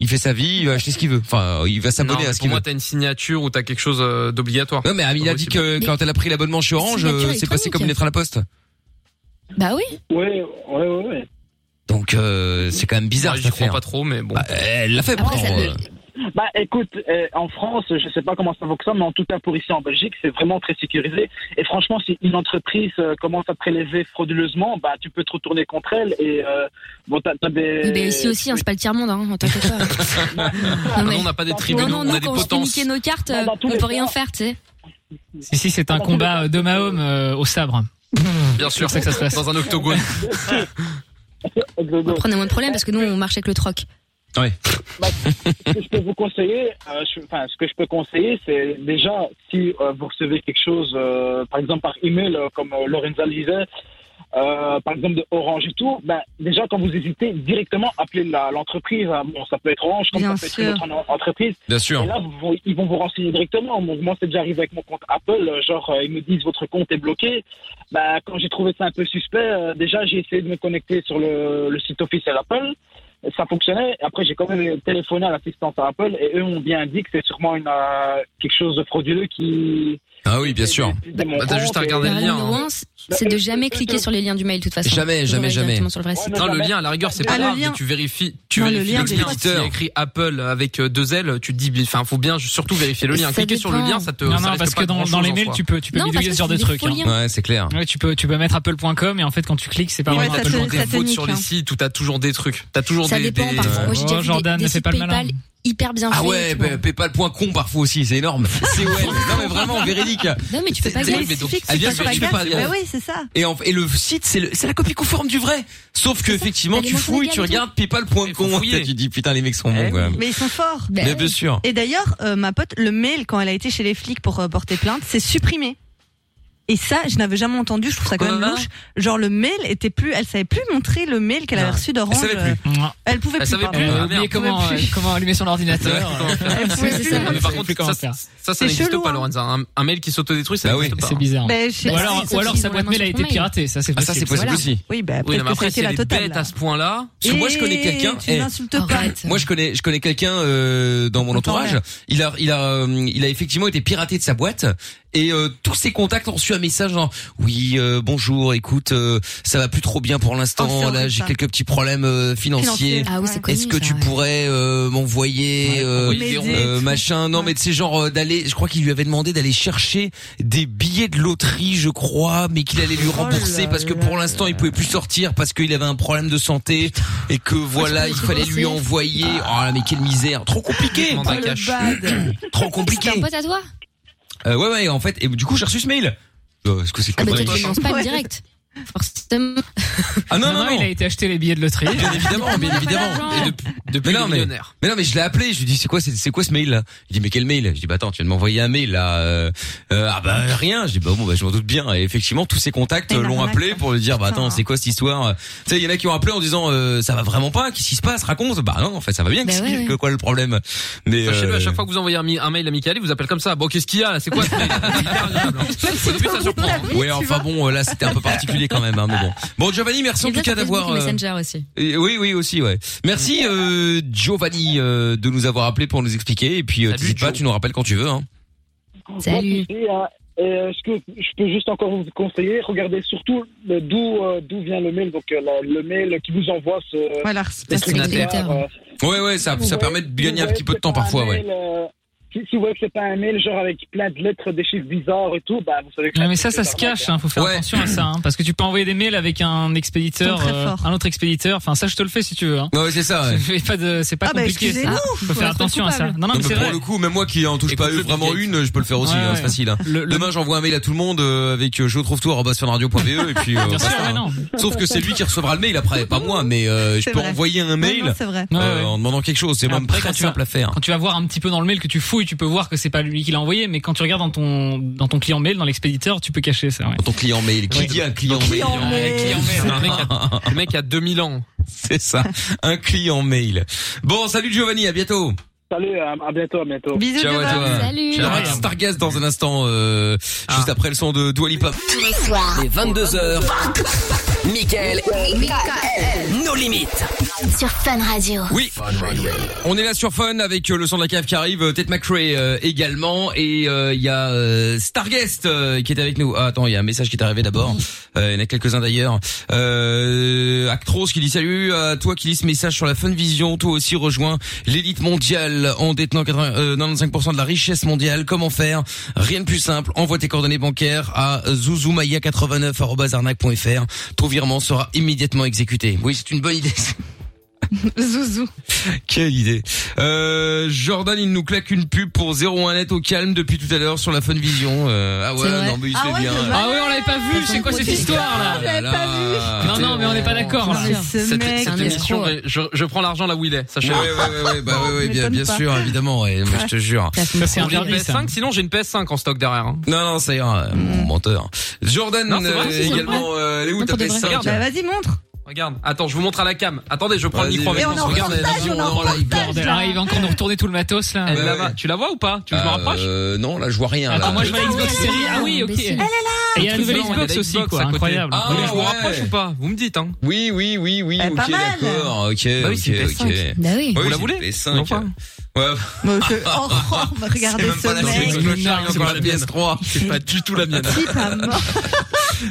Speaker 1: Il fait sa vie, il va acheter ce qu'il veut. Enfin, il va
Speaker 7: Non,
Speaker 1: s'abonner à
Speaker 7: pour
Speaker 1: ce qu'il veut.
Speaker 7: moi, t'as une signature ou t'as quelque chose euh, d'obligatoire.
Speaker 1: Non, mais Amina a dit que quand elle a pris l'abonnement chez Orange,
Speaker 7: signature
Speaker 1: euh, c'est passé comme une lettre à la poste.
Speaker 5: Bah oui.
Speaker 8: Ouais, ouais, ouais. ouais.
Speaker 1: Donc euh, c'est quand même bizarre
Speaker 7: Ouais,
Speaker 1: cette
Speaker 7: j'y crois
Speaker 1: affaire. Bah,
Speaker 7: pas trop, mais bon.
Speaker 1: elle l'a fait
Speaker 5: Après,
Speaker 1: pourtant.
Speaker 5: ça- le-
Speaker 1: euh.
Speaker 8: Bah écoute, euh, en France, je sais pas comment ça vaut que ça, mais en tout cas pour ici en Belgique, c'est vraiment très sécurisé. Et franchement, si une entreprise euh, commence à prélever frauduleusement, bah tu peux te retourner contre elle et euh, bon t'as t'as des.
Speaker 5: Eh ben, ici aussi, hein, c'est pas le tiers-monde, hein, t'inquiète pas.
Speaker 7: Non, on n'a pas des
Speaker 5: non,
Speaker 7: tribunaux,
Speaker 5: non,
Speaker 7: on
Speaker 5: nous,
Speaker 7: a des
Speaker 5: quand on se fait
Speaker 7: potences.
Speaker 5: niquer nos cartes, euh, on peut rien faire, tu sais.
Speaker 9: Si, si, c'est un combat de Mahom euh, au sabre.
Speaker 7: Bien sûr,
Speaker 9: C'est comme ça que ça se passe.
Speaker 7: dans un octogone.
Speaker 5: Après, on a moins de problèmes parce que nous, on marche avec le troc.
Speaker 1: Ouais.
Speaker 8: ce que je peux vous conseiller, euh, je- enfin, ce que je peux conseiller, c'est déjà si euh, vous recevez quelque chose, euh, par exemple par email, euh, comme euh, Lorenza le disait, euh, par exemple de Orange et tout, ben, déjà quand vous hésitez, directement appelez la- l'entreprise. hein. Bon, ça peut être Orange, comme
Speaker 1: Bien
Speaker 8: ça peut
Speaker 1: sûr.
Speaker 8: être une autre en- entreprise.
Speaker 1: Bien sûr.
Speaker 8: Et là, vous vont- ils vont vous renseigner directement. Moi, moi, c'est déjà arrivé avec mon compte Apple. euh, Genre, euh, ils me disent votre compte est bloqué. Bah, quand j'ai trouvé ça un peu suspect, euh, déjà j'ai essayé de me connecter sur le, le site officiel Apple. Ça fonctionnait. Après, j'ai quand même téléphoné à l'assistance à Apple et eux m'ont bien dit que c'est sûrement une, euh, quelque chose de frauduleux qui.
Speaker 1: Ah oui, bien sûr.
Speaker 8: de mon
Speaker 1: Bah, t'as
Speaker 8: compte
Speaker 1: juste à
Speaker 8: et-
Speaker 1: regarder le lien. hein.
Speaker 5: Nuance, c'est de jamais cliquer sur les liens du mail, de toute façon.
Speaker 1: Jamais,
Speaker 5: Vous
Speaker 1: jamais,
Speaker 5: aurez
Speaker 1: jamais.
Speaker 5: directement Sur le vrai site.
Speaker 9: bah,
Speaker 7: Non, hein, le lien, à la rigueur, c'est pas
Speaker 5: Ah, le
Speaker 7: grave,
Speaker 5: lien.
Speaker 7: mais tu vérifies, tu
Speaker 5: Non, le
Speaker 7: vérifies
Speaker 5: lien,
Speaker 7: le
Speaker 5: c'est
Speaker 7: lien.
Speaker 5: grave.
Speaker 7: S'il y a écrit Apple avec euh, deux L, tu te dis, enfin, faut bien surtout vérifier le lien.
Speaker 9: Ça
Speaker 7: Cliquer sur le
Speaker 9: dépend.
Speaker 7: lien, ça te.
Speaker 9: Non,
Speaker 7: ça
Speaker 9: non,
Speaker 7: risque
Speaker 9: parce
Speaker 7: pas
Speaker 9: que dans-
Speaker 7: grand-chose
Speaker 9: dans les
Speaker 7: en
Speaker 9: mails,
Speaker 7: soi.
Speaker 9: tu peux- tu peux Non, bidouiller parce ce que genre de c'est des truc, faux hein. liens.
Speaker 1: Ouais, c'est clair.
Speaker 9: Ouais, tu peux, tu peux mettre apple.com et en fait quand tu cliques, c'est pas
Speaker 7: Non,
Speaker 9: vraiment
Speaker 7: t'as
Speaker 9: Apple.
Speaker 7: toujours des fautes sur les
Speaker 9: hein.
Speaker 7: sites où t'as toujours des trucs. T'as toujours
Speaker 9: Ça
Speaker 7: des.
Speaker 9: dépend,
Speaker 7: des-
Speaker 9: parfois. Moi, j'ai déjà
Speaker 5: vu des-
Speaker 9: Oh, Jordan,
Speaker 5: des
Speaker 9: ne fais
Speaker 5: sites
Speaker 9: pas le malin.
Speaker 5: PayPal hyper bien
Speaker 1: Ah
Speaker 5: fait.
Speaker 1: ouais, pa- paypal.com parfois aussi, c'est énorme. C'est ouais. Non mais vraiment véridique.
Speaker 5: Non, mais tu fais pas
Speaker 1: C'est-
Speaker 5: gaffe.
Speaker 1: mais donc,
Speaker 5: C'est fixe,
Speaker 1: ah, bien
Speaker 5: tu
Speaker 1: sûr,
Speaker 5: fais
Speaker 1: tu
Speaker 5: pas
Speaker 1: fais pas
Speaker 5: gaffe.
Speaker 1: gaffe.
Speaker 5: Bah oui,
Speaker 4: c'est ça.
Speaker 1: Et, en- et le site, c'est le- c'est la copie conforme du vrai. Sauf que effectivement,
Speaker 4: t'as
Speaker 1: tu
Speaker 4: les
Speaker 1: fouilles,
Speaker 4: mots
Speaker 1: tu
Speaker 4: illégaux et tout.
Speaker 1: regardes paypal.com. Tu dis putain, les mecs sont
Speaker 7: Eh
Speaker 1: bons. quoi.
Speaker 4: Mais ils sont forts.
Speaker 1: Eh
Speaker 9: Bah
Speaker 1: Mais bien sûr.
Speaker 4: Et d'ailleurs, euh, ma pote, le mail quand elle a été chez les flics pour euh, porter plainte, c'est supprimé. Et ça, je n'avais jamais entendu. Je trouve
Speaker 9: Oh
Speaker 4: ça quand
Speaker 9: bah
Speaker 4: même louche. Genre le mail était plus, elle savait plus montrer le mail qu'elle avait reçu d'Orange.
Speaker 9: Elle savait plus.
Speaker 4: Euh, Elle pouvait
Speaker 9: Elle
Speaker 4: plus.
Speaker 9: savait
Speaker 4: pardon.
Speaker 9: plus, ah,
Speaker 4: Elle
Speaker 9: merde.
Speaker 4: pouvait
Speaker 9: Comment,
Speaker 4: plus.
Speaker 9: euh, comment allumer son ordinateur
Speaker 7: Ouais,
Speaker 9: c'est
Speaker 7: c'est
Speaker 9: ça.
Speaker 7: ça. Mais par
Speaker 9: C'est
Speaker 7: contre,
Speaker 9: plus comment
Speaker 7: ça,
Speaker 9: faire.
Speaker 7: ça, ça
Speaker 9: C'est
Speaker 7: n'existe
Speaker 9: chelou,
Speaker 7: pas,
Speaker 9: hein.
Speaker 7: Lorenza. Un, un mail qui s'autodétruit, ça n'existe pas. Ah,
Speaker 9: c'est bizarre.
Speaker 4: Ben, je sais
Speaker 9: Bah ou
Speaker 4: pas.
Speaker 9: alors,
Speaker 4: Si,
Speaker 9: ou alors
Speaker 4: sauf
Speaker 9: sa
Speaker 4: si
Speaker 9: boîte
Speaker 4: vraiment
Speaker 9: mail a
Speaker 4: sur
Speaker 9: été
Speaker 4: ton mail.
Speaker 9: piratée, ça c'est possible.
Speaker 4: Voilà. Oui, bah,
Speaker 7: Oui,
Speaker 4: peut-être
Speaker 7: non, mais
Speaker 4: que
Speaker 7: après,
Speaker 4: c'était
Speaker 7: si
Speaker 4: la
Speaker 7: elle est
Speaker 4: totale.
Speaker 7: bête
Speaker 4: là.
Speaker 7: à ce point-là.
Speaker 1: Parce que moi je connais
Speaker 4: Et
Speaker 1: quelqu'un.
Speaker 4: Tu
Speaker 1: eh,
Speaker 4: n'insultes pas.
Speaker 1: Moi je connais je connais quelqu'un euh, dans mon entourage. Il a il a euh, il a effectivement été piraté de sa boîte et euh, tous ses contacts ont reçu un message genre oui euh, bonjour écoute euh, ça va plus trop bien pour l'instant
Speaker 13: Oh, c'est
Speaker 1: là
Speaker 13: horrible,
Speaker 1: j'ai
Speaker 13: ça.
Speaker 1: quelques petits problèmes euh,
Speaker 13: Financiers,
Speaker 1: financiers.
Speaker 13: Ah oui, c'est ouais. connu,
Speaker 1: Est-ce que
Speaker 13: ça,
Speaker 1: tu
Speaker 13: ouais.
Speaker 1: pourrais euh, m'envoyer euh,
Speaker 13: envoyer des
Speaker 1: euh,
Speaker 13: rondes.
Speaker 1: machin non mais tu sais genre euh, d'aller je crois qu'il lui avait demandé d'aller chercher des billets de loterie je crois mais qu'il allait lui
Speaker 13: Oh
Speaker 1: rembourser parce que pour l'instant il pouvait plus sortir parce qu'il avait un problème de santé et que voilà il fallait lui envoyer oh mais quelle misère trop compliqué
Speaker 7: Demande un cash.
Speaker 1: trop compliqué
Speaker 5: T'as un pote à toi
Speaker 1: Euh, ouais ouais en fait et du coup j'ai reçu ce mail Euh, est-ce que c'est
Speaker 5: Ah bah, toi,
Speaker 1: correct
Speaker 5: tu lances pas direct. Forcément.
Speaker 1: ah non non non
Speaker 9: il a été acheter les billets de loterie.
Speaker 1: Bien évidemment, bien évidemment.
Speaker 5: l'argent.
Speaker 1: Et depuis mais non, mais, mais non, mais je l'ai appelé. Je lui dis c'est quoi, c'est, c'est quoi ce mail là Il dit mais quel mail Je dis bah attends, tu viens de m'envoyer un mail là. euh, euh, ah bah rien. Je dis bah bon bah je m'en doute bien. Et effectivement, tous ses contacts euh, l'ont appelé pour lui dire bah attends, c'est quoi cette histoire Tu sais, il y en a qui ont appelé en disant euh, ça va vraiment pas. Qu'est-ce qui se passe Raconte. Bah non, en fait ça va bien.
Speaker 7: Bah,
Speaker 1: Qu'est-ce
Speaker 7: ouais,
Speaker 1: qui-
Speaker 7: ouais.
Speaker 1: que quoi le problème Mais
Speaker 7: Sachez-le, à
Speaker 1: euh,
Speaker 7: chaque fois que vous envoyez un, mi- un mail à Michael, il vous appelle comme ça. Bon, qu'est-ce qu'il y a là C'est quoi ce mail
Speaker 1: ouais, enfin bon, euh, là c'était un peu particulier quand même. Hein, mais bon. Bon Giovanni, merci en tout cas d'avoir. euh,
Speaker 5: Messenger aussi.
Speaker 1: Et oui, oui, aussi, ouais. Merci euh, Giovanni euh, de nous avoir appelé pour nous expliquer. Et puis, euh, t'hésites pas, tu nous rappelles quand tu veux. Hein.
Speaker 8: Salut. hein. euh, ce que je peux juste encore vous conseiller, regardez surtout le- d'où euh, d'où vient le mail, donc euh, la- le mail qui vous envoie ce.
Speaker 4: Voilà,
Speaker 8: ce truc bizarre, euh,
Speaker 1: Ouais, ouais, ça,
Speaker 8: Vous
Speaker 1: ça
Speaker 8: voyez-
Speaker 1: permet de
Speaker 8: vous
Speaker 1: gagner un
Speaker 8: voyez
Speaker 1: petit peu
Speaker 8: que
Speaker 1: de temps
Speaker 8: c'est pas un
Speaker 1: parfois, ouais.
Speaker 8: mail, euh, si, si vous voyez que c'est pas un mail genre avec plein de lettres, des chiffres bizarres et tout, bah vous savez que.
Speaker 9: Ouais, mais ça, ça se cache, hein, faut faire attention à ça, hein, parce que tu peux envoyer des mails avec un expéditeur,
Speaker 8: Ils sont très
Speaker 9: euh, un autre expéditeur. Enfin, ça, je te le fais si tu veux. Hein.
Speaker 1: Ouais, c'est ça. ouais.
Speaker 9: C'est pas de, c'est pas
Speaker 1: Ah, bah,
Speaker 9: compliqué. ça.
Speaker 1: excusez-nous,
Speaker 9: faut
Speaker 1: faut
Speaker 9: faire
Speaker 1: être
Speaker 9: attention à ça.
Speaker 1: coupable.
Speaker 9: Non, non, mais
Speaker 1: mais
Speaker 9: c'est
Speaker 1: pour
Speaker 9: vrai.
Speaker 1: le coup, même moi qui en touche pas eu vraiment une, je peux le faire aussi,
Speaker 9: Ouais,
Speaker 1: hein,
Speaker 9: ouais.
Speaker 1: c'est facile. hein. Demain, j'envoie un mail à tout le monde euh, avec euh, je trouve tout arobase funradio.be, et puis euh,
Speaker 9: Bien sûr,
Speaker 1: basta,
Speaker 9: ouais,
Speaker 1: hein.
Speaker 9: non.
Speaker 1: Sauf que c'est lui qui recevra le mail après, pas moi, mais euh, je
Speaker 9: C'est
Speaker 1: peux
Speaker 9: vrai.
Speaker 1: envoyer un
Speaker 9: Ouais,
Speaker 1: mail
Speaker 9: non, c'est vrai. Ouais,
Speaker 1: euh,
Speaker 9: ouais.
Speaker 1: en demandant quelque chose. C'est
Speaker 9: Alors
Speaker 1: même très
Speaker 9: après, quand tu
Speaker 1: simple
Speaker 9: vas-
Speaker 1: à faire. hein,
Speaker 9: Quand tu vas voir un petit peu dans le mail que tu fouilles, tu peux voir que c'est pas lui qui l'a envoyé, mais quand tu regardes dans ton dans ton client mail, dans l'expéditeur, tu peux cacher ça. Ouais.
Speaker 1: Ton client mail, qui
Speaker 9: Ouais.
Speaker 1: dit un client,
Speaker 9: Client
Speaker 1: mail
Speaker 9: mail. Client mail.
Speaker 1: Le mec a-
Speaker 7: Le mec a 2000 ans.
Speaker 1: C'est ça, un client mail. Bon, salut Giovanni, à bientôt.
Speaker 8: Salut, à, à bientôt, à bientôt.
Speaker 1: Ciao à toi. On aura Stargaz dans un instant, euh, juste après le son de Dua Lipa.
Speaker 11: Tous les soirs.
Speaker 1: Les 22 heures.
Speaker 6: Michael, nos limites.
Speaker 11: Sur Fun Radio.
Speaker 1: Oui. On est là sur Fun avec euh, le son de la cave qui arrive, euh, Ted McRae euh, également et euh, il y a euh, Starguest euh, qui est avec nous. Ah, attends, il y a un message qui est arrivé d'abord. Euh, il y en a quelques-uns d'ailleurs. Euh, Actros qui dit salut à toi qui lis ce message sur la Fun Vision. Toi aussi rejoins l'élite mondiale en détenant 80, euh, 95% de la richesse mondiale. Comment faire Rien de plus simple. Envoie tes coordonnées bancaires à zouzoumaya89@arnaque.fr. Ton virement sera immédiatement exécuté. Oui, c'est une bonne idée.
Speaker 4: Zouzou.
Speaker 1: Quelle idée. Euh, Jordan, il nous claque une pub pour 01 net au calme depuis tout à l'heure sur la Fun Vision. Euh, ah ouais,
Speaker 9: C'est vrai.
Speaker 1: non mais il
Speaker 9: Ah
Speaker 1: se fait
Speaker 9: ouais,
Speaker 1: bien. Ah
Speaker 9: je vois. Ah ouais, on l'avait pas vu, c'est quoi cette histoire,
Speaker 4: Ah,
Speaker 9: là On l'avait pas vu. Non,
Speaker 7: Ah
Speaker 9: non, mais on n'est pas d'accord, là.
Speaker 7: hein. Cette,
Speaker 9: Cette-
Speaker 7: cette
Speaker 9: cette
Speaker 7: émission, je, je prends l'argent là où il est,
Speaker 1: Ouais,
Speaker 7: sachez-le.
Speaker 1: ouais, ouais, ouais, bah ouais, ouais, bien, bien
Speaker 7: pas.
Speaker 1: sûr, évidemment, ouais, moi, je te jure.
Speaker 7: C'est un PS5, sinon j'ai une PS5 en stock derrière. hein.
Speaker 1: Non, non, ça ira, euh, mon menteur. Jordan,
Speaker 7: Non, c'est vrai,
Speaker 1: euh,
Speaker 7: c'est vrai.
Speaker 1: également, euh, elle est où
Speaker 7: Non,
Speaker 1: ta
Speaker 7: pour de vrai.
Speaker 1: PS5
Speaker 7: Regarde. Bah,
Speaker 4: Vas-y, montre.
Speaker 7: Regarde, attends, je vous montre à la cam. Attendez, je prends le
Speaker 1: Vas-y,
Speaker 7: micro avec
Speaker 1: vas-y.
Speaker 7: moi.
Speaker 1: Et on est en
Speaker 7: Regarde,
Speaker 1: partage,
Speaker 7: vas-y,
Speaker 1: on est en
Speaker 7: partage,
Speaker 1: live.
Speaker 9: Bordel, là, il va encore nous retourner tout le matos, là.
Speaker 7: Elle est là-bas. Tu la vois ou pas Tu veux que je me rapproche
Speaker 1: euh, Non, là, je vois rien.
Speaker 9: Attends,
Speaker 1: là.
Speaker 9: moi, je vois la Xbox Series. Ah oui, ok.
Speaker 7: imbécile.
Speaker 9: Et il y a la nouvelle Xbox aussi, quoi. Incroyable.
Speaker 7: Ah, je vous rapproche ou pas Vous me dites, hein
Speaker 1: Oui, oui, oui, oui.
Speaker 7: ok,
Speaker 1: Ok, d'accord,
Speaker 7: Bah
Speaker 1: ok,
Speaker 7: oui,
Speaker 1: ok,
Speaker 7: c'est une
Speaker 1: ok.
Speaker 7: PS5. Bah oui. Vous la voulez
Speaker 1: PS5. Ouais.
Speaker 4: Monsieur, oh, oh, bah, regardez
Speaker 1: C'est
Speaker 4: ce
Speaker 1: même pas la
Speaker 4: mec.
Speaker 1: Xbox Clochard, il y a encore la PS3. C'est pas du tout la mienne.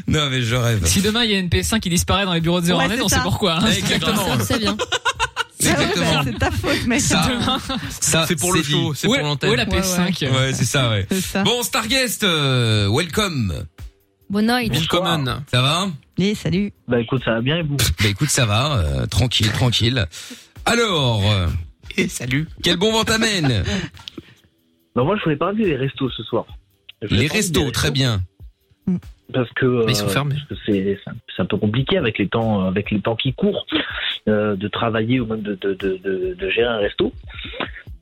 Speaker 1: Non, mais je rêve.
Speaker 9: Si demain il y a une PS5 qui disparaît dans les bureaux de 0
Speaker 4: Ouais,
Speaker 9: net,
Speaker 4: c'est
Speaker 9: on sait
Speaker 4: ça. Ah
Speaker 9: pourquoi. hein.
Speaker 1: Exactement.
Speaker 5: C'est bien.
Speaker 1: Exactement.
Speaker 4: C'est ta faute, mec.
Speaker 1: Ça.
Speaker 4: Demain.
Speaker 1: Ça,
Speaker 7: C'est pour le
Speaker 1: dit.
Speaker 7: show, c'est Où est- pour l'antenne. où est la PS5?
Speaker 1: Ouais, ouais. Ouais, c'est ça, ouais. Bon, Starguest, euh, welcome.
Speaker 5: Bon oeil.
Speaker 1: Willkommen. Ça va
Speaker 4: Oui, salut.
Speaker 1: Bah écoute, ça va bien et vous Bah écoute, ça va, euh, tranquille, tranquille. Alors, et salut. Quel bon vent t'amène
Speaker 13: Bah moi je voulais parler des restos ce soir. Je voulais
Speaker 1: Les
Speaker 13: parler des
Speaker 1: restos, très bien.
Speaker 13: Parce que euh,
Speaker 1: Mais ils sont fermés.
Speaker 13: parce que c'est c'est un- c'est un peu compliqué avec les temps euh, avec les temps qui courent euh, de travailler ou même de de, de, de- de gérer un resto.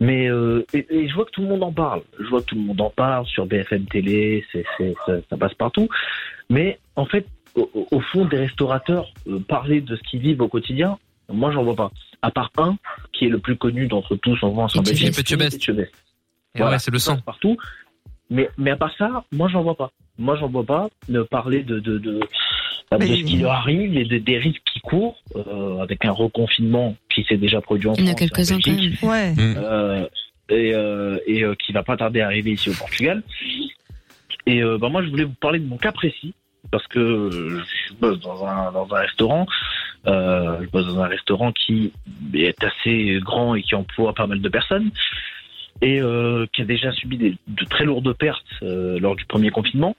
Speaker 13: Mais euh, et, et je vois que tout le monde en parle. Je vois que tout le monde en parle sur BFM télé, c'est c'est- ça, ça passe partout. Mais en fait, au, au- au fond, des restaurateurs euh, parler de ce qu'ils vivent au quotidien, moi j'en vois pas. À part un qui est le plus connu d'entre tous, on voit ensemble.
Speaker 7: Etchebest. Etchebest. Et ouais, c'est le
Speaker 13: sang partout. Mais, mais à part ça, moi, j'en vois pas. Moi, j'en vois pas de parler de, de, de, de
Speaker 10: Mais-
Speaker 13: ce qui leur arrive et de- des risques qui courent euh, avec un reconfinement qui s'est déjà produit en
Speaker 5: Il y en a
Speaker 13: France et en
Speaker 5: quelques-uns quand
Speaker 13: Belgique,
Speaker 5: même.
Speaker 4: Ouais.
Speaker 13: euh, et euh, et euh, qui va pas tarder à arriver ici au Portugal. Et euh, bah, moi, je voulais vous parler de mon cas précis parce que euh, je bosse dans un, dans un restaurant. Euh, je bosse dans un restaurant qui est assez grand et qui emploie pas mal de personnes et euh, qui a déjà subi des, de très lourdes pertes euh, lors du premier confinement.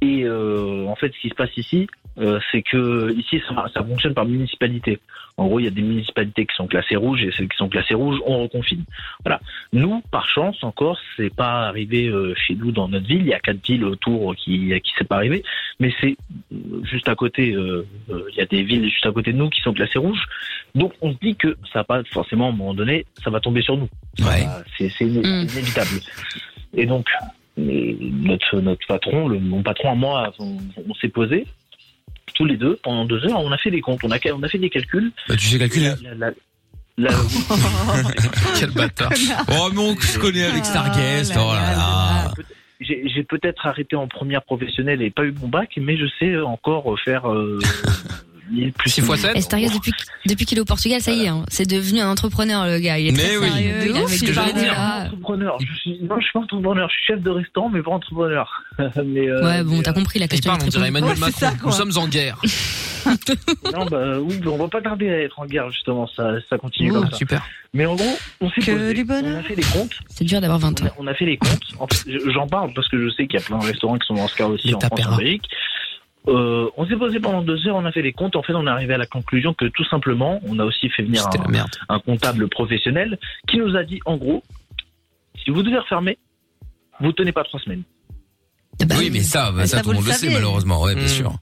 Speaker 13: Et euh, en fait, ce qui se passe ici, euh, c'est que ici, ça, ça fonctionne par municipalité. En gros, il y a des municipalités qui sont classées rouges et celles qui sont classées rouges, on reconfine. Voilà. Nous, par chance, en Corse, c'est pas arrivé euh, chez nous dans notre ville. Il y a quatre villes autour qui à qui c'est pas arrivé, mais c'est euh, juste à côté. euh, euh, Il y a des villes juste à côté de nous qui sont classées rouges. Donc, on se dit que ça va pas forcément à un moment donné, ça va tomber sur nous. Voilà, c'est c'est iné- inévitable. Et donc, euh, notre, notre patron, le, mon patron à moi, on, on s'est posé tous les deux pendant deux heures. On a fait des comptes, on a, ca- on a fait des calculs.
Speaker 1: Bah, tu sais calculer
Speaker 13: La- la- la- la-
Speaker 1: Quel bâtard. Oh, mais on se connaît avec Starguest. Oh là là.
Speaker 13: J'ai j'ai peut-être arrêté en première professionnelle et pas eu mon bac, mais je sais encore faire euh, 1000 plus 6
Speaker 7: fois
Speaker 5: Et Stargaz, depuis, depuis qu'il est au Portugal, ça y est, hein, c'est devenu un entrepreneur, le gars. Il est très sérieux, il a fait du bénévolat.
Speaker 13: entrepreneur. Je suis, non, je suis pas entrepreneur. Je suis chef de restaurant, mais pas entrepreneur. mais, euh,
Speaker 5: Ouais, bon,
Speaker 13: mais,
Speaker 5: t'as
Speaker 13: euh,
Speaker 5: compris la question. est très compliquée.
Speaker 13: en guerre. non, bah oui, on va pas tarder à être en guerre, justement. Ça, ça continue
Speaker 5: Oh,
Speaker 13: comme ça.
Speaker 5: super.
Speaker 13: Mais en gros, on s'est
Speaker 5: Que
Speaker 13: posé,
Speaker 5: du bonheur.
Speaker 13: On a fait des comptes.
Speaker 5: C'est dur d'avoir 20
Speaker 13: On a, on a fait les comptes. En fait, je- J'en parle parce que je sais qu'il y a plein de restaurants qui sont dans ce cas aussi en France et en Belgique. Euh, on s'est posé pendant deux heures, on a fait les comptes. En fait, on est arrivé à la conclusion que tout simplement, on a aussi fait venir un, un comptable professionnel qui nous a dit, en gros, si vous devez refermer, vous tenez pas trois semaines.
Speaker 1: oui, mais ça, bah,
Speaker 13: Mais
Speaker 1: ça,
Speaker 13: ça,
Speaker 1: tout
Speaker 13: vous
Speaker 1: le
Speaker 13: le
Speaker 1: monde le sait,
Speaker 13: savez.
Speaker 1: malheureusement. Ouais, bien
Speaker 13: Hmm.
Speaker 1: sûr.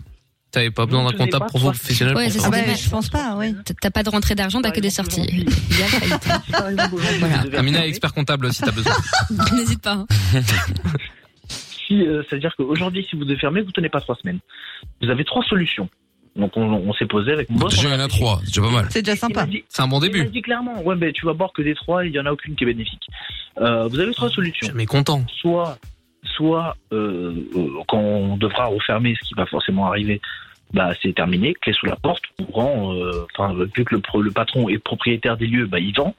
Speaker 7: T'avais pas besoin d'un
Speaker 1: Je n'ai
Speaker 7: comptable
Speaker 1: pas
Speaker 7: pro-
Speaker 1: trois-
Speaker 7: professionnel
Speaker 5: Ouais,
Speaker 7: pour
Speaker 5: ça c'est
Speaker 13: Ah
Speaker 7: faire
Speaker 13: bah,
Speaker 7: ça.
Speaker 5: dommage.
Speaker 4: Je pense pas, oui.
Speaker 5: T'as pas de rentrée d'argent, t'as que des sorties. Bien faillite.
Speaker 7: Voilà. Amina est expert comptable si t'as besoin.
Speaker 5: N'hésite pas. hein.
Speaker 13: Si, euh, c'est-à-dire qu'aujourd'hui, si vous devez fermer, vous tenez pas trois semaines. Vous avez trois solutions. Donc, on, on s'est posé avec mon boss.
Speaker 1: Déjà, il y en a trois. C'est déjà pas mal.
Speaker 4: Ah, C'est déjà sympa.
Speaker 7: C'est un bon
Speaker 13: début. Il m'a dit clairement, ouais, mais tu vas boire que des trois, il y en a aucune qui est bénéfique. Euh, vous avez trois solutions.
Speaker 7: Mais content.
Speaker 13: Soit, soit euh, euh, quand on devra refermer, ce qui va forcément arriver, bah, c'est terminé, clé sous la porte, on rend, euh, enfin, vu que le, pro- le patron est propriétaire des lieux, bah, il vend,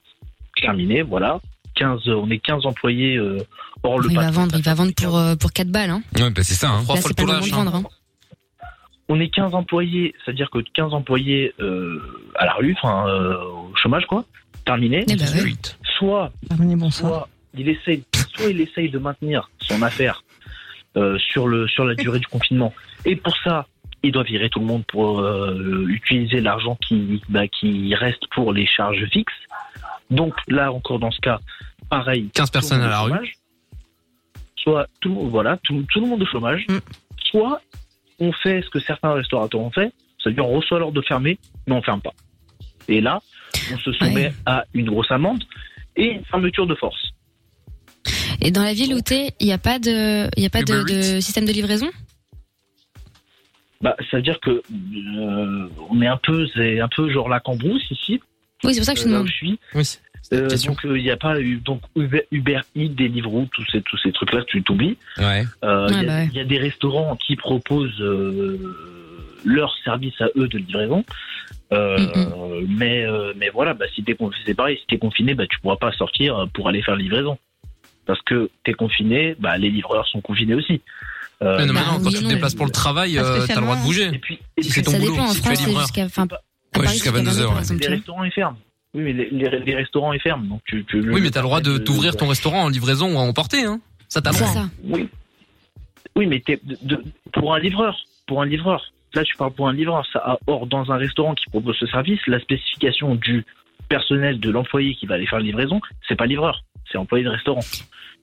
Speaker 13: terminé, voilà. 15, euh, on est 15 employés euh, hors le
Speaker 5: il va
Speaker 13: patron.
Speaker 5: vendre, il va vendre pour, euh, pour 4 balles. Hein.
Speaker 1: Ouais, bah, c'est ça, hein.
Speaker 5: bah, Là, c'est pas le moment de vendre. hein.
Speaker 13: On est 15 employés, c'est-à-dire que 15 employés euh, à la rue, enfin, euh, au chômage, quoi, terminé.
Speaker 4: Eh bah ouais.
Speaker 13: Soit, soit, il essaye, soit il essaye de maintenir son affaire euh, sur, le, sur la durée du confinement. Et pour ça, il doit virer tout le monde pour euh, utiliser l'argent qui, bah, qui reste pour les charges fixes. Donc là, encore dans ce cas, pareil.
Speaker 7: 15 personnes
Speaker 13: tout le
Speaker 7: à la
Speaker 13: monde au
Speaker 7: rue.
Speaker 13: chômage. Soit tout le monde, voilà, tout, tout le monde au chômage.
Speaker 4: Mm.
Speaker 13: Soit on fait ce que certains restaurateurs ont fait, c'est-à-dire on reçoit l'ordre de fermer, mais on ferme pas. Et là, on se soumet à une grosse amende et une fermeture de force.
Speaker 5: Et dans la ville où t'es, il n'y a pas de, il y a pas de,
Speaker 13: Uber
Speaker 5: de système de livraison
Speaker 13: Bah, c'est-à-dire que euh, on est un peu, c'est un peu genre la cambrousse ici.
Speaker 5: Oui, c'est pour ça que je te
Speaker 13: Euh, là où
Speaker 5: demande.
Speaker 13: je suis. Euh, donc il n'y a pas eu donc Uber, Uber Eats, Deliveroo, tous ces tous ces trucs là tu t'oublies.
Speaker 1: Ouais.
Speaker 13: Euh, Il
Speaker 5: Ouais,
Speaker 13: y, a-
Speaker 5: bah ouais.
Speaker 13: il y a des restaurants qui proposent euh, leur service à eux de livraison. Euh, Mais euh, mais voilà, bah, si t'es confiné, c'est pareil. Si t'es confiné, bah tu pourras pas sortir pour aller faire livraison parce que t'es confiné. Bah les livreurs sont confinés aussi. Euh,
Speaker 7: Mais non,
Speaker 5: Bah,
Speaker 7: mais non, quand tu te déplaces pour le travail,
Speaker 13: Pas
Speaker 7: euh, t'as le droit de
Speaker 13: spécialement.
Speaker 7: bouger. si c'est ton
Speaker 5: ça
Speaker 7: boulot,
Speaker 5: dépend, en
Speaker 7: si tu es
Speaker 5: France, c'est
Speaker 7: livreur.
Speaker 5: jusqu'à. enfin, à
Speaker 7: Ouais,
Speaker 5: Paris,
Speaker 7: jusqu'à
Speaker 5: c'est
Speaker 7: 22 heures,
Speaker 5: par exemple,
Speaker 13: Les
Speaker 5: tu vois.
Speaker 13: restaurants ils ferment. Oui, mais les, les- les restaurants ils ferment. Donc tu, tu, euh,
Speaker 7: Oui, mais t'as le droit de t'ouvrir ton restaurant en livraison ou en emporter, hein. Ça t'as le droit.
Speaker 13: Oui. Oui, mais t'es- de- de- pour un livreur, pour un livreur. Là, tu parles pour un livreur. Ça, ah, or, dans un restaurant qui propose ce service, la spécification du personnel de l'employé qui va aller faire la livraison, c'est pas livreur, c'est employé de restaurant.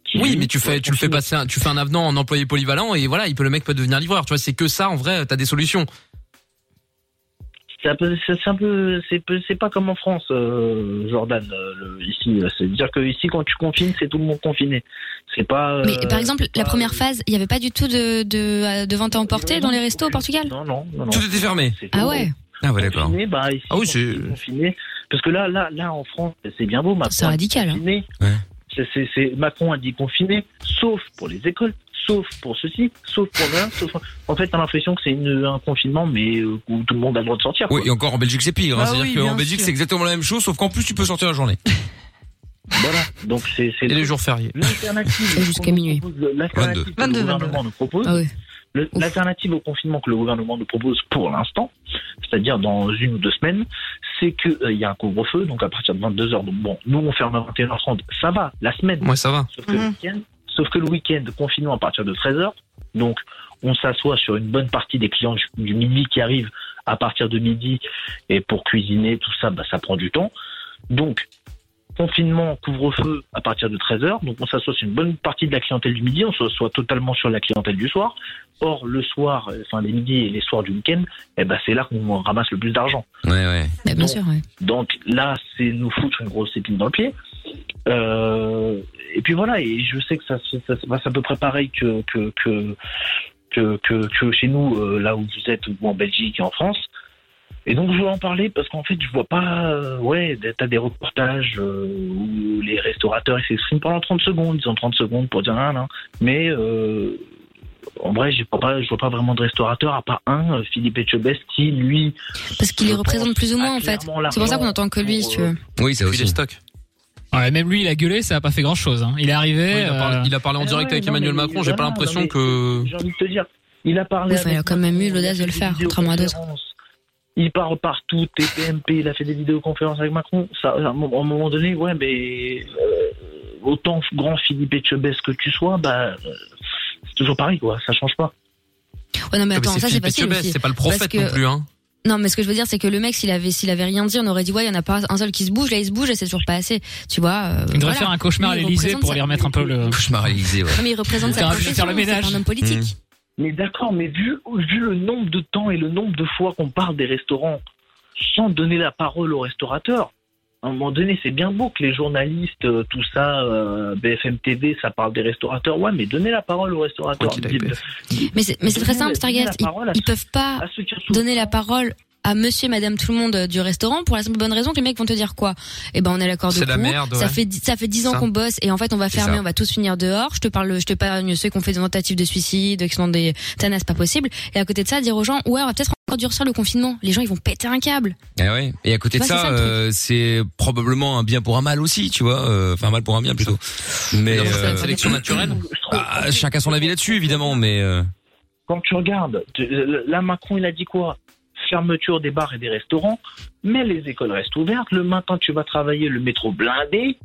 Speaker 13: Qui,
Speaker 7: Oui,
Speaker 13: lui,
Speaker 7: mais tu fais, tu le fais passer, un- tu fais un avenant en employé polyvalent et voilà, il peut le mec peut devenir livreur. Tu vois, c'est que ça en vrai. T'as des solutions.
Speaker 13: C'est un peu, c'est c'est un peu, c'est peu- c'est pas comme en France, euh, Jordan. euh, le- ici, euh, c'est-à-dire que ici, quand tu confines, c'est tout le monde confiné. C'est pas.
Speaker 5: Mais
Speaker 13: euh,
Speaker 5: par exemple, la
Speaker 13: pas-
Speaker 5: première phase, il n'y avait pas du tout de, de, de vente à emporter dans les restos au Portugal
Speaker 13: Non, non, non, non.
Speaker 1: Tout était fermé.
Speaker 5: Ah ouais
Speaker 1: Ah ouais, d'accord.
Speaker 13: Confiné, bah, ici,
Speaker 1: Ah oui,
Speaker 13: on-
Speaker 1: c'est-
Speaker 13: confiné. Parce que là, là, là, en France, c'est bien beau. Macron
Speaker 5: C'est
Speaker 13: a dit
Speaker 5: radical. hein.
Speaker 13: confiné. C'est- c'est- c'est- Macron a dit confiné, sauf pour les écoles, sauf pour ceci, sauf pour là, sauf. En fait, t'as l'impression que c'est une- un confinement, mais euh, où tout le monde a le droit de sortir.
Speaker 1: Oui,
Speaker 13: quoi.
Speaker 1: et encore en Belgique c'est pire. hein.
Speaker 13: Ah
Speaker 1: C'est-à-dire
Speaker 13: oui,
Speaker 1: qu'en
Speaker 13: bien
Speaker 1: Belgique
Speaker 13: sûr.
Speaker 1: c'est exactement la même chose, sauf qu'en plus tu peux sortir la journée.
Speaker 13: Voilà. Donc c'est et
Speaker 7: les jours fériés.
Speaker 13: L'alternative
Speaker 5: jusqu'à minuit. Ah
Speaker 13: L'alternative que le gouvernement nous propose, le- l'alternative au confinement que le gouvernement nous propose pour l'instant, c'est-à-dire dans une ou deux semaines, c'est qu'il y a un couvre-feu, donc à partir de 22h, donc bon, nous on ferme à 21h30, ça va, la semaine.
Speaker 7: Ouais, ça va.
Speaker 13: Sauf que,
Speaker 9: Mmh.
Speaker 8: Mhm.
Speaker 13: le, week-end, sauf que le week-end, confinement à partir de 13h, donc on s'assoit sur une bonne partie des clients du- du midi qui arrivent à partir de midi, et pour cuisiner, tout ça, bah, ça prend du temps. Donc, confinement, couvre-feu à partir de 13h. Donc on s'assoit sur une bonne partie de la clientèle du midi, on s'assoit totalement sur la clientèle du soir. Or, le soir, euh, enfin les midis et les soirs du week-end, eh ben, c'est là qu'on ramasse le plus d'argent.
Speaker 1: Ouais, ouais.
Speaker 5: Bah, bien sûr, ouais.
Speaker 13: Donc là, c'est nous foutre une grosse épine dans le pied. Euh, et puis voilà, et je sais que ça, se- ça, se passe à peu près pareil que, que, que, que, que, que chez nous, euh, là où vous êtes, ou en Belgique et en France. Et donc je voulais en parler parce qu'en fait je vois pas, euh, ouais, t'as des reportages euh, où les restaurateurs ils s'expriment pendant 30 secondes, ils ont 30 secondes pour dire rien, non. mais euh, en vrai je vois pas, je vois pas vraiment de restaurateur à part un, euh, Philippe Etchebest qui lui, euh,
Speaker 5: Parce qu'il les
Speaker 13: je pense,
Speaker 5: représente plus ou moins,
Speaker 13: a
Speaker 5: en fait.
Speaker 13: clairement Euh,
Speaker 5: C'est pour ça
Speaker 13: l'argent
Speaker 5: qu'on entend que lui, si tu veux.
Speaker 1: Oui, ça
Speaker 7: aussi. stocks.
Speaker 9: Ouais, même lui, il a gueulé, ça a pas fait grand chose. Il est arrivé.
Speaker 7: il, a
Speaker 9: euh,
Speaker 7: parlé, il a parlé en
Speaker 9: Ah
Speaker 7: direct
Speaker 9: ouais,
Speaker 7: avec
Speaker 9: non,
Speaker 7: Emmanuel
Speaker 9: mais
Speaker 7: Macron. J'ai pas
Speaker 9: voilà,
Speaker 7: l'impression
Speaker 9: non, mais-
Speaker 7: que.
Speaker 13: j'ai envie de te dire, il a parlé.
Speaker 5: Oui, enfin, il a quand même eu l'audace de le faire, contrairement à d'autres.
Speaker 13: il parle partout, TPMP, il a fait des vidéoconférences avec Macron. Ça, à un moment à un moment donné, ouais, mais euh, autant grand Philippe Etchebest que tu sois, bah, euh, c'est toujours pareil, quoi. Ça change pas.
Speaker 5: Ouais, non, mais
Speaker 13: Ah, mais
Speaker 5: attends,
Speaker 13: c'est
Speaker 5: ça c'est
Speaker 13: Philippe
Speaker 5: facile.
Speaker 13: Etchebest,
Speaker 5: aussi.
Speaker 13: c'est pas le prophète
Speaker 5: Parce
Speaker 13: non plus,
Speaker 7: hein.
Speaker 5: Non, mais ce que je veux dire, c'est que le mec, s'il avait, s'il avait rien dit, on aurait dit, ouais, il y en a pas un seul qui se bouge, là, il se bouge et c'est toujours pas assez. Tu vois. euh,
Speaker 9: Il devrait
Speaker 5: voilà.
Speaker 9: faire un cauchemar à
Speaker 5: Lui, il
Speaker 9: l'Elysée
Speaker 5: représente
Speaker 9: pour
Speaker 5: sa-
Speaker 9: les remettre un peu le.
Speaker 1: Cauchemar à l'Elysée, ouais.
Speaker 5: Non, mais il représente sa
Speaker 9: Faire- faire
Speaker 5: profession,
Speaker 9: le
Speaker 5: c'est
Speaker 9: ménage.
Speaker 5: un homme politique.
Speaker 13: Mmh. Mais d'accord, mais vu, vu le nombre de temps et le nombre de fois qu'on parle des restaurants sans donner la parole aux restaurateurs, à un moment donné, c'est bien beau que les journalistes, euh, tout ça, euh, BFM TV, ça parle des restaurateurs. Ouais, mais donnez la parole aux restaurateurs.
Speaker 5: Mais c'est mais c'est très simple, Stargate. Ils, ils peuvent pas donner la parole à monsieur et madame tout le monde euh, du restaurant pour la simple bonne raison que les mecs vont te dire quoi Eh ben on est l'accord de
Speaker 7: C'est la
Speaker 5: Kourou,
Speaker 7: merde,
Speaker 5: ça
Speaker 7: ouais.
Speaker 5: fait dix- ça fait 10 ans
Speaker 7: Ça.
Speaker 5: qu'on bosse et en fait on va
Speaker 7: C'est
Speaker 5: fermer,
Speaker 7: ça.
Speaker 5: on va tous finir dehors. Je te parle je te parle ceux qui ont fait des tentatives de suicide, qui sont dans des tanas pas possible et à côté de ça dire aux gens ouais, on va peut-être durcir le confinement. Les gens, ils vont péter un câble.
Speaker 1: Eh ouais. Et à côté de
Speaker 5: Ouais, c'est
Speaker 1: ça,
Speaker 5: ça, le truc.
Speaker 1: euh, c'est probablement un bien pour un mal aussi, tu vois. euh, Enfin, un mal pour un bien plutôt. Mais
Speaker 7: Non, c'est
Speaker 1: euh,
Speaker 7: une sélection naturelle.
Speaker 1: Ah, chacun son avis là-dessus, évidemment. Mais euh,
Speaker 13: Quand tu regardes, tu- là Macron il a dit quoi Fermeture des bars et des restaurants, mais les écoles restent ouvertes. Le matin tu vas travailler, le métro blindé.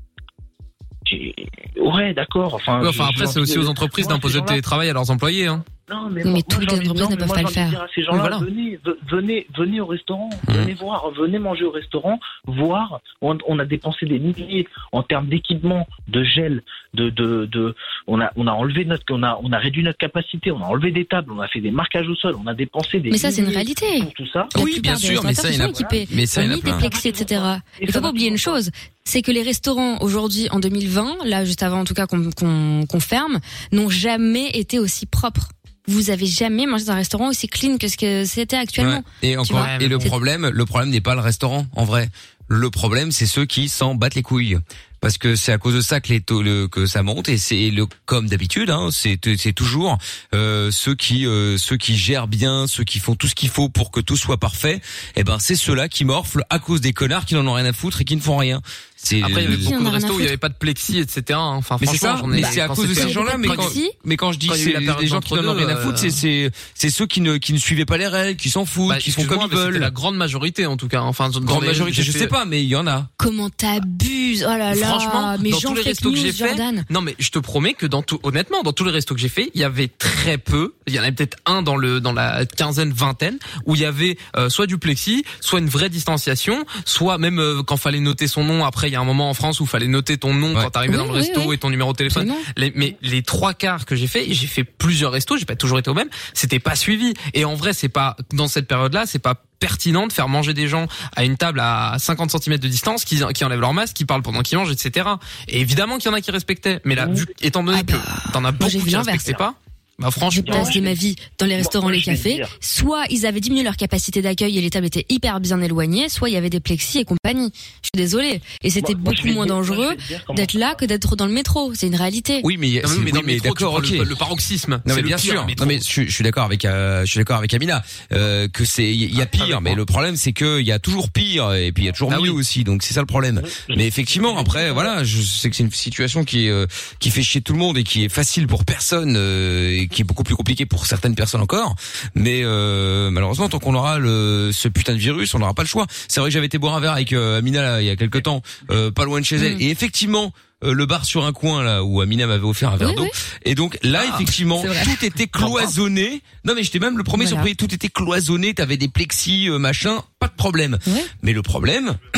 Speaker 13: Tu- Ouais, d'accord. Enfin,
Speaker 7: Ouais, enfin,
Speaker 13: je-
Speaker 7: après,
Speaker 13: j'ai
Speaker 7: c'est
Speaker 13: envie
Speaker 7: aussi
Speaker 13: de-
Speaker 7: aux entreprises
Speaker 13: Moi,
Speaker 7: d'imposer
Speaker 13: ces
Speaker 7: le
Speaker 13: gens-là-
Speaker 7: télétravail à leurs employés. Hein.
Speaker 13: Non, Ah,
Speaker 5: Oui,
Speaker 13: mais, moi-
Speaker 5: mais toutes
Speaker 13: moi,
Speaker 5: les
Speaker 13: j'ai envie de-
Speaker 5: entreprises ne
Speaker 13: non, mais
Speaker 5: peuvent
Speaker 13: moi,
Speaker 5: pas le
Speaker 13: j'ai envie de
Speaker 5: faire.
Speaker 13: dire à ces gens-là,
Speaker 5: Oui, voilà. Mmh.
Speaker 13: venez, ve- venez, venez au restaurant, venez voir, venez manger au restaurant, voir. On, on a dépensé des milliers en termes d'équipement, de gel, de, de, de- on a, on a enlevé notre, on a, on a réduit notre capacité, on a enlevé des tables, on a fait des marquages au sol, on a dépensé des.
Speaker 5: Mais ça, c'est une
Speaker 13: milliers
Speaker 5: réalité.
Speaker 13: Pour tout ça.
Speaker 5: La plupart des restaurateurs sont équipés,
Speaker 1: Mais ça,
Speaker 5: ont
Speaker 1: il y en a
Speaker 5: mis
Speaker 1: plein.
Speaker 5: des plexis, etc. Il faut pas oublier une chose, c'est que les restaurants aujourd'hui, en 2020, là juste avant en tout cas qu'on qu'on- qu'on ferme, n'ont jamais été aussi propres. Vous avez jamais mangé dans un restaurant aussi clean que ce que c'était actuellement.
Speaker 1: ouais. et
Speaker 5: Tu
Speaker 1: encore,
Speaker 5: vois
Speaker 1: et le
Speaker 5: C'est-
Speaker 1: problème, le problème n'est pas le restaurant, en vrai. Le problème, c'est ceux qui s'en battent les couilles. Parce que c'est à cause de ça que les taux, le- que ça monte et c'est le comme d'habitude hein, c'est c'est toujours euh, ceux qui euh, ceux qui gèrent bien ceux qui font tout ce qu'il faut pour que tout soit parfait et ben c'est ceux-là qui morflent à cause des connards qui n'en ont rien à foutre et qui ne font rien c'est
Speaker 7: Après, il y avait beaucoup de restos où il n'y
Speaker 1: y
Speaker 7: avait pas de plexi, etc. Enfin,
Speaker 1: mais c'est
Speaker 7: franchement,
Speaker 1: ça.
Speaker 7: j'en ai-
Speaker 1: Mais c'est à
Speaker 7: quand
Speaker 1: cause de
Speaker 7: c'était-
Speaker 1: ces gens-là. Mais quand,
Speaker 7: Plexi,
Speaker 1: mais quand je dis
Speaker 7: quand il y a eu
Speaker 1: c'est
Speaker 7: la période
Speaker 1: des gens qui n'en ont rien à
Speaker 7: d'entre-deux, euh,
Speaker 1: foutre, c'est c'est c'est ceux qui ne qui ne suivaient pas les règles, qui s'en foutent,
Speaker 7: Bah,
Speaker 1: qui font comme
Speaker 7: excuse-moi,
Speaker 1: ils
Speaker 7: mais c'était
Speaker 1: veulent.
Speaker 7: la grande majorité, en tout cas. hein. Enfin, dans
Speaker 1: Grande
Speaker 7: les-
Speaker 1: majorité,
Speaker 7: j'ai
Speaker 1: je
Speaker 7: fait-
Speaker 1: sais pas, mais il y en a.
Speaker 5: Comment t'abuses Oh là là,
Speaker 7: Franchement,
Speaker 5: mais
Speaker 7: dans
Speaker 5: Jean
Speaker 7: tous les
Speaker 5: fake
Speaker 7: restos que
Speaker 5: news,
Speaker 7: j'ai fait,
Speaker 5: Jordan.
Speaker 7: non mais je te promets que dans tout, honnêtement, dans tous les restos que j'ai fait, il y avait très peu. Il y en avait peut-être un dans le dans la quinzaine, vingtaine, où il y avait euh, soit du plexi, soit une vraie distanciation, soit même euh, quand fallait noter son nom. Après, il y a un moment en France où fallait noter ton nom quand t'arrivais dans le
Speaker 1: Oui, oui,
Speaker 7: resto
Speaker 1: oui.
Speaker 7: et ton numéro de téléphone.
Speaker 1: Absolument.
Speaker 7: Les- mais les trois quarts que j'ai fait, et j'ai fait plusieurs restos, j'ai pas toujours été au même, c'était pas suivi. Et en vrai, c'est pas dans cette période-là, c'est pas pertinent de faire manger des gens à une table à 50 cm de distance, qui, qui enlèvent leur masque, qui parlent pendant qu'ils mangent, etc. Et évidemment qu'il y en a qui respectaient, mais là, vu, étant donné que t'en as beaucoup
Speaker 5: vu
Speaker 7: qui
Speaker 5: l'inverse.
Speaker 7: respectaient pas, bah
Speaker 5: Je
Speaker 7: franchement,
Speaker 5: passe de ma vie dans les restaurants, les
Speaker 7: je vais te
Speaker 5: cafés.
Speaker 7: dire.
Speaker 5: Soit ils avaient diminué leur capacité d'accueil et les tables étaient hyper bien éloignées, soit il y avait des plexis et compagnie. Je suis désolée. Et c'était
Speaker 7: Moi- moi, je
Speaker 5: beaucoup
Speaker 7: vais
Speaker 5: moins
Speaker 7: dire- moi, je vais
Speaker 5: dangereux
Speaker 7: te dire comment
Speaker 5: d'être là que d'être dans le métro. C'est une réalité.
Speaker 1: Oui, mais
Speaker 7: Non, mais
Speaker 1: c'est-
Speaker 7: dans le
Speaker 1: oui, mais
Speaker 7: métro, tu
Speaker 1: d'accord,
Speaker 7: prends
Speaker 1: ok.
Speaker 7: le- le paroxysme.
Speaker 1: Non
Speaker 7: C'est
Speaker 1: mais
Speaker 7: le
Speaker 1: bien
Speaker 7: pire,
Speaker 1: sûr.
Speaker 7: mais
Speaker 1: Non mais je, suis- je suis d'accord avec euh, je suis d'accord avec Amina euh, que c'est il y-
Speaker 7: Ah,
Speaker 1: il y a pire mais le problème c'est que il y a toujours pire et puis il y a toujours mieux aussi donc c'est ça le problème. Mais effectivement après voilà, je sais que c'est une situation qui est, euh, qui fait chier tout le monde et qui est facile pour personne euh, et qui est beaucoup plus compliquée pour certaines personnes encore mais euh, malheureusement tant qu'on aura le ce putain de virus, on n'aura pas le choix. C'est vrai que j'avais été boire un verre avec euh, Amina là, il y a quelques temps euh, pas loin de chez
Speaker 7: Mm.
Speaker 1: elle et effectivement euh, le bar sur un coin là où Amina m'avait offert un verre
Speaker 7: Oui,
Speaker 1: d'eau
Speaker 7: oui.
Speaker 1: et donc là
Speaker 7: Ah,
Speaker 1: effectivement
Speaker 7: c'est vrai.
Speaker 1: tout était cloisonné non mais j'étais même le premier
Speaker 7: Voilà.
Speaker 1: surpris tout était cloisonné t'avais des plexis euh, machin pas de problème mais le problème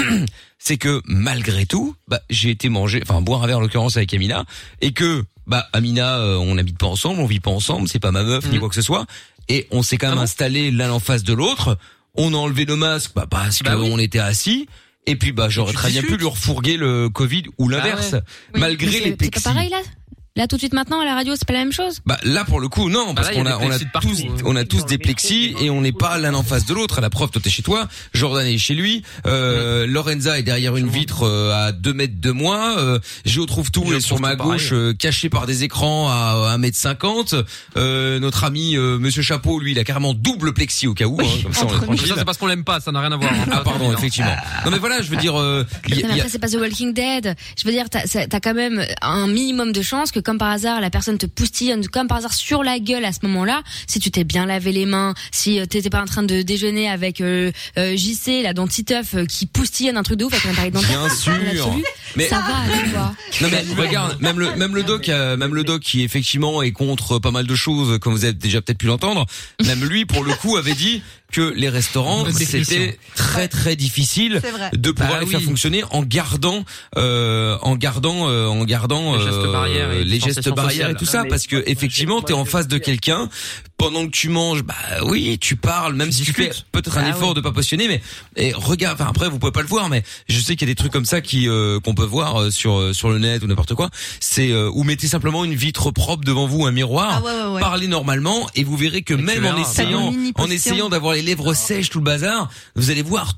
Speaker 1: c'est que malgré tout bah j'ai été manger enfin boire un verre en l'occurrence avec Amina et que bah Amina euh, on n'habite pas ensemble on vit pas ensemble c'est pas ma meuf
Speaker 5: Mm.
Speaker 1: ni quoi que ce soit et on s'est quand
Speaker 5: Ah
Speaker 1: même installés l'un en face de l'autre on a enlevé nos masques bah parce que on était assis et puis bah j'aurais très bien pu lui refourguer le Covid ou l'inverse
Speaker 5: Ah ouais.
Speaker 1: malgré
Speaker 5: Mais c'est-
Speaker 1: les
Speaker 5: C'est pas
Speaker 1: plexis
Speaker 5: pareil là Là tout de suite maintenant à la radio, c'est pas la même chose
Speaker 1: bah là pour le coup non parce
Speaker 7: là, il y
Speaker 1: qu'on
Speaker 7: a
Speaker 1: a
Speaker 7: des
Speaker 1: on a
Speaker 7: plexis
Speaker 1: tous
Speaker 7: de partout, hein.
Speaker 1: on a tous des plexis et on n'est pas l'un en face de l'autre. À la preuve, toi t'es chez toi, Jordan est chez lui, euh, Lorenza est derrière une vitre euh, à deux mètres de moi, euh, Géo trouve tout est sur ma gauche euh, caché par des écrans à 1 mètre 50 Euh, Notre ami euh, Monsieur Chapeau, lui, il a carrément double plexi au cas où. hein, comme ça, on est tranquille.
Speaker 7: Ça, c'est parce qu'on l'aime pas, ça n'a rien à voir.
Speaker 1: Ah pardon, effectivement. Non mais voilà, je veux dire. euh, il y
Speaker 5: Non,
Speaker 1: a-
Speaker 5: mais
Speaker 1: il y a-
Speaker 5: après, c'est pas The Walking Dead. Je veux dire, t'as ça- t'as quand même un minimum de chance que, comme par hasard, la personne te poustillonne, comme par hasard, sur la gueule à ce moment-là. Si tu t'es bien lavé les mains, si euh, t'étais pas en train de déjeuner avec euh, euh, JC, la dent Titeuf, euh, qui poustillonne un truc de ouf avec un appareil dentaire. Ah,
Speaker 1: Bien sûr. Mais-
Speaker 5: Mais... Ça va, tu vois.
Speaker 1: Non mais regarde, même le même le doc, euh, même le doc qui effectivement est contre pas mal de choses, comme vous avez déjà peut-être pu l'entendre, même lui pour le coup avait dit que les restaurants
Speaker 7: Bonne définition.
Speaker 1: c'était très très difficile
Speaker 7: C'est vrai.
Speaker 1: de pouvoir
Speaker 7: Bah
Speaker 1: les faire
Speaker 7: oui.
Speaker 1: fonctionner en gardant euh, en gardant euh, en gardant
Speaker 7: Les gestes
Speaker 1: euh,
Speaker 7: barrières et
Speaker 1: les gestes
Speaker 7: distanciation
Speaker 1: barrières et
Speaker 7: sociale.
Speaker 1: tout
Speaker 7: Non,
Speaker 1: ça
Speaker 7: mais
Speaker 1: parce que effectivement t'es en face de quelqu'un pendant que tu manges bah oui tu parles même si tu fais peut-être un
Speaker 7: Ah
Speaker 1: effort
Speaker 7: ouais.
Speaker 1: de pas positionner mais et regarde enfin après vous pouvez pas le voir mais je sais qu'il y a des trucs comme ça qui euh, qu'on peut voir euh, sur euh, sur le net ou n'importe quoi c'est euh, ou mettez simplement une vitre propre devant vous un
Speaker 5: Ah
Speaker 1: miroir
Speaker 7: ouais, ouais, ouais.
Speaker 1: parlez normalement et vous verrez que même en
Speaker 7: verras,
Speaker 1: essayant
Speaker 7: bah oui.
Speaker 1: en essayant d'avoir les lèvres
Speaker 5: Ah.
Speaker 1: sèches tout le bazar vous allez voir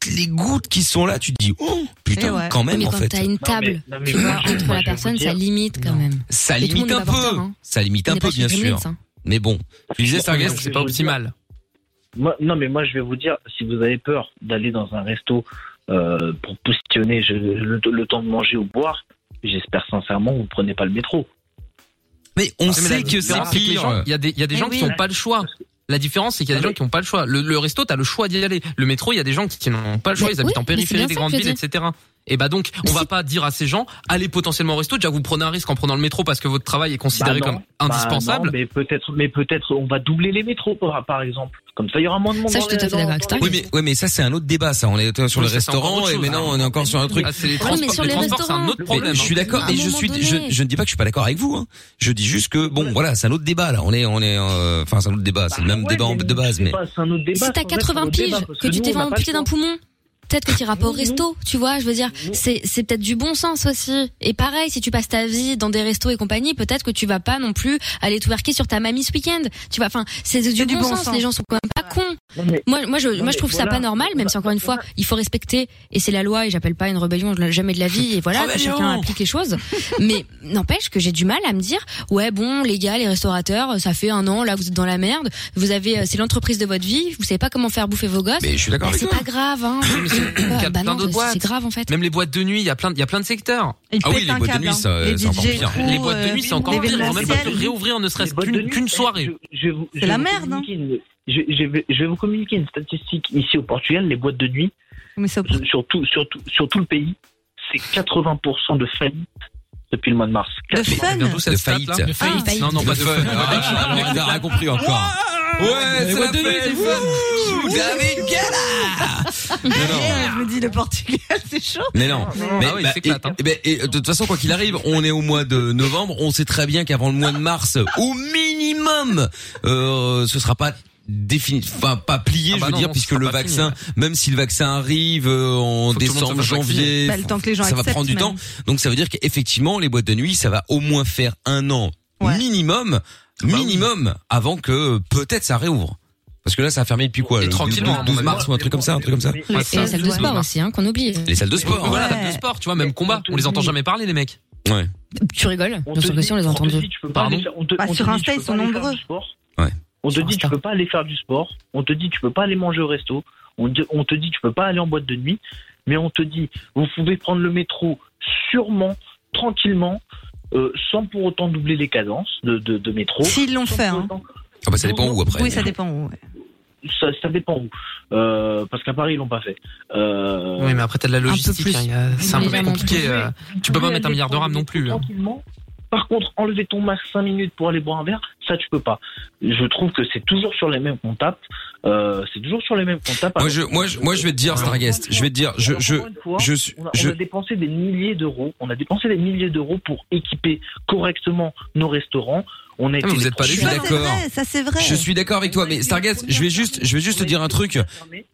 Speaker 1: toutes les gouttes qui sont là tu te dis oh
Speaker 5: Et
Speaker 1: putain
Speaker 5: Eh ouais.
Speaker 1: quand même
Speaker 5: Mais
Speaker 1: en
Speaker 5: quand
Speaker 1: fait
Speaker 5: t'as une table, tu vois, entre la personne, ça limite quand même.
Speaker 1: ça
Speaker 5: Et tout le monde
Speaker 1: limite un
Speaker 5: n'est pas
Speaker 1: peu
Speaker 5: porteur, hein.
Speaker 1: ça limite
Speaker 5: On
Speaker 1: un
Speaker 5: n'est pas
Speaker 1: peu
Speaker 5: chez
Speaker 1: bien
Speaker 5: Gremlins,
Speaker 1: sûr
Speaker 5: hein.
Speaker 1: mais bon tu disais Sargast
Speaker 7: c'est pas optimal.
Speaker 13: Moi- non, mais moi, je vais vous dire, si vous avez peur d'aller dans un resto euh, pour positionner je- le, le temps de manger ou boire, j'espère sincèrement que vous prenez pas le métro.
Speaker 1: Mais
Speaker 7: Ah,
Speaker 1: on
Speaker 7: Mais la
Speaker 1: sait que c'est
Speaker 7: différence, que les gens-
Speaker 1: pire.
Speaker 7: Il y a des, il y a
Speaker 5: Eh
Speaker 7: des
Speaker 1: Mais
Speaker 7: gens
Speaker 1: oui.
Speaker 7: qui n'ont pas le choix. La différence, c'est qu'il y a
Speaker 5: Ah
Speaker 7: des gens qui n'ont pas le choix. Le, le resto, t'as le choix d'y aller. Le métro, il y a des gens qui, qui n'ont pas le choix.
Speaker 5: Mais
Speaker 7: ils habitent
Speaker 5: oui,
Speaker 7: en
Speaker 5: mais c'est bien
Speaker 7: périphérie
Speaker 5: ça
Speaker 7: des
Speaker 5: que
Speaker 7: grandes
Speaker 5: je
Speaker 7: villes,
Speaker 5: dis.
Speaker 7: etc. Et bah donc, on va pas dire à ces gens, allez potentiellement au resto. Déjà, vous prenez un risque en prenant le métro parce que votre travail est considéré
Speaker 13: Bah non,
Speaker 7: comme indispensable.
Speaker 13: bah non, mais peut-être, mais peut-être, on va doubler les métros, par par exemple. Comme ça, il y aura moins de monde.
Speaker 5: Ça, je
Speaker 13: dans
Speaker 5: suis
Speaker 13: les-
Speaker 5: tout à fait
Speaker 13: dans-
Speaker 5: d'accord avec toi.
Speaker 13: dans les-
Speaker 1: Oui mais, oui, mais ça c'est un autre débat ça. On est euh, sur
Speaker 7: Oui,
Speaker 1: le
Speaker 7: ça, c'est encore
Speaker 1: restaurant
Speaker 7: autre
Speaker 1: et
Speaker 7: chose.
Speaker 1: maintenant on est encore sur un truc.
Speaker 7: Ah, c'est les
Speaker 1: Mais-
Speaker 7: trans-
Speaker 5: mais sur
Speaker 7: les
Speaker 5: les
Speaker 7: transports, c'est un
Speaker 5: restaurants.
Speaker 7: autre problème.
Speaker 1: je suis
Speaker 7: hein.
Speaker 1: d'accord
Speaker 5: À un
Speaker 1: mais je
Speaker 5: moment
Speaker 1: suis
Speaker 5: donné.
Speaker 1: je, je ne dis pas que je suis pas d'accord avec vous hein. Je dis juste que bon voilà, c'est un autre débat là. On est on est euh, enfin c'est un autre débat, c'est le même débat en- de base
Speaker 13: C'est
Speaker 1: mais
Speaker 13: pas- c'est un autre débat.
Speaker 5: si t'as
Speaker 13: en fait, c'est un
Speaker 5: 80
Speaker 13: autre
Speaker 5: piges,
Speaker 13: débat, parce
Speaker 5: que tu
Speaker 13: nous,
Speaker 5: t'es
Speaker 13: on n'a
Speaker 5: vraiment
Speaker 13: pas le
Speaker 5: amputé d'un
Speaker 13: choix.
Speaker 5: poumon, peut-être que t'iras pas au resto, tu vois, je veux dire, c'est, c'est peut-être du bon sens aussi. Et pareil, si tu passes ta vie dans des restos et compagnie, peut-être que tu vas pas non plus aller twerker sur ta mamie ce week-end. Tu vois, enfin, c'est du, bon, sens. les gens sont quand même pas cons. moi, moi, je,
Speaker 13: non,
Speaker 5: moi,
Speaker 13: mais
Speaker 5: je trouve
Speaker 13: voilà.
Speaker 5: ça pas normal, même si encore une fois, il faut respecter, et c'est la loi, et j'appelle pas une rébellion, je l'ai jamais de la vie, et voilà, que
Speaker 10: Rébellion.
Speaker 5: chacun applique les choses. Mais n'empêche que j'ai du mal à me dire, ouais, bon, les gars, les restaurateurs, ça fait un an, là, vous êtes dans la merde, vous avez, euh, c'est l'entreprise de votre vie, vous savez pas comment faire bouffer vos gosses.
Speaker 1: Mais je suis d'accord
Speaker 5: Bah,
Speaker 1: avec
Speaker 5: C'est
Speaker 1: toi.
Speaker 5: pas grave, hein.
Speaker 7: Il y
Speaker 5: bah, bah
Speaker 7: a plein
Speaker 5: non,
Speaker 7: d'autres
Speaker 5: c'est-
Speaker 7: boîtes.
Speaker 5: c'est grave, en fait.
Speaker 7: Même les boîtes de nuit, il y a plein, il y a plein de secteurs.
Speaker 5: Ils Ah oui, pètent les un boîtes de câble, nuit, hein. ça, Les c'est encore DJ pire. crew,
Speaker 7: Les boîtes de nuit, c'est
Speaker 5: euh,
Speaker 7: encore
Speaker 5: les
Speaker 7: pire. Ils vont même pas te
Speaker 5: événementiels.
Speaker 7: réouvrir ne serait-ce
Speaker 13: Les boîtes de
Speaker 7: qu'une
Speaker 13: nuit,
Speaker 7: qu'une soirée.
Speaker 13: Je, vais vous-
Speaker 7: C'est
Speaker 13: je vais
Speaker 7: la
Speaker 13: vous
Speaker 7: merde, hein.
Speaker 13: communiquer une- Je, je vais, je vais vous communiquer une statistique ici au Portugal, les boîtes de nuit, sur, tout, sur, tout, sur tout le pays, c'est 80% de faillite depuis le mois de mars.
Speaker 1: De fun
Speaker 13: Bientôt, ça
Speaker 1: De
Speaker 13: se tape,
Speaker 1: faillite.
Speaker 13: là.
Speaker 1: De faillite. Ah.
Speaker 7: Non, non, pas de fun.
Speaker 1: Ah, le mec n'a rien compris encore. Ah, Ouais, c'est la fête. Ouh, David Guetta. Mais non.
Speaker 4: Je me dis, le Portugal, c'est chaud.
Speaker 1: Mais non.
Speaker 7: Ah
Speaker 1: Mais bah, et-
Speaker 7: hein.
Speaker 1: et ben, et, euh, de toute façon, quoi qu'il arrive, on est au mois de novembre. On sait très bien qu'avant le mois de mars, au minimum, euh, ce sera pas défini, enfin pas
Speaker 7: Ah
Speaker 1: plié,
Speaker 7: bah
Speaker 1: je veux
Speaker 7: non,
Speaker 1: dire,
Speaker 7: non, ce
Speaker 1: puisque
Speaker 7: sera
Speaker 1: le
Speaker 7: pas fini,
Speaker 1: vaccin, même si le vaccin arrive euh, en
Speaker 7: Faut que tout le monde
Speaker 1: décembre,
Speaker 7: se fasse vacciner.
Speaker 1: janvier,
Speaker 4: Bah, le temps que les gens
Speaker 1: ça va
Speaker 4: acceptent,
Speaker 1: prendre du
Speaker 4: même.
Speaker 1: temps. Donc ça veut dire qu'effectivement, les boîtes de nuit, ça va au moins faire un an
Speaker 7: Bah
Speaker 1: minimum, minimum, avant que euh, peut-être ça réouvre. Parce que là, ça a fermé depuis quoi le
Speaker 7: tranquillement, à mon
Speaker 1: 12
Speaker 7: avis.
Speaker 1: mars ou un truc comme ça, un truc comme Ah,
Speaker 5: Et
Speaker 1: ça.
Speaker 5: les salles de sport aussi, hein, qu'on oublie.
Speaker 1: Les salles de sport.
Speaker 7: Voilà, la salle de sport, tu vois, même combat. On les entend jamais parler, les mecs.
Speaker 1: Ouais.
Speaker 5: Tu rigoles Bien sûr que si, on les a entendus.
Speaker 13: Pardon on te-
Speaker 4: Bah,
Speaker 13: on te
Speaker 4: sur
Speaker 13: dit,
Speaker 4: Insta,
Speaker 13: tu
Speaker 4: ils
Speaker 13: peux
Speaker 4: sont
Speaker 13: pas aller faire
Speaker 4: nombreux.
Speaker 13: du sport. On te dit tu peux pas aller faire du sport. On te dit tu peux pas aller manger au resto. On te, on te dit tu peux pas aller en boîte de nuit. Mais on te dit vous pouvez prendre le métro sûrement, tranquillement, euh, sans pour autant doubler les cadences de, de, de métro.
Speaker 4: S'ils l'ont fait, hein.
Speaker 1: Ah bah ça dépend où après.
Speaker 4: Oui, ça dépend où. ouais.
Speaker 13: Ça, ça dépend où. Euh, parce qu'à Paris ils l'ont pas fait. Euh,
Speaker 7: Oui, mais après, t'as de la logistique. hein, il y a- C'est un peu
Speaker 13: Légèrement
Speaker 7: compliqué.
Speaker 13: plus.
Speaker 7: euh, Tu peux pas mettre un milliard de RAM non plus. hein.
Speaker 13: Tranquillement. Par contre, enlever ton masque 5 minutes pour aller boire un verre, ça tu peux pas. Je trouve que c'est toujours sur les mêmes qu'on tape. Euh, c'est toujours sur les mêmes qu'on tape.
Speaker 1: Moi je, moi je, moi je vais te dire Starguest. Je vais te dire, je, je,
Speaker 13: Fois,
Speaker 1: je, suis-
Speaker 13: on, a, on
Speaker 1: je,
Speaker 13: a dépensé des milliers d'euros. On a dépensé des milliers d'euros pour équiper correctement nos restaurants.
Speaker 7: Ah,
Speaker 13: On a été
Speaker 1: mais vous
Speaker 13: les
Speaker 1: êtes pas
Speaker 13: premiers-
Speaker 1: Je suis
Speaker 4: Ça, c'est
Speaker 1: d'accord.
Speaker 4: vrai, Eh, Ça, c'est vrai.
Speaker 1: Je suis d'accord avec toi, mais Stargaz, je vais juste, je vais juste te dire un truc.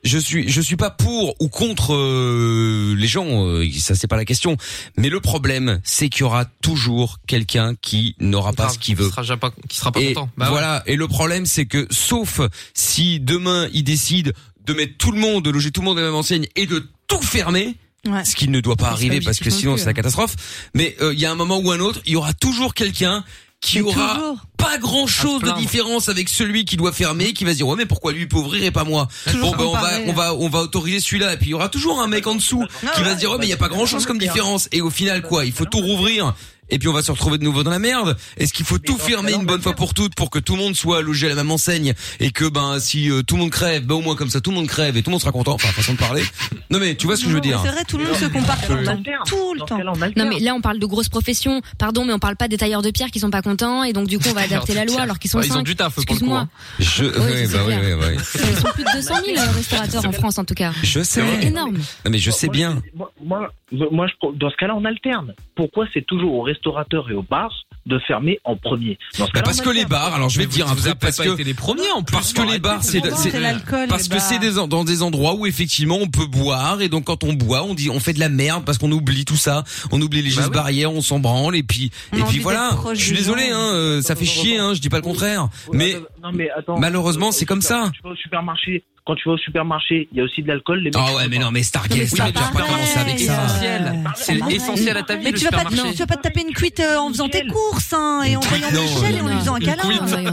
Speaker 1: Je suis, je suis pas pour ou contre euh, les gens, euh, ça c'est pas la question. Mais le problème, c'est qu'il y aura toujours quelqu'un qui n'aura pas
Speaker 7: Grave,
Speaker 1: ce qu'il veut.
Speaker 7: Qui sera jamais pas- qui sera pas
Speaker 1: et
Speaker 7: content. Bah ouais.
Speaker 1: voilà. Et le problème, c'est que sauf si demain il décide de mettre tout le monde, de loger tout le monde à la même enseigne et de tout fermer. Ce qui ne doit pas arriver parce que euh,
Speaker 7: objectif non
Speaker 1: sinon
Speaker 7: plus,
Speaker 1: c'est la
Speaker 7: hein.
Speaker 1: catastrophe. Mais euh, il y a un moment ou un autre, il y aura toujours quelqu'un qui aura pas grand chose de différence avec celui qui doit fermer, qui va se dire ouais mais pourquoi lui peut ouvrir et pas moi Bon
Speaker 7: Toujours
Speaker 1: ben on va
Speaker 7: comparé,
Speaker 1: on va on va autoriser celui-là et puis il y aura toujours un mec en dessous qui va se dire ouais mais il y a pas grand chose comme différence et au final quoi il faut tout rouvrir et puis on va se retrouver de nouveau dans la merde. Est-ce qu'il faut tout fermer une bonne fois pour toutes pour que tout le monde soit logé à la même enseigne et que ben si euh, tout le monde crève, ben au moins comme ça tout le monde crève et tout le monde sera content. Enfin façon de parler. Non mais tu vois ce que je veux dire.
Speaker 4: C'est vrai, tout le monde se compare tout le temps. Tout le temps.
Speaker 5: Non mais là on parle de grosses professions, pardon mais on parle pas des tailleurs de pierre qui sont pas contents et donc du coup on va adapter la loi alors qu'ils sont
Speaker 1: Bah,
Speaker 7: Ouais, Bah, Ils ont
Speaker 5: cinq.
Speaker 7: du taf pour le coup.
Speaker 5: Excuse-moi.
Speaker 7: hein.
Speaker 1: Je oui, bah oui, oui, oui.
Speaker 5: Ils sont plus de 200 000 restaurateurs en France en tout cas.
Speaker 1: Je sais.
Speaker 5: C'est énorme.
Speaker 1: Non, mais je sais bien.
Speaker 13: Moi, moi, moi, je pro- dans ce cas-là, on alterne. Pourquoi c'est toujours aux restaurateurs et aux bars de fermer en premier Dans ce
Speaker 1: Bah
Speaker 13: cas-là,
Speaker 1: parce
Speaker 13: on
Speaker 1: que les
Speaker 13: alterne.
Speaker 1: bars, alors je vais
Speaker 7: Mais
Speaker 1: te dire
Speaker 7: vous-
Speaker 1: un
Speaker 7: vous
Speaker 1: truc
Speaker 7: avez
Speaker 1: parce
Speaker 7: pas
Speaker 1: que
Speaker 7: été les premiers, en plus.
Speaker 1: parce que les
Speaker 7: Arrêtez,
Speaker 1: bars c'est
Speaker 7: c'est bon, c'est l'alcool,
Speaker 1: parce
Speaker 7: les
Speaker 1: que
Speaker 7: bars.
Speaker 1: c'est des dans des endroits où effectivement on peut boire et donc quand on boit on dit on fait de la merde parce qu'on oublie tout ça, on oublie
Speaker 7: Bah
Speaker 1: les gestes barrières, on s'en branle et puis
Speaker 13: On
Speaker 1: et
Speaker 13: a envie
Speaker 1: puis
Speaker 13: d'être
Speaker 1: voilà.
Speaker 13: proche
Speaker 1: Je suis
Speaker 13: des gens.
Speaker 1: désolé hein, euh, ça fait chier hein, je dis pas le contraire, mais
Speaker 7: bah,
Speaker 13: Non, mais attends,
Speaker 1: malheureusement
Speaker 13: au
Speaker 1: c'est comme
Speaker 13: super-
Speaker 1: ça.
Speaker 13: Tu vas au supermarché, Quand tu vas au supermarché, il y a aussi de l'alcool. les mecs,
Speaker 1: Ah
Speaker 13: ils
Speaker 1: ouais,
Speaker 13: sont
Speaker 1: mais
Speaker 13: pas.
Speaker 1: non, mais Stargate,
Speaker 13: Oui, mais
Speaker 1: tu vas pas
Speaker 13: pareil,
Speaker 1: commencer avec
Speaker 13: c'est
Speaker 1: ça.
Speaker 13: essentiel.
Speaker 7: C'est essentiel à ta
Speaker 4: Bah
Speaker 7: vie.
Speaker 4: Mais
Speaker 7: le
Speaker 4: tu vas, pas te,
Speaker 7: supermarché.
Speaker 4: tu vas pas te taper une cuite euh, en faisant tes courses hein, et en voyant
Speaker 13: Non,
Speaker 4: Michel et en lui faisant un
Speaker 13: le
Speaker 4: câlin.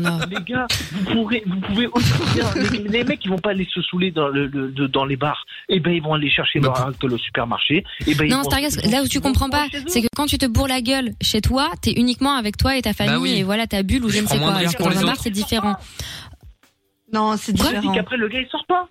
Speaker 4: hein.
Speaker 13: quid. Les gars, vous pourrez, vous pouvez aussi bien. les, les mecs, ils vont pas aller se saouler dans, le, le- de- dans les bars. Eh ben, ils vont aller chercher leur alcool au supermarché. Eh ben, ils
Speaker 5: Non,
Speaker 13: vont-
Speaker 5: Stargaz, là où tu comprends pas, c'est que quand tu te bourres la gueule chez toi, t'es uniquement avec toi et ta famille
Speaker 13: oui.
Speaker 5: et voilà ta bulle ou je
Speaker 13: Je
Speaker 5: ne sais
Speaker 13: prends moins
Speaker 5: quoi.
Speaker 13: de
Speaker 5: Alors
Speaker 13: risques
Speaker 5: qu'en
Speaker 13: pour les
Speaker 5: bar,
Speaker 13: autres.
Speaker 5: c'est différent.
Speaker 4: Non, c'est
Speaker 13: différent. Tu dis qu'après, le gars, il sort pas.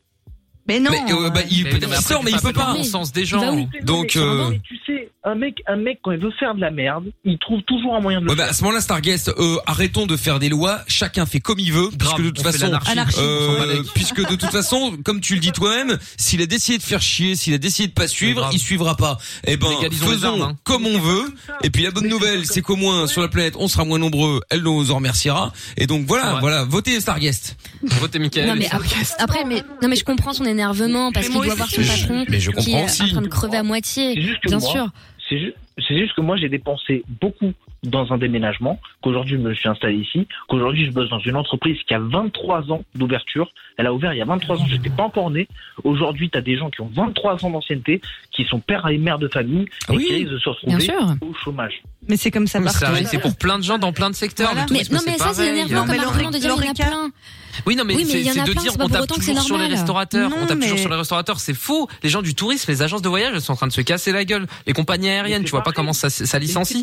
Speaker 4: Mais
Speaker 1: non. Mais, euh, bah, il peut il sort, mais il peut pas. Bah Donc, euh,
Speaker 13: Mais tu sais, un mec, un mec, quand il veut faire de la merde, il trouve toujours un moyen de le
Speaker 1: Ouais, bah, à
Speaker 13: faire.
Speaker 1: ce moment-là, Starguest, euh, arrêtons de faire des lois. Chacun fait comme il veut, puisque de toute
Speaker 13: on fait
Speaker 1: façon,
Speaker 13: l'anarchie. Anarchie,
Speaker 1: euh,
Speaker 13: on s'en bat les couilles.
Speaker 1: puisque de toute façon, comme tu le dis toi-même, s'il a décidé de faire chier, s'il a décidé de pas suivre, il suivra pas. Eh ben,
Speaker 7: Légalisons les
Speaker 1: faisons
Speaker 7: armes, hein.
Speaker 1: comme on veut. Et puis la bonne nouvelle, c'est qu'au moins sur la planète, on sera moins nombreux. Elle nous en remerciera. Et donc voilà, voilà, votez Starguest.
Speaker 7: Votez Michael.
Speaker 5: Non mais après, après, mais non mais je comprends son énervement parce qu'il doit voir son
Speaker 13: aussi.
Speaker 5: patron
Speaker 13: Mais je
Speaker 5: qui
Speaker 13: comprends
Speaker 5: est en
Speaker 13: aussi.
Speaker 5: train de crever à moitié.
Speaker 13: C'est juste que
Speaker 5: Bien
Speaker 13: moi,
Speaker 5: sûr.
Speaker 13: C'est ju- c'est juste que moi, j'ai dépensé beaucoup dans un déménagement, qu'aujourd'hui, je me suis installé ici, qu'aujourd'hui, je bosse dans une entreprise qui a 23 ans d'ouverture. Elle a ouvert il y a 23 ans, j'étais pas encore né. Aujourd'hui, tu as des gens qui ont 23 ans d'ancienneté, qui sont pères et mères de famille, et
Speaker 7: Oui,
Speaker 13: qui risquent de se
Speaker 7: bien
Speaker 13: retrouver
Speaker 7: sûr.
Speaker 13: au chômage.
Speaker 4: Mais c'est comme ça
Speaker 7: Mais
Speaker 4: partout.
Speaker 7: ça arrive, C'est pour plein de gens dans plein de secteurs.
Speaker 4: Voilà.
Speaker 7: le tourisme,
Speaker 4: Mais- non, mais ça, c'est
Speaker 7: pareil. euh,
Speaker 4: énervant comme argument de dire, il y en a plein.
Speaker 7: Oui, non, mais
Speaker 5: Oui, mais
Speaker 7: c'est
Speaker 5: il y en
Speaker 7: c'est
Speaker 5: a
Speaker 7: de
Speaker 5: plein,
Speaker 7: dire
Speaker 5: c'est pas
Speaker 7: on
Speaker 5: pour
Speaker 7: tape
Speaker 5: autant que
Speaker 7: toujours
Speaker 5: c'est
Speaker 7: sur les
Speaker 5: normal.
Speaker 7: restaurateurs. on
Speaker 5: Non,
Speaker 7: tape toujours
Speaker 5: mais-
Speaker 7: sur les restaurateurs. C'est faux. Les gens du tourisme, les agences de voyage, elles sont en train de se casser la gueule. Les compagnies aériennes, tu vois pas comment ça, ça licencie.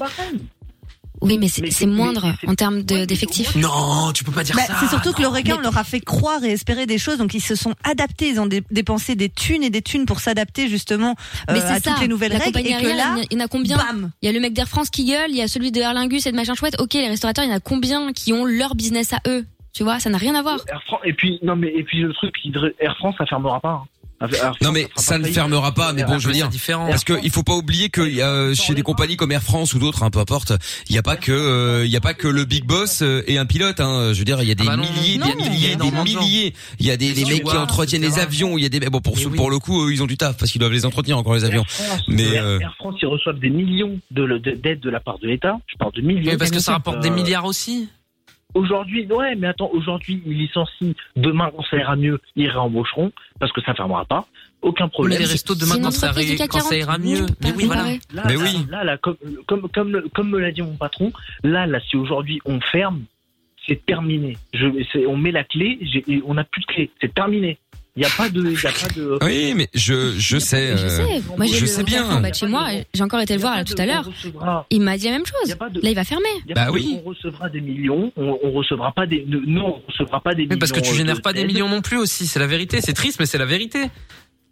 Speaker 5: Oui, mais c'est c'est moindre en termes de- d'effectifs.
Speaker 7: Non, tu peux pas dire
Speaker 5: Bah,
Speaker 7: ça.
Speaker 5: Ah,
Speaker 4: C'est surtout que le Requin,
Speaker 5: Mais-
Speaker 4: on leur a fait croire et espérer des choses, donc ils se sont adaptés, ils ont dé- dépensé des thunes et des thunes pour s'adapter justement euh,
Speaker 5: Mais
Speaker 4: à
Speaker 5: c'est ça.
Speaker 4: toutes les nouvelles
Speaker 5: la
Speaker 4: règles.
Speaker 5: compagnie
Speaker 4: Et que
Speaker 5: aérienne,
Speaker 4: là,
Speaker 5: il y en a- il y en a combien Il y a le mec d'Air France qui gueule, il y a celui de Aer Lingus et de machin chouette. Ok, les restaurateurs, il y en a combien qui ont leur business à eux Tu vois, ça n'a rien à voir.
Speaker 13: Air France- et puis, non, mais, et puis le truc, il- Air France, ça fermera pas. hein. Air France,
Speaker 1: Non mais ça ne
Speaker 13: faillite.
Speaker 1: fermera pas, mais
Speaker 13: Air
Speaker 1: bon je veux
Speaker 13: France,
Speaker 1: dire,
Speaker 13: c'est différent.
Speaker 1: parce que il faut pas oublier que il y a, euh, chez des compagnies comme Air France ou d'autres, hein, peu importe, il y a pas que euh, il y a pas que le big boss euh, et un pilote. Hein, je veux dire, il y a des
Speaker 7: Ah bah non,
Speaker 1: milliers,
Speaker 7: non,
Speaker 1: des
Speaker 7: non,
Speaker 1: milliers,
Speaker 7: non,
Speaker 1: des
Speaker 7: non, non.
Speaker 1: milliers. Il y a des,
Speaker 7: Les
Speaker 1: des mecs qui
Speaker 7: stewards,
Speaker 1: entretiennent les
Speaker 7: etc.
Speaker 1: avions. Il y a des mais bon pour ceux- pour le coup eux, ils ont du taf parce qu'ils doivent les entretenir encore les avions. Mais
Speaker 13: Air,
Speaker 1: euh,
Speaker 13: Air France, ils reçoivent des millions de- de- d'aides de, la part de l'État. Je parle de millions.
Speaker 7: Mais parce que ça rapporte des
Speaker 13: Euh,
Speaker 7: milliards aussi.
Speaker 13: Aujourd'hui, ouais, mais attends, aujourd'hui, ils licencient. Demain, quand ça ira mieux, ils réembaucheront parce que ça fermera pas. Aucun problème.
Speaker 7: Mais les restos, demain, C'est une quand ça entreprise du ira- CAC 40. quand ça ira mieux. Tu peux Mais pas oui, voilà. comparer.
Speaker 13: Là,
Speaker 7: Mais
Speaker 13: là,
Speaker 7: oui.
Speaker 13: Là, là, comme, comme, comme, le- comme me l'a dit mon patron, là, là, si aujourd'hui on ferme, c'est terminé. Je, c'est- on met la clé, j'ai- et on n'a plus de clé. C'est terminé. Il n'y a pas de, il y a pas de.
Speaker 1: oui, mais je je sais,
Speaker 5: Je sais,
Speaker 1: euh,
Speaker 5: moi j'ai
Speaker 1: je
Speaker 5: le
Speaker 1: sais
Speaker 5: Requin en bas
Speaker 1: bien.
Speaker 5: de chez moi, j'ai encore été le voir là tout à l'heure. Il m'a dit la même chose. Là, il va fermer.
Speaker 13: Y a
Speaker 7: Bah
Speaker 13: pas de- On recevra des millions, on, on recevra pas des. ne- Non, on recevra pas des millions.
Speaker 7: Mais parce que tu
Speaker 13: euh,
Speaker 7: génères
Speaker 13: de-
Speaker 7: pas des
Speaker 13: d'aides.
Speaker 7: millions non plus aussi, c'est la vérité. C'est triste, mais c'est la vérité.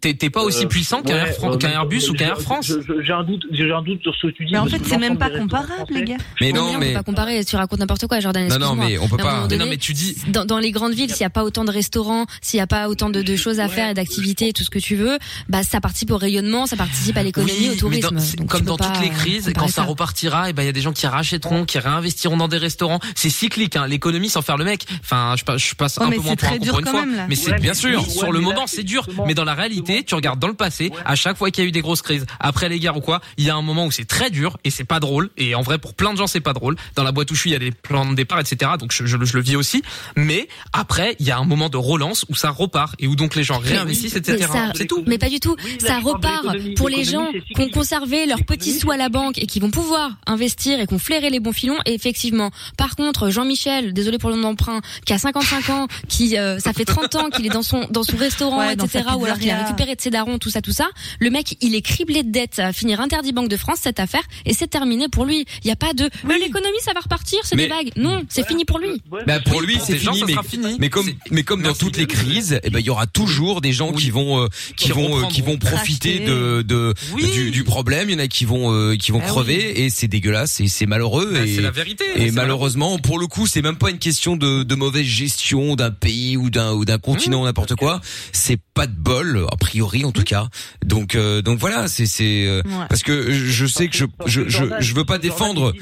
Speaker 7: T'es t'es pas aussi
Speaker 13: Euh,
Speaker 7: puissant qu'un
Speaker 13: ouais,
Speaker 7: Air Fran-
Speaker 13: euh,
Speaker 7: qu'un Airbus ou qu'un Air
Speaker 13: je-
Speaker 7: France.
Speaker 13: je- je- J'ai un doute, j'ai un doute sur ce que tu dis.
Speaker 4: mais en
Speaker 13: parce
Speaker 4: fait,
Speaker 13: que
Speaker 4: c'est même
Speaker 13: l'ensemble
Speaker 4: pas
Speaker 13: des
Speaker 4: comparable, les gars.
Speaker 1: Mais
Speaker 5: Combien
Speaker 1: non,
Speaker 5: on
Speaker 1: mais-
Speaker 5: peut pas comparer. Tu racontes n'importe quoi, Jordan.
Speaker 1: Non, non,
Speaker 5: excuse-moi.
Speaker 1: mais on peut
Speaker 5: Mais à un
Speaker 1: pas-
Speaker 5: moment
Speaker 1: Mais
Speaker 7: non,
Speaker 5: donné,
Speaker 7: mais tu dis-
Speaker 5: Dans, dans les grandes villes, s'il n'y a pas autant de restaurants, s'il n'y a pas autant de, de choses à faire et d'activités, tout ce que tu veux, bah ça participe au rayonnement, ça participe à l'économie, au
Speaker 7: mais dans-
Speaker 5: tourisme.
Speaker 7: c'est
Speaker 5: Donc, tu
Speaker 7: comme
Speaker 5: peux
Speaker 7: dans
Speaker 5: pas euh,
Speaker 7: toutes les crises, quand
Speaker 5: comparer
Speaker 7: ça repartira, et ben il y a des gens qui rachèteront, qui réinvestiront dans des restaurants. C'est cyclique, hein, l'économie sans faire le mec. Enfin, je, pa- je passe
Speaker 5: Oh,
Speaker 4: Ouais,
Speaker 7: un
Speaker 4: mais
Speaker 7: peu
Speaker 4: c'est
Speaker 7: moins pour un
Speaker 4: très
Speaker 7: con
Speaker 4: dur
Speaker 7: pour une
Speaker 4: quand
Speaker 7: fois,
Speaker 4: même, là.
Speaker 7: mais
Speaker 4: Ouais,
Speaker 7: c'est bien
Speaker 4: mais
Speaker 7: sûr.
Speaker 4: oui, ouais,
Speaker 7: sur le
Speaker 4: mais là,
Speaker 7: moment, c'est dur, mais dans la réalité, tu regardes dans le passé, à chaque fois qu'il y a eu des grosses crises, après les guerres ou quoi, il y a un moment où c'est très dur et c'est pas drôle. Et en vrai, pour plein de gens, c'est pas drôle. Dans la boîte où je suis, il y a des plans de départ, etc. Donc je, je le- je le vis aussi. Mais après, il y a un moment de relance où ça repart et où donc les gens réinvestissent,
Speaker 5: Mais
Speaker 7: etc.
Speaker 5: ça-
Speaker 7: C'est tout.
Speaker 5: Mais pas du tout.
Speaker 7: là,
Speaker 5: ça
Speaker 7: je parle de
Speaker 5: repart
Speaker 7: l'économie.
Speaker 5: pour les gens
Speaker 7: L'économie, c'est
Speaker 5: qui ont conservé leurs petits sous à la banque et qui vont pouvoir investir et qui ont flairé les bons filons. Et effectivement, par contre, Jean-Michel, désolé pour le nom d'emprunt, qui a 55 ans, qui euh, ça fait 30 ans qu'il est dans son dans son restaurant,
Speaker 4: Ouais, dans
Speaker 5: etc.
Speaker 4: sa
Speaker 5: Ou alors qu'il a
Speaker 4: pizzeria.
Speaker 5: récupéré de ses darons, tout ça, tout ça. Le mec, il est criblé de dettes. Ça va finir interdit Banque de France cette affaire et c'est terminé pour lui. Il y a pas de Euh, l'économie, ça va repartir, c'est
Speaker 1: Mais-
Speaker 5: des vagues. Non, c'est fini pour lui.
Speaker 1: Bah pour lui
Speaker 7: pour
Speaker 1: c'est
Speaker 7: des gens,
Speaker 1: fini,
Speaker 7: ça
Speaker 1: mais,
Speaker 7: sera fini.
Speaker 1: mais comme mais comme dans toutes les crises, eh ben il y aura toujours des gens qui vont euh, qui vont euh, qui vont profiter de de du, du problème. Il y en a qui vont euh, qui vont
Speaker 7: Ah oui.
Speaker 1: crever et c'est dégueulasse et c'est malheureux.
Speaker 7: Bah,
Speaker 1: et,
Speaker 7: c'est la vérité, mais
Speaker 1: Et
Speaker 7: c'est
Speaker 1: malheureusement pour le coup c'est même pas une question de de mauvaise gestion d'un pays ou d'un ou d'un
Speaker 7: Mmh.
Speaker 1: continent n'importe quoi. C'est pas de bol a priori
Speaker 7: Mmh.
Speaker 1: en tout cas. Donc euh, donc voilà c'est c'est euh,
Speaker 13: Ouais.
Speaker 1: parce que je sais que je je je, je veux pas défendre.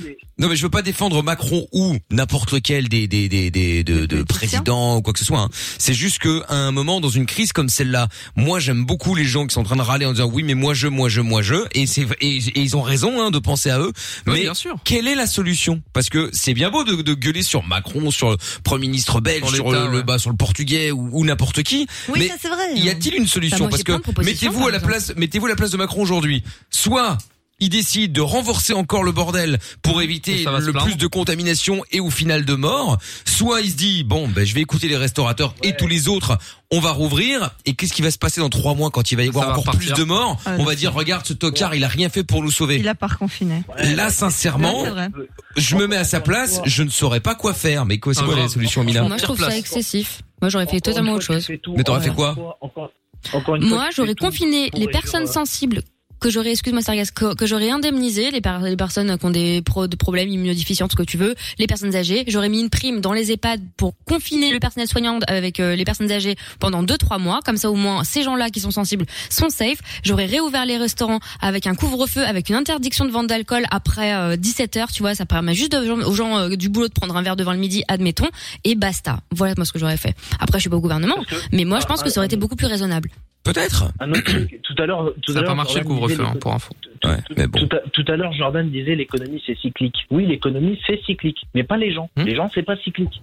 Speaker 1: Non mais je veux pas défendre Macron ou n'importe lequel des des des des de, de présidents ou quoi que ce soit. hein. C'est juste que à un moment dans une crise comme celle-là, moi j'aime beaucoup les gens qui sont en train de râler en disant oui mais moi je moi je moi je et c'est et, et ils ont raison hein, de penser à eux.
Speaker 7: Oui,
Speaker 1: mais
Speaker 7: bien sûr.
Speaker 1: quelle est la solution Parce que c'est bien beau de, de gueuler sur Macron, sur le premier ministre belge,
Speaker 7: Sur
Speaker 1: sur
Speaker 7: l'État,
Speaker 1: le, le-
Speaker 7: ouais.
Speaker 1: bah, sur le portugais ou, ou n'importe qui.
Speaker 4: Oui,
Speaker 1: mais
Speaker 4: ça, c'est vrai.
Speaker 1: Y a-t-il une
Speaker 4: Bah,
Speaker 1: solution
Speaker 4: moi,
Speaker 1: Parce
Speaker 4: j'ai plein
Speaker 1: que
Speaker 4: de propositions,
Speaker 1: mettez-vous
Speaker 4: par
Speaker 1: à la
Speaker 4: exemple.
Speaker 1: place, mettez-vous à la place de Macron aujourd'hui. Soit il décide de renforcer encore le bordel pour éviter
Speaker 7: Et ça va se
Speaker 1: le
Speaker 7: plaindre.
Speaker 1: plus de contamination et au final de mort. Soit il se dit bon ben je vais écouter les restaurateurs et tous les autres. On va rouvrir et qu'est-ce qui va se passer dans trois mois quand il va y avoir
Speaker 7: va
Speaker 1: encore
Speaker 7: repartir.
Speaker 1: plus de morts
Speaker 7: Ah,
Speaker 1: On
Speaker 7: non,
Speaker 1: va
Speaker 7: c'est
Speaker 1: dire regarde ce tocard il a rien fait pour nous sauver.
Speaker 4: Il a par confiné.
Speaker 1: Là sincèrement,
Speaker 4: Ouais, c'est vrai.
Speaker 1: je me mets à sa place, je ne saurais pas quoi faire. Mais quoi c'est
Speaker 7: Ah,
Speaker 1: quoi la solution Mila
Speaker 5: Moi, je trouve ça excessif. Moi, j'aurais fait totalement autre chose.
Speaker 1: Mais t'aurais fait quoi
Speaker 13: Encore une fois,
Speaker 5: Moi,
Speaker 13: tu fais
Speaker 5: j'aurais
Speaker 13: tout
Speaker 5: confiné
Speaker 13: pour
Speaker 5: les
Speaker 13: réduire,
Speaker 5: personnes
Speaker 13: euh,
Speaker 5: sensibles que j'aurais, excuse-moi Sargas, que, que j'aurais indemnisé les, par- les personnes qui ont des pro- de problèmes immunodéficients, ce que tu veux, les personnes âgées. J'aurais mis une prime dans les EHPAD pour confiner le personnel soignant avec euh, les personnes âgées pendant 2-3 mois. Comme ça, au moins, ces gens-là qui sont sensibles sont safe. J'aurais réouvert les restaurants avec un couvre-feu, avec une interdiction de vente d'alcool après 17h, tu vois, ça permet juste aux gens, aux gens, euh, du boulot de prendre un verre devant le midi, admettons, et basta. Voilà moi ce que j'aurais fait. Après, je suis pas au gouvernement, mais moi, je
Speaker 13: Ah,
Speaker 5: pense que ça aurait été beaucoup plus raisonnable.
Speaker 1: Peut-être.
Speaker 13: Un autre truc, tout à l'heure, tout
Speaker 7: Ça
Speaker 13: à
Speaker 7: n'a
Speaker 13: l'heure,
Speaker 7: pas marché le
Speaker 13: Jordan disait
Speaker 7: couvre-feu, hein,
Speaker 13: l'éco-
Speaker 7: pour info.
Speaker 13: Tout à, tout à l'heure, Jordan disait l'économie c'est cyclique. Oui, l'économie c'est cyclique, mais pas les
Speaker 7: Hmm
Speaker 13: gens. Les gens c'est pas cyclique.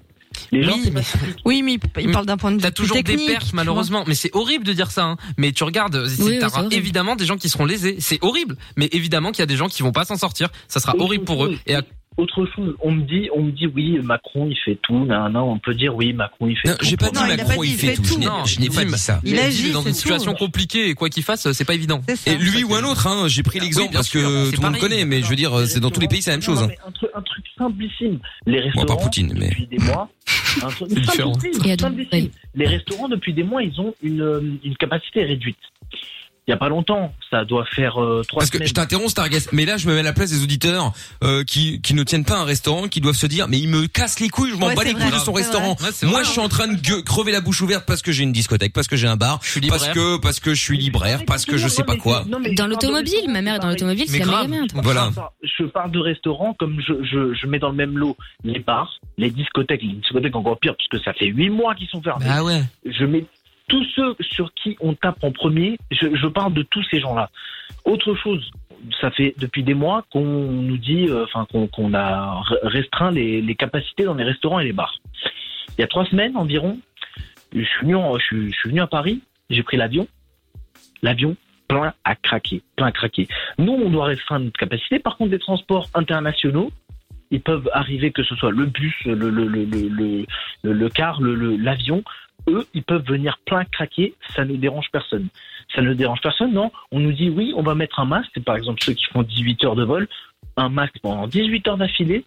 Speaker 13: Les gens c'est pas cyclique.
Speaker 4: Oui, mais il, il parle d'un point de vue
Speaker 7: T'as toujours des
Speaker 4: technique,
Speaker 7: pertes
Speaker 4: tu
Speaker 7: malheureusement, mais c'est horrible de dire ça. hein. Mais tu regardes, c'est-
Speaker 4: Oui, oui,
Speaker 7: t'auras
Speaker 4: c'est horrible.
Speaker 7: évidemment des gens qui seront lésés. C'est horrible, mais évidemment qu'il y a des gens qui vont pas s'en sortir. Ça sera horrible pour eux. Et à-
Speaker 13: Autre chose, on me dit, on me dit oui, Macron il fait tout. Non, non, on peut dire oui, Macron il fait tout.
Speaker 1: j'ai pas dit Non, il a Macron, pas dit, il fait il fait tout. tout. Je n'ai-
Speaker 7: Non,
Speaker 1: je n'ai pas
Speaker 7: mais-
Speaker 1: dit ça. Il
Speaker 7: mais
Speaker 1: agit,
Speaker 7: dans
Speaker 1: c'est
Speaker 7: une
Speaker 1: tout.
Speaker 7: situation compliquée et quoi qu'il fasse, euh, c'est pas évident. Ah
Speaker 1: Et lui ou un autre, hein, j'ai pris l'exemple parce que tout le monde
Speaker 7: pareil.
Speaker 1: connaît, mais je veux dire, c'est dans tous les pays c'est la même chose.
Speaker 13: Non,
Speaker 1: hein.
Speaker 13: mais un, truc, un truc simplissime. Les
Speaker 1: Bon, à
Speaker 13: restaurants
Speaker 1: part Poutine, mais
Speaker 13: depuis des mois, un truc
Speaker 1: C'est différent.
Speaker 13: simplissime,
Speaker 1: Et à
Speaker 13: simplissime. Les restaurants depuis des mois, ils ont une, euh, une capacité réduite. Il y a pas longtemps, ça doit faire euh, trois
Speaker 1: Parce que
Speaker 13: semaines.
Speaker 1: je t'interromps, Stargas, mais là je me mets à la place des auditeurs euh, qui qui ne tiennent pas un restaurant, qui doivent se dire mais il me casse les couilles, je m'en
Speaker 7: Ouais,
Speaker 1: bats
Speaker 7: c'est
Speaker 1: les couilles
Speaker 7: vrai,
Speaker 1: de son
Speaker 7: c'est
Speaker 1: restaurant.
Speaker 7: vrai. Ouais, c'est
Speaker 1: Moi
Speaker 7: vrai.
Speaker 1: je suis en train de gue- crever la bouche ouverte parce que j'ai une discothèque, parce que j'ai un bar,
Speaker 7: libraire.
Speaker 1: parce que parce que je suis libraire, parce que je sais pas quoi.
Speaker 5: Dans l'automobile, ma mère est dans l'automobile, c'est la méga merde.
Speaker 1: Voilà.
Speaker 13: Je parle de restaurants comme je, je, je mets dans le même lot les bars, les discothèques, les discothèques encore pire parce que ça fait huit mois qu'ils sont fermés.
Speaker 7: Ah ouais.
Speaker 13: Je mets tous ceux sur qui on tape en premier. Je, je parle de tous ces gens-là. Autre chose, ça fait depuis des mois qu'on nous dit, euh, enfin qu'on qu'on a re- restreint les, les capacités dans les restaurants et les bars. Il y a trois semaines environ, je suis venu, en- je suis- je suis venu à Paris, j'ai pris l'avion, l'avion plein à craquer, plein à craquer. Nous, on doit restreindre notre capacité. Par contre, les transports internationaux, ils peuvent arriver que ce soit le bus, le, le, le, le, le, le- le car, le- le- l'avion. Eux, ils peuvent venir plein à craquer, ça ne dérange personne. Ça ne dérange personne, non On nous dit oui, on va mettre un masque. Par exemple, ceux qui font 18 heures de vol, un masque pendant 18 heures d'affilée.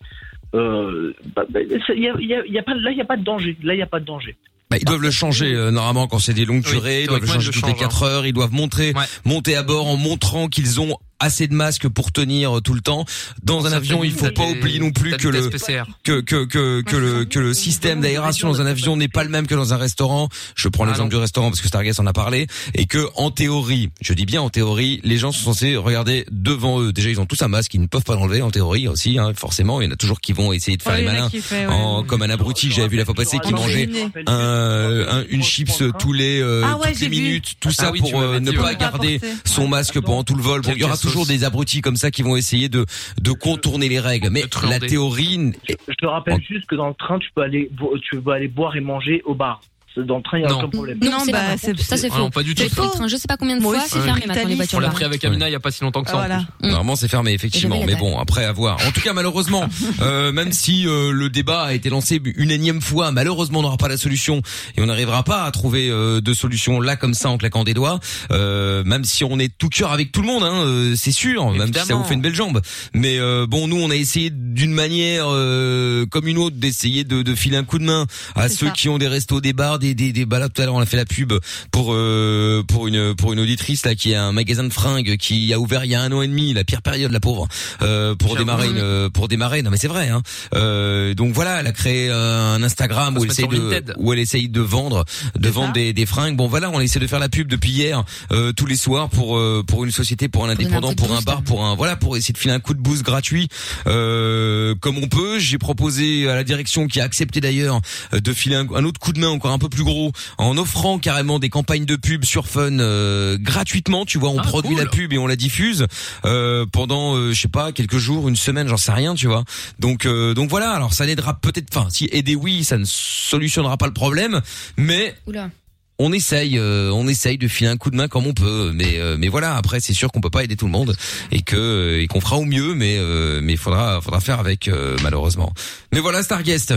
Speaker 13: Euh, bah, bah, c'est- y a- y a- y a pas- là, il n'y a pas de danger. Là, il n'y a pas de danger.
Speaker 1: Bah, ils doivent le changer euh, normalement quand c'est des longues durées, ils doivent le
Speaker 7: théoriquement, ils
Speaker 1: changer
Speaker 7: le
Speaker 1: toutes les
Speaker 7: changent, hein.
Speaker 1: 4 heures, ils doivent montrer monter à bord en montrant qu'ils ont assez de masques pour tenir euh, tout le temps. Dans un
Speaker 7: Ça
Speaker 1: avion,
Speaker 7: fait
Speaker 1: il faut
Speaker 7: des-
Speaker 1: pas oublier non plus
Speaker 7: t'as
Speaker 1: que
Speaker 7: des
Speaker 1: le
Speaker 7: tests PCR.
Speaker 1: que que que que le que le système d'aération dans un avion n'est pas le même que dans un restaurant. Je
Speaker 7: Ah
Speaker 1: prends l'exemple du restaurant parce que Stargaz en a parlé et que en théorie, je dis bien en théorie, les gens sont censés regarder devant eux. Déjà, ils ont tous un masque, ils ne peuvent pas l'enlever en théorie aussi. hein, forcément, il y en a toujours qui vont essayer de faire
Speaker 7: Ouais,
Speaker 1: les
Speaker 7: Oh, il y en a
Speaker 1: malins
Speaker 7: qui fait, ouais.
Speaker 1: en- comme un abruti. que J'avais vu la fois passée qui
Speaker 7: On en fait
Speaker 1: mangeait
Speaker 7: une.
Speaker 1: un- un- une chips tous les euh,
Speaker 7: Ah ouais,
Speaker 1: toutes les
Speaker 7: j'ai vu.
Speaker 1: minutes, tout
Speaker 7: Ah
Speaker 1: ça
Speaker 7: oui, tu
Speaker 1: pour euh,
Speaker 7: m'avais
Speaker 1: ne
Speaker 7: dit,
Speaker 1: pas
Speaker 7: ouais.
Speaker 1: garder
Speaker 7: Apporter.
Speaker 1: son masque pendant tout le vol. Bon, il y aura toujours des abrutis comme ça qui vont essayer de de contourner les règles. Mais la
Speaker 13: truander.
Speaker 1: théorie
Speaker 13: Je te rappelle juste que dans le train, tu peux aller, bo- tu peux aller boire et manger au bar. Dans le train, il n'y a aucun problème.
Speaker 5: Non, bah, c'est- ça c'est
Speaker 7: Ah
Speaker 5: faux.
Speaker 7: non, pas du
Speaker 5: J'ai
Speaker 7: tout.
Speaker 5: pris le train, je sais pas combien de fois, c'est fermé maintenant les voitures. Mmh.
Speaker 7: On l'a
Speaker 5: là.
Speaker 7: pris avec Amina il y a pas si longtemps que ça. en
Speaker 5: Voilà.
Speaker 7: plus.
Speaker 1: Normalement, c'est fermé, effectivement.
Speaker 7: Et j'avais la
Speaker 1: Mais bon, après avoir. En tout cas, malheureusement, euh, même si euh, le débat a été lancé une énième fois, malheureusement, on n'aura pas la solution et on n'arrivera pas à trouver euh, de solution là comme ça en claquant des doigts. Euh, même si on est tout cœur avec tout le monde, hein, euh, c'est sûr. Même si ça
Speaker 7: Évidemment.
Speaker 1: vous fait une belle jambe. Mais euh, bon, nous, on a essayé d'une manière euh, comme une autre d'essayer de, de filer un coup de main à
Speaker 7: C'est
Speaker 1: ceux
Speaker 7: ça.
Speaker 1: qui ont des restos, des bars, voir des des des bah là, tout à l'heure on a fait la pub pour euh, pour une pour une auditrice là qui a un magasin de fringues qui a ouvert il y a un an et demi, la pire période la pauvre euh, pour démarrer une pour démarrer. Non mais c'est vrai hein. Euh, donc voilà, elle a créé euh, un Instagram
Speaker 7: On se
Speaker 1: où elle
Speaker 7: met
Speaker 1: essaye
Speaker 7: sur
Speaker 1: de
Speaker 7: Vinted.
Speaker 1: où elle essaye de vendre de vendre des des fringues. Bon voilà, on essaie de faire la pub depuis hier euh, tous les soirs pour euh, pour une société, pour un indépendant, pour un bar, pour un voilà, pour essayer de filer un coup de boost gratuit euh, comme on peut. J'ai proposé à la direction qui a accepté d'ailleurs euh, de filer un, un autre coup de main encore un peu plus gros en offrant carrément des campagnes de pub sur Fun euh, gratuitement. Tu vois, on produit la pub et on la diffuse euh, pendant euh, je sais pas quelques jours, une semaine, j'en sais rien, tu vois. Donc euh, donc voilà. Alors ça n'aidera peut-être, enfin si aider oui, ça ne solutionnera pas le problème, mais
Speaker 5: Oula.
Speaker 1: on essaye, euh, on essaye de filer un coup de main comme on peut, mais euh, mais voilà. Après, c'est sûr qu'on peut pas aider tout le monde et que et qu'on fera au mieux, mais euh, mais faudra faudra faire avec euh, malheureusement. Mais voilà, Starguest.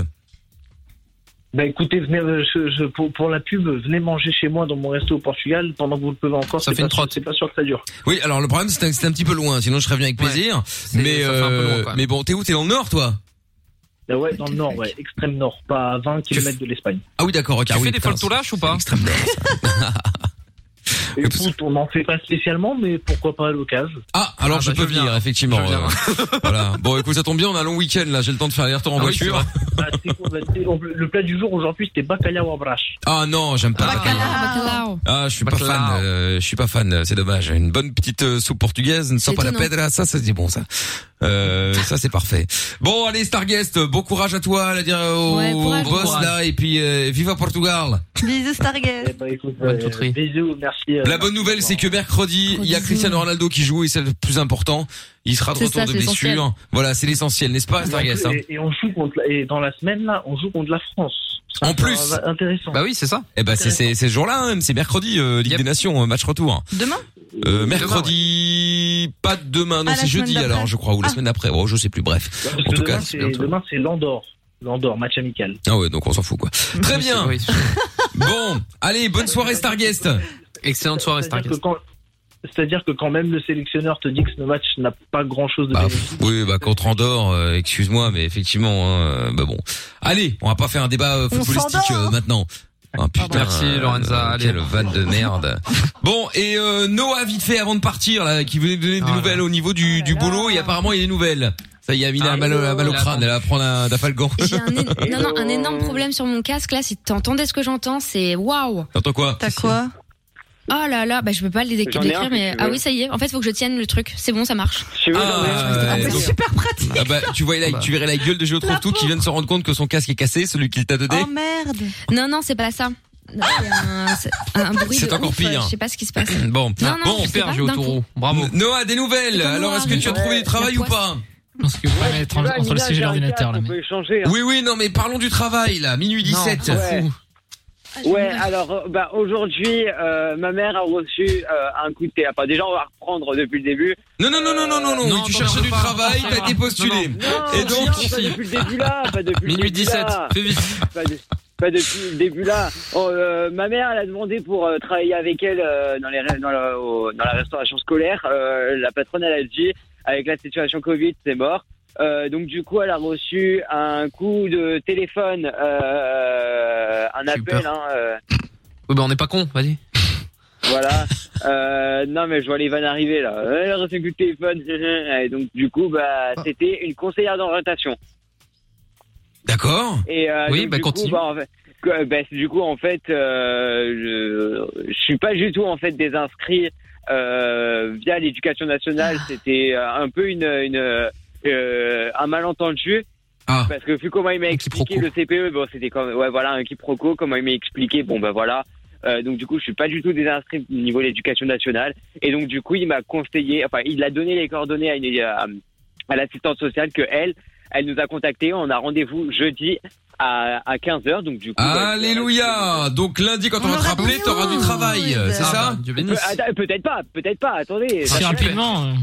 Speaker 13: Bah écoutez, venez, euh, je- je- pour, pour la pub, venez manger chez moi dans mon resto au Portugal pendant que vous le pouvez encore. Ça fait une trotte. C'est pas sûr que ça dure.
Speaker 1: Oui, alors le problème c'est que c'est un petit peu loin. Sinon, je serais venu avec plaisir.
Speaker 13: ça
Speaker 1: mais
Speaker 13: fait un peu
Speaker 1: euh,
Speaker 13: loin, quand même.
Speaker 1: mais bon, t'es où T'es dans le nord, toi
Speaker 13: Ah ouais, dans le nord, ouais, extrême nord, pas à 20 km de l'Espagne.
Speaker 1: Ah oui, d'accord. ok.
Speaker 13: Tu
Speaker 1: Ah oui,
Speaker 13: fais des
Speaker 1: putain,
Speaker 7: Lâche ou pas
Speaker 13: Écoute, on n'en fait pas spécialement, mais pourquoi pas à l'occasion.
Speaker 1: Ah, alors
Speaker 13: bah,
Speaker 1: je peux venir, effectivement. euh, voilà. Bon, écoute, ça tombe bien, on a un long week-end là. J'ai le temps de faire les retours en
Speaker 13: Ah oui,
Speaker 1: voiture.
Speaker 13: Le plat du jour aujourd'hui, c'était bacalhau à brache.
Speaker 1: Ah non, j'aime pas. le bacalhau. Ah, je suis pas fan. euh, je suis pas fan. euh, C'est dommage. Une bonne petite euh, soupe portugaise, ne sort pas la
Speaker 7: étonnant.
Speaker 1: pedra. Ça, ça c'est bon, ça. Euh, ça c'est parfait. Bon, allez, Starguest. euh, Bon courage à toi, à la dire euh, au,
Speaker 4: Ouais, courage.
Speaker 1: au boss
Speaker 4: Bon courage.
Speaker 1: là, et puis euh, viva Portugal.
Speaker 4: Bisous,
Speaker 13: Eh
Speaker 4: Stargate.
Speaker 13: ben, euh, Bisous, merci.
Speaker 1: La bonne nouvelle, c'est que mercredi, il y a Cristiano Ronaldo qui joue et c'est le plus important. Il sera de
Speaker 13: C'est
Speaker 1: retour
Speaker 13: ça,
Speaker 1: de
Speaker 13: c'est
Speaker 1: blessure.
Speaker 13: l'essentiel.
Speaker 1: Voilà, c'est l'essentiel, n'est-ce pas, Starguest hein
Speaker 13: et, et on joue contre, la- et dans la semaine là, on joue contre la France. Ça,
Speaker 1: En
Speaker 13: ça
Speaker 1: plus.
Speaker 13: va- intéressant.
Speaker 7: Bah oui, c'est ça.
Speaker 1: Eh ben c'est c'est c'est ce jour-là, hein, c'est mercredi, euh, Ligue des Nations, euh, match retour.
Speaker 4: Demain
Speaker 1: Euh, mercredi, pas demain, non
Speaker 13: Ah, la
Speaker 1: c'est jeudi
Speaker 13: semaine d'après.
Speaker 1: alors je crois ou la
Speaker 13: Ah.
Speaker 1: semaine d'après, oh je sais plus. Bref,
Speaker 13: Parce que
Speaker 1: en tout
Speaker 13: demain,
Speaker 1: cas.
Speaker 13: c'est- demain c'est l'Andorre, l'Andorre, match amical.
Speaker 1: Ah ouais, donc on s'en fout quoi. Très bien. bon, allez, bonne soirée Starguest.
Speaker 7: Excellente soirée
Speaker 13: C'est-à-dire que quand- C'est-à-dire que quand même le sélectionneur te dit que ce match n'a pas grand-chose de
Speaker 1: Bah,
Speaker 13: bénéfique.
Speaker 1: pff, oui, bah contre Andorre, euh, excuse-moi, mais effectivement, hein, euh, bah bon. Allez, on va pas faire un débat euh,
Speaker 7: On
Speaker 1: footballistique
Speaker 7: s'endort.
Speaker 1: euh, maintenant. Ah, putain,
Speaker 7: Merci,
Speaker 1: euh,
Speaker 7: Lorenza,
Speaker 1: euh,
Speaker 7: allez.
Speaker 1: Quelle vanne de merde. Bon, et euh, Noah, vite fait, avant de partir, là, qui venait de donner des
Speaker 7: Ah,
Speaker 1: nouvelles au niveau du, du boulot, et apparemment, il y a des nouvelles. Ça y est,
Speaker 7: Ah,
Speaker 1: Amina a mal, au- a mal au crâne, elle va prendre un, d'un falgan.
Speaker 5: Non, non, un énorme problème sur mon casque là. Si t'entendais ce que j'entends, c'est waouh.
Speaker 1: T'entends quoi
Speaker 4: T'as quoi
Speaker 5: Oh là là, bah je peux pas le dé-
Speaker 1: J'en ai un,
Speaker 5: décrire,
Speaker 1: si
Speaker 5: mais
Speaker 1: tu veux.
Speaker 5: ah oui, ça y est. En fait, faut que je tienne le truc. C'est bon, ça marche.
Speaker 1: Ah, ouais, donc-
Speaker 4: super pratique.
Speaker 1: Ah bah, tu, voyais la, tu verrais la gueule de Géo Trouve Tout qui vient de se rendre compte que son casque est cassé, celui qu'il t'a donné.
Speaker 4: Oh, merde.
Speaker 5: Non, non, c'est pas ça. Non, c'est un- C'est un bruit
Speaker 1: C'est
Speaker 5: de
Speaker 1: encore
Speaker 5: ouf,
Speaker 1: pire.
Speaker 5: euh, Je sais pas ce qui se passe.
Speaker 1: Bon,
Speaker 5: Non, non,
Speaker 1: bon,
Speaker 5: je sais pas, d'un coup.
Speaker 1: Bravo. Noah, des nouvelles.
Speaker 5: C'est comme
Speaker 1: Alors,
Speaker 5: Noah,
Speaker 1: est-ce
Speaker 7: hein,
Speaker 1: que tu as
Speaker 5: oui.
Speaker 1: trouvé
Speaker 5: Ouais,
Speaker 1: du travail
Speaker 5: la
Speaker 1: ou
Speaker 5: poisse.
Speaker 1: pas
Speaker 9: Parce que pas mettre entre, entre le siège et l'ordinateur là. mais-
Speaker 1: Oui, oui, non, mais parlons du travail, là. Minuit 17.
Speaker 10: Ouais. Ouais, alors euh, bah, aujourd'hui, euh, ma mère a reçu euh, un coup de théâtre. Enfin, déjà, on va reprendre depuis le début.
Speaker 1: Non, non, non, non, non, non, non, oui, tu cherchais du travail, t'as été postulé. Et donc,
Speaker 10: non, pas depuis le début là, pas depuis le
Speaker 1: Minuit
Speaker 10: début
Speaker 1: 17,
Speaker 10: là.
Speaker 1: fais vite.
Speaker 10: Pas, de- pas depuis le début là. Oh, euh, ma mère, elle a demandé pour euh, travailler avec elle euh, dans, les, ré- dans, la, au- dans la restauration scolaire. Euh, la patronne, elle a dit, avec la situation Covid, c'est mort. Euh, donc du coup, elle a reçu un coup de téléphone, euh, un appel. Hein, euh,
Speaker 7: Oui, bah on n'est pas con, vas-y.
Speaker 10: voilà. Euh, non, mais je vois les vannes arriver là. Euh, Elle a reçu le téléphone. Et donc, du coup, bah,
Speaker 1: Ah.
Speaker 10: c'était une conseillère d'orientation.
Speaker 1: D'accord.
Speaker 10: Et euh,
Speaker 1: Oui,
Speaker 10: donc,
Speaker 1: bah,
Speaker 10: du coup,
Speaker 1: continue.
Speaker 10: bah, en fait, que- bah, c'est- du coup, en fait, euh, je, je suis pas du tout en fait désinscrit euh, via l'éducation nationale.
Speaker 1: Ah.
Speaker 10: C'était euh, un peu une, une euh, un malentendu.
Speaker 1: Ah.
Speaker 10: Parce que vu comment il m'a expliqué le CPE, bon, c'était comme ouais voilà un quiproquo. Comment il m'a expliqué, bon bah voilà. Euh, donc du coup, je suis pas du tout désinscrit au niveau de l'éducation nationale. Et donc du coup, il m'a conseillé, enfin, il a donné les coordonnées à, une, à, à l'assistante sociale que elle, elle nous a contacté. On a rendez-vous jeudi à, à 15 h Donc du coup, bah,
Speaker 1: Ah, Alléluia. Donc, lundi, quand on, va te rappeler, t'auras
Speaker 10: hein.
Speaker 1: du travail, c'est
Speaker 10: Ah,
Speaker 1: ça?
Speaker 10: bah, Attends, Peut-être pas, peut-être pas. Attendez.
Speaker 9: Si
Speaker 10: Parce que-
Speaker 9: rapidement.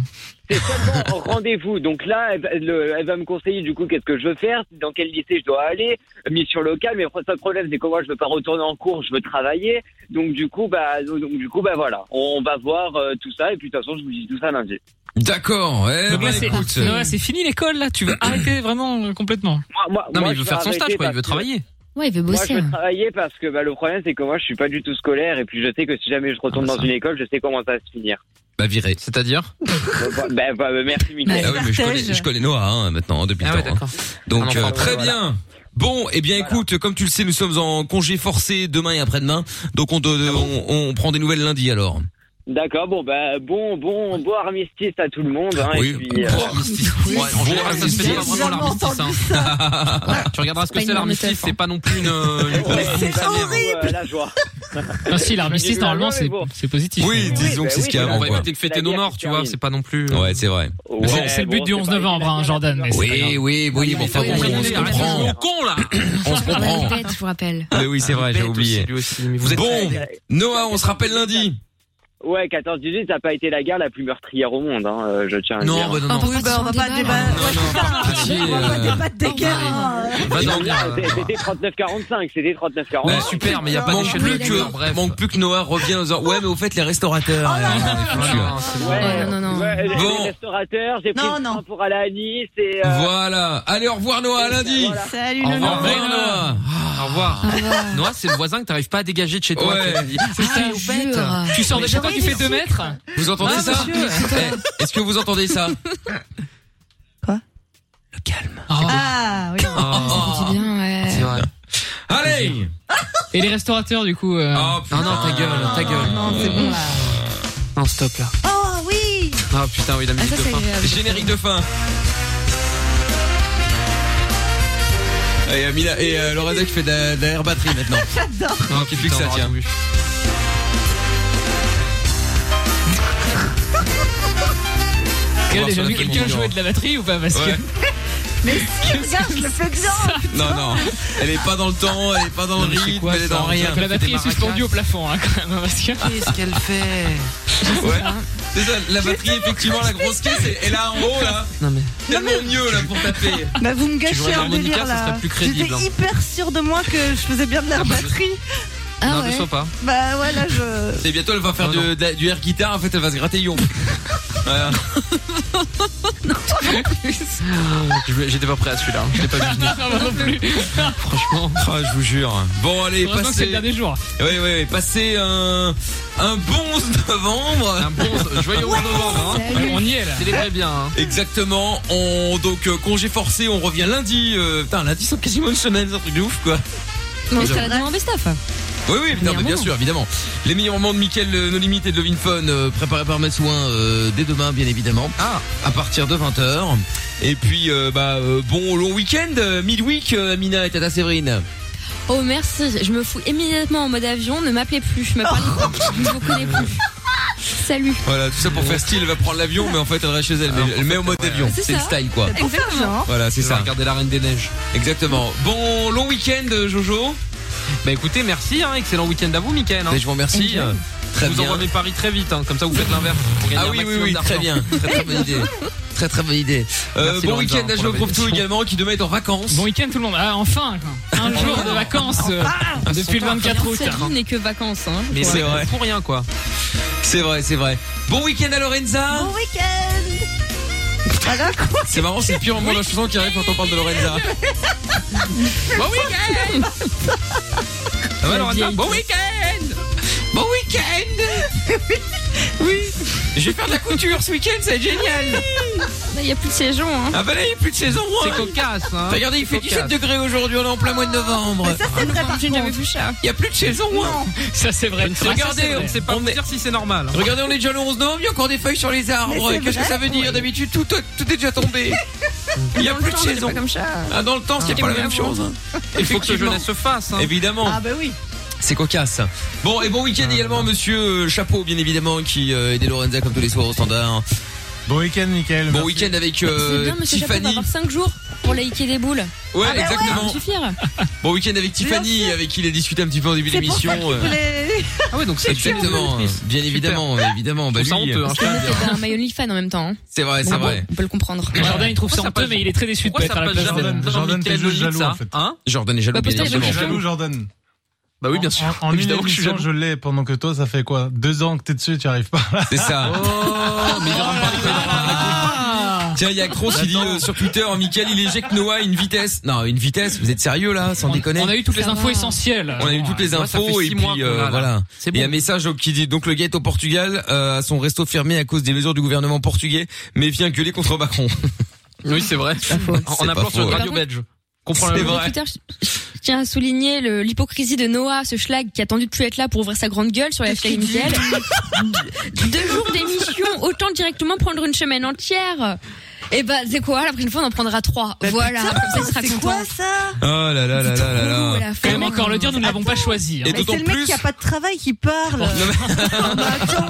Speaker 10: c'est seulement en rendez-vous. Donc là, elle, va- le- elle va me conseiller du coup qu'est-ce que je veux faire, dans quel lycée je dois aller, mission locale. Mais le seul problème, c'est que moi, je veux pas retourner en cours, je veux travailler. Donc du coup, bah, donc du coup, bah voilà, on, on va voir euh, tout ça. Et puis de toute façon, je vous dis tout ça lundi.
Speaker 1: D'accord. Eh,
Speaker 9: Donc
Speaker 1: bah,
Speaker 9: là, c'est
Speaker 1: écoute.
Speaker 9: non, là, c'est fini l'école là. Tu veux arrêter vraiment euh, complètement.
Speaker 10: Moi, moi,
Speaker 9: Non, mais
Speaker 10: moi,
Speaker 9: il veut
Speaker 10: je
Speaker 9: faire
Speaker 10: vais
Speaker 9: son stage,
Speaker 10: arrêter
Speaker 9: quoi, il veut
Speaker 10: parce que-
Speaker 9: travailler.
Speaker 5: Ouais, il veut
Speaker 10: Moi,
Speaker 5: bosser. hein.
Speaker 10: je veux travailler parce que bah, le problème, c'est que moi, je suis pas du tout scolaire. Et puis, je sais que si jamais je retourne dans une école, je sais comment ça va se finir.
Speaker 1: Ah, Bah viré.
Speaker 7: C'est-à-dire
Speaker 10: bah, bah, bah, merci, Mickaël.
Speaker 1: Ah oui, mais je connais, je connais Noah hein, maintenant hein, depuis
Speaker 9: Ah
Speaker 1: le temps. hein. Donc
Speaker 10: Ah non,
Speaker 1: euh, très
Speaker 10: voilà.
Speaker 1: bien. Bon, eh bien écoute, comme tu le sais, nous sommes en congé forcé demain et après-demain, donc on, de- on, on prend des nouvelles lundi alors.
Speaker 10: D'accord, bon, bah, bon, bon, bon armistice à tout le monde. Hein,
Speaker 1: Oui,
Speaker 10: et puis,
Speaker 1: bon armistice.
Speaker 7: Ouais, en général, ça se fait pas vraiment l'armistice. hein. Tu regarderas ce que
Speaker 10: pas
Speaker 7: c'est
Speaker 10: une
Speaker 7: l'armistice,
Speaker 10: meuf,
Speaker 7: c'est pas non plus une. une grosse-
Speaker 10: c'est horrible! La joie.
Speaker 9: Ah si, l'armistice,
Speaker 10: Mais
Speaker 9: normalement,
Speaker 10: mais
Speaker 9: c'est
Speaker 10: bon.
Speaker 9: c'est positif.
Speaker 1: Oui, disons que c'est ce qu'il y a avant.
Speaker 7: On va éviter de fêter nos morts, tu vois, c'est pas non plus.
Speaker 1: Ouais, c'est vrai.
Speaker 9: C'est c'est le but du 11 novembre, hein, Jordan. mais c'est
Speaker 1: Oui,
Speaker 9: pas grave.
Speaker 1: oui, oui, mais enfin, bon, on se comprend.
Speaker 7: con là
Speaker 1: On se comprend.
Speaker 5: Répète, je vous rappelle.
Speaker 1: Mais Ah oui, c'est vrai, j'ai oublié.
Speaker 10: vous êtes-
Speaker 1: Bon, Noah, on se rappelle lundi.
Speaker 10: Ouais, 14-18, ça n'a pas été la guerre la plus meurtrière au monde, hein, euh, je tiens à le
Speaker 1: Non,
Speaker 10: dire.
Speaker 1: bah non, non.
Speaker 4: Oui, bah, on va pas débattre.
Speaker 1: Euh,
Speaker 4: des guerres, hein.
Speaker 10: Non,
Speaker 1: dormir,
Speaker 10: non, Ah, C'était 39-45, c'était 39-45.
Speaker 1: Ah, Bah,
Speaker 7: super, mais y a pas
Speaker 1: manque
Speaker 7: d'échelle
Speaker 1: plus
Speaker 7: de
Speaker 1: que, manque plus que Noah revienne aux Ouais, mais au fait, les restaurateurs. euh, on est foutus, hein.
Speaker 10: Ouais,
Speaker 5: Oh, non, non, non.
Speaker 10: ouais, j'ai
Speaker 1: Bon.
Speaker 10: fait restaurateur, j'ai pris le train pour aller à Nice et... euh,
Speaker 1: Voilà. Allez, au revoir Noah, à lundi.
Speaker 4: Salut,
Speaker 1: Au
Speaker 7: Noah.
Speaker 1: revoir Noah.
Speaker 7: Au revoir. Noah, c'est le voisin que t'arrives pas à dégager de chez toi.
Speaker 1: Ouais.
Speaker 7: qui te dit,
Speaker 9: C'est ça,
Speaker 7: Ah,
Speaker 9: au
Speaker 7: jure.
Speaker 9: fait. Tu sors de
Speaker 7: Mais
Speaker 9: chez toi,
Speaker 7: j'aurais
Speaker 9: tu
Speaker 7: dit
Speaker 9: fais 2 mètres
Speaker 1: Vous entendez
Speaker 9: Ah,
Speaker 1: ça
Speaker 9: monsieur.
Speaker 1: Eh, Est-ce que vous entendez ça
Speaker 4: Ah, oui.
Speaker 5: C'est bien, ouais.
Speaker 7: C'est vrai.
Speaker 1: Allez Oh,
Speaker 9: Et les restaurateurs, du coup. euh, Ah
Speaker 7: Non, non, ta gueule, ta gueule.
Speaker 4: Non, c'est bon, là.
Speaker 7: Non, stop là.
Speaker 4: Oh, oui!
Speaker 7: Ah putain, oui, la musique
Speaker 4: ça,
Speaker 7: de
Speaker 4: c'est
Speaker 7: fin.
Speaker 4: agréable.
Speaker 1: Générique de fin. Et euh, Mila et euh, Lorenza qui fait de la, de la air batterie maintenant.
Speaker 4: J'adore.
Speaker 1: Non, qui plus que ça
Speaker 7: Putain,
Speaker 1: tiens.
Speaker 9: Quel-
Speaker 1: Voir
Speaker 9: J'ai
Speaker 1: sur la
Speaker 9: vu
Speaker 1: feuille
Speaker 9: quelqu'un
Speaker 1: du
Speaker 9: jouer de la batterie ou pas Parce que.
Speaker 1: Ouais.
Speaker 4: Mais si, regarde, je le fais bien!
Speaker 1: Non non, elle est pas dans le temps, elle est pas dans le rythme, elle est dans rien.
Speaker 9: La batterie est suspendue au plafond, hein, quand même. Parce que.
Speaker 7: Qu'est-ce qu'elle fait
Speaker 1: Ouais. C'est ça, la batterie effectivement la grosse caisse elle- elle est là en haut là.
Speaker 7: Non mais
Speaker 1: tellement mieux là pour taper.
Speaker 4: Bah, vous me
Speaker 1: Tu jouerais
Speaker 4: gâchez un
Speaker 1: l'harmonica,
Speaker 4: délire
Speaker 1: ça
Speaker 4: là.
Speaker 1: serait plus crédible,
Speaker 4: J'étais
Speaker 1: hein.
Speaker 4: hyper sûre de moi que je faisais bien de la batterie.
Speaker 5: Ah,
Speaker 7: Non, ne sois pas.
Speaker 4: Bah ouais, là je.
Speaker 1: Et bientôt elle va faire de- de la- du air guitare, en fait elle va se gratter Yon. Ah, Voilà.
Speaker 7: Je- J'étais pas prêt à celui-là. hein. Je l'ai pas vu venir.
Speaker 9: Non plus.
Speaker 7: Franchement.
Speaker 1: Ah, je vous jure. Bon allez,
Speaker 9: Heureusement que c'est
Speaker 1: passez.
Speaker 9: le dernier jour.
Speaker 1: Oui, oui, oui, passez un, un bon 11 novembre.
Speaker 7: Un bon joyeux 11 novembre. hein.
Speaker 9: On y est là.
Speaker 7: Célébrez bien. hein.
Speaker 1: Exactement. On, donc, euh, congé forcé, on revient lundi. euh, putain, lundi, c'est quasiment une semaine, c'est un truc de ouf, quoi.
Speaker 5: Non, c'est la demande stuff.
Speaker 1: Oui, oui, putain, mais bien sûr, évidemment. Les meilleurs moments de Mickaël euh, No Limit et de Lovin Fun, euh, préparés par Matt Souin, euh, dès demain, bien évidemment.
Speaker 7: Ah.
Speaker 1: À partir de 20h. Et puis, euh, bah, euh, bon long week-end, euh, midweek, euh, Amina et Tata Séverine.
Speaker 5: Oh merci, je me fous immédiatement en mode avion, ne m'appelez plus, je me parle plus, je ne vous connais plus. Salut.
Speaker 1: Voilà, tout ça pour faire style, elle va prendre l'avion, mais Ah, en fait, elle reste chez elle. Mais elle met au mode avion.
Speaker 5: C'est
Speaker 1: C'est le
Speaker 5: ça.
Speaker 1: style, quoi.
Speaker 4: Pour faire genre.
Speaker 1: Voilà, c'est
Speaker 7: Je vais
Speaker 1: ça.
Speaker 7: regarder la Reine des Neiges.
Speaker 1: Exactement. Bon long week-end, euh, Jojo.
Speaker 7: Bah écoutez, merci. hein. Excellent week-end à vous, Mickaël. hein.
Speaker 1: Mais je vous remercie.
Speaker 7: Enjoy.
Speaker 1: euh, Très
Speaker 7: vous
Speaker 1: bien.
Speaker 7: envoie mes paris très vite, hein. comme ça vous faites l'inverse. pour gagner
Speaker 1: Ah
Speaker 7: un
Speaker 1: oui, oui,
Speaker 7: maximum
Speaker 1: oui, très
Speaker 7: d'argent.
Speaker 1: bien. Très, très bonne idée. Très, très bonne idée. Euh,
Speaker 7: Merci,
Speaker 1: bon
Speaker 7: Lorenza,
Speaker 1: week-end à
Speaker 7: pour
Speaker 1: Joe
Speaker 7: la
Speaker 1: Prouvetou
Speaker 7: validation.
Speaker 1: également, qui demain est en vacances.
Speaker 9: Bon week-end tout le monde. Ah, enfin quoi. Un jour de vacances euh, depuis le 24 août.
Speaker 5: Cette vie n'est que vacances. Hein.
Speaker 7: Mais
Speaker 1: C'est
Speaker 7: c'est
Speaker 1: vrai.
Speaker 7: pour rien quoi.
Speaker 1: C'est vrai, c'est vrai. Bon week-end à Lorenza.
Speaker 4: Bon week-end! Ah d'accord!
Speaker 1: C'est marrant, c'est le pire moment de la chanson qui arrive quand on parle de Lorenza. bon week-end Ah ouais, Lorenza, bon week-end Bon week-end Oui Je vais faire de la couture ce week-end, ça va être génial
Speaker 5: Il n'y a plus de ces gens. Hein.
Speaker 1: Ah bah là, il n'y a plus de saison
Speaker 7: C'est
Speaker 1: hein.
Speaker 7: cocasse. Hein.
Speaker 1: Regardez, il fait
Speaker 7: Cocasse.
Speaker 1: 17 degrés aujourd'hui, on est en plein mois de novembre.
Speaker 4: Ah, Ça c'est vrai par
Speaker 5: J'ai jamais
Speaker 4: contre!
Speaker 5: vu ça.
Speaker 1: Il n'y a plus de saison hein.
Speaker 9: Ça c'est vrai.
Speaker 7: Ah,
Speaker 1: c'est Regardez,
Speaker 7: Regardez, on sait pas
Speaker 1: On
Speaker 7: vous
Speaker 1: est-
Speaker 7: dire si c'est normal. hein.
Speaker 1: Regardez, on est déjà le 11 novembre, il y a encore des feuilles sur les arbres.
Speaker 4: Mais c'est
Speaker 1: Qu'est-ce que
Speaker 4: vrai,
Speaker 1: ça veut dire D'habitude, tout, tout est déjà tombé. Il n'y a plus de saison.
Speaker 5: Comme ça.
Speaker 1: Ah, dans le temps, c'est pas la même chose. hein.
Speaker 7: Il faut que ce
Speaker 1: Effectivement.
Speaker 7: jeunesse se fasse. hein.
Speaker 1: Évidemment.
Speaker 4: Ah bah oui!
Speaker 1: C'est cocasse. Bon, et bon week-end également, monsieur euh, Chapeau, bien évidemment, qui euh, aidait Lorenza comme tous les soirs au standard.
Speaker 14: Bon week-end, Michael.
Speaker 1: Bon week-end avec euh,
Speaker 5: c'est bien, monsieur Chapeau, on va
Speaker 1: Tiffany.
Speaker 5: avoir 5 jours pour laïquer des boules. Ah bah
Speaker 1: Ouais,
Speaker 4: ouais,
Speaker 5: Ça
Speaker 1: exactement.
Speaker 5: va suffire.
Speaker 1: Bon week-end avec Tiffany, avec qui il a discuté un petit peu en début
Speaker 4: C'est pour
Speaker 1: d'émission.
Speaker 4: ça qu'il
Speaker 1: euh,
Speaker 4: voulait-
Speaker 7: Ah ouais, donc c'est
Speaker 1: Exactement,
Speaker 7: c'est-
Speaker 1: euh, bien évidemment, euh, évidemment. Bah,
Speaker 7: Je trouve ça
Speaker 1: lui,
Speaker 7: honteux, hein, je
Speaker 5: Parce que nous, c'est un maillot fan en même temps. hein.
Speaker 1: C'est vrai, c'est
Speaker 5: Bon,
Speaker 1: vrai.
Speaker 5: On peut le comprendre.
Speaker 9: Et Jordan il trouve ça
Speaker 7: Pourquoi ça
Speaker 9: honteux
Speaker 7: passe-
Speaker 9: mais il est très déçu de pas
Speaker 7: Pourquoi
Speaker 9: être
Speaker 7: ça
Speaker 9: à la
Speaker 7: passe
Speaker 9: place de-
Speaker 7: Jordan
Speaker 14: Jordan,
Speaker 7: Jordan,
Speaker 14: t'es
Speaker 7: Michael,
Speaker 14: juste
Speaker 7: logique
Speaker 14: jaloux,
Speaker 7: ça
Speaker 14: en fait.
Speaker 7: Hein
Speaker 1: Jordan est jaloux,
Speaker 5: Bah,
Speaker 1: bien
Speaker 5: putain, il va
Speaker 1: évidemment.
Speaker 5: coucher.
Speaker 14: Jaloux, Jordan.
Speaker 7: Bah oui, bien sûr.
Speaker 14: Ah, En, en une
Speaker 7: Évidemment que je suis
Speaker 14: émission,
Speaker 7: jaloux.
Speaker 14: je l'ai pendant que toi, ça fait quoi Deux ans que t'es dessus, tu arrives pas.
Speaker 1: C'est ça.
Speaker 7: Oh, mais il verra pas, il verra pas.
Speaker 9: Ah
Speaker 1: Tiens, il y a Cross qui dit euh, sur Twitter, Michael, il éjecte Noah à une vitesse. Non, une vitesse, vous êtes sérieux là, sans déconner
Speaker 9: On a eu toutes les infos essentielles.
Speaker 1: On a eu toutes les
Speaker 9: Moi, ça fait
Speaker 1: infos
Speaker 9: six
Speaker 1: et
Speaker 9: mois
Speaker 1: puis
Speaker 9: qu'on
Speaker 1: euh,
Speaker 9: a, là.
Speaker 1: voilà.
Speaker 9: C'est
Speaker 1: Et
Speaker 9: bon.
Speaker 1: un message qui dit donc le guet au Portugal euh, a son resto fermé à cause des mesures du gouvernement portugais, mais vient gueuler contre Macron.
Speaker 7: Oui, c'est vrai.
Speaker 1: C'est
Speaker 7: On
Speaker 1: pas
Speaker 7: apprend sur
Speaker 1: faux,
Speaker 7: une
Speaker 1: ouais.
Speaker 7: radio belge. Comprends
Speaker 1: C'est
Speaker 7: la
Speaker 1: vrai.
Speaker 5: Twitter, je, je tiens à souligner le- l'hypocrisie de Noah, ce schlag qui a tendu de plus être là pour ouvrir sa grande gueule sur la hashtag Mickaël. Deux- Deux jours d'émission, autant directement prendre une semaine entière. Et bah, c'est quoi La prochaine fois, on en prendra trois. voilà,
Speaker 4: putain,
Speaker 5: comme ça, il sera
Speaker 4: c'est
Speaker 5: content.
Speaker 4: quoi ça
Speaker 1: Oh là là là là là là.
Speaker 9: Ah Quand même encore le dire, nous ne l'avons pas choisi. hein.
Speaker 1: Et
Speaker 4: Mais c'est le mec qui a pas de travail qui parle.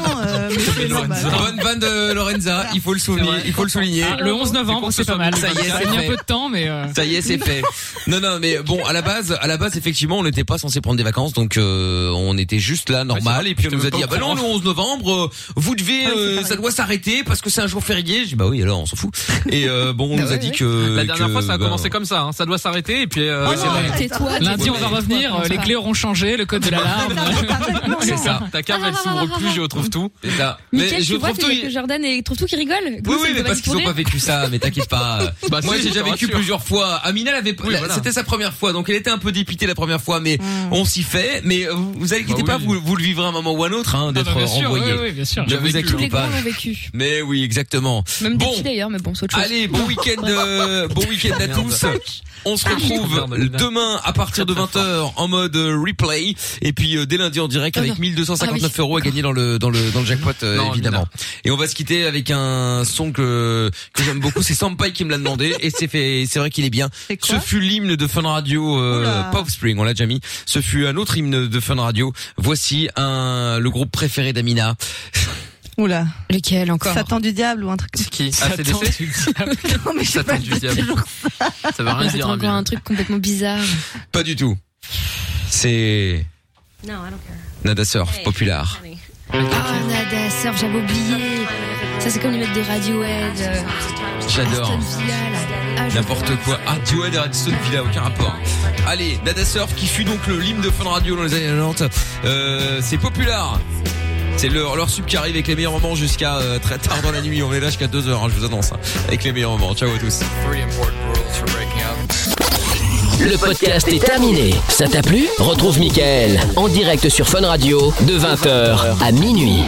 Speaker 1: Euh, Bonne vanne de Lorenza, il faut le souligner, il faut le souligner.
Speaker 9: Ah, le 11 novembre, c'est pas mal.
Speaker 1: Ça y est,
Speaker 9: ça a
Speaker 1: c'est
Speaker 9: mis un
Speaker 1: fait.
Speaker 9: peu de temps, mais. euh,
Speaker 1: Ça y est, c'est fait. Non, non, mais bon, à la base, à la base, effectivement, on n'était pas censé prendre des vacances, donc euh, on était juste là, normal. et puis on nous a dit, ah bah non, le 11 novembre, euh, vous devez,
Speaker 7: Ah
Speaker 1: euh, ça doit s'arrêter parce que c'est un jour férié. J'ai dit, bah oui, alors on s'en fout. Et euh, bon, on nous a dit que
Speaker 7: La dernière
Speaker 1: que,
Speaker 7: fois, ça a
Speaker 1: ben,
Speaker 7: commencé comme ça. hein. Ça doit s'arrêter et puis. euh,
Speaker 9: Oui, c'est vrai.
Speaker 7: tais-toi,
Speaker 9: Lundi, on
Speaker 7: tais-toi,
Speaker 9: va revenir.
Speaker 7: tais-toi,
Speaker 9: euh, Les
Speaker 7: tais-toi.
Speaker 9: clés auront changé, le code de l'alarme.
Speaker 7: C'est ça. Ta cave, elle s'ouvre plus, je retrouve tout.
Speaker 1: C'est ça.
Speaker 5: Mickaël,
Speaker 1: mais
Speaker 5: tu
Speaker 1: je
Speaker 5: vois
Speaker 1: trouve
Speaker 5: que
Speaker 1: tout.
Speaker 5: que Jordan et trouve tout qui rigole.
Speaker 1: Oui, oui, mais parce qu'ils ont pas vécu ça, mais t'inquiète pas.
Speaker 7: Bah,
Speaker 1: Moi,
Speaker 7: si,
Speaker 1: j'ai
Speaker 7: je
Speaker 1: déjà
Speaker 7: te
Speaker 1: vécu
Speaker 7: rassure.
Speaker 1: plusieurs fois. Amina l'avait,
Speaker 7: Oui,
Speaker 1: la-
Speaker 7: voilà.
Speaker 1: c'était sa première fois, donc elle était un peu dépitée la première fois, mais on s'y fait. Mais euh, vous, vous inquiétez pas, vous, vous le vivrez un moment ou un autre, hein, d'être
Speaker 9: bah, bien sûr,
Speaker 1: renvoyé.
Speaker 9: oui, oui, bien sûr.
Speaker 1: Ne
Speaker 9: J'ai
Speaker 1: vous
Speaker 9: vécu,
Speaker 1: inquiétez
Speaker 5: les grands
Speaker 1: pas.
Speaker 5: l'ont vécu.
Speaker 1: Mais oui, exactement.
Speaker 5: Même
Speaker 1: bon,
Speaker 5: Daffy, d'ailleurs, mais bon, c'est autre chose.
Speaker 1: allez, bon week-end, euh, bon week-end à tous. On se retrouve demain à partir de 20h en mode euh, replay et puis euh, dès lundi en direct avec 1259 euros à gagner dans le dans le dans le jackpot euh,
Speaker 7: Non,
Speaker 1: évidemment. Et on va se quitter avec un son que que j'aime beaucoup, c'est Sampai qui me l'a demandé et c'est fait c'est vrai qu'il est bien. Ce fut l'hymne de Fun Radio euh, pas Offspring, on l'a déjà mis. Ce fut un autre hymne de Fun Radio. Voici un le groupe préféré d'Amina.
Speaker 4: Oula.
Speaker 5: Lequel encore
Speaker 4: Satan du diable ou un truc.
Speaker 7: C'est qui
Speaker 1: Satan
Speaker 7: ACDC
Speaker 4: Non mais je sais pas.
Speaker 7: Satan du diable. Ça veut rien
Speaker 5: C'est
Speaker 7: dire. hein,
Speaker 5: encore un truc complètement bizarre.
Speaker 1: Pas du tout. C'est
Speaker 5: Non, I don't care.
Speaker 1: Nada Surf populaire.
Speaker 5: Ah, Nada Surf, j'avais oublié. Ça, c'est comme les mecs de Radiohead. euh,
Speaker 1: J'adore.
Speaker 5: Aston Villa, là. Ah, je-
Speaker 1: N'importe quoi. Ah, Duel et Radisson Villa, aucun rapport. hein. Allez, Nada Surf qui fut donc le lime de Fun Radio dans les années 90. Euh, c'est populaire. C'est leur, leur sub qui arrive avec les meilleurs moments jusqu'à euh, très tard dans la nuit. On est là jusqu'à 2h, je vous annonce. hein, avec les meilleurs moments. Ciao à tous.
Speaker 6: Le podcast est terminé. Ça t'a plu Retrouve Mickaël en direct sur Fun Radio de 20h à minuit.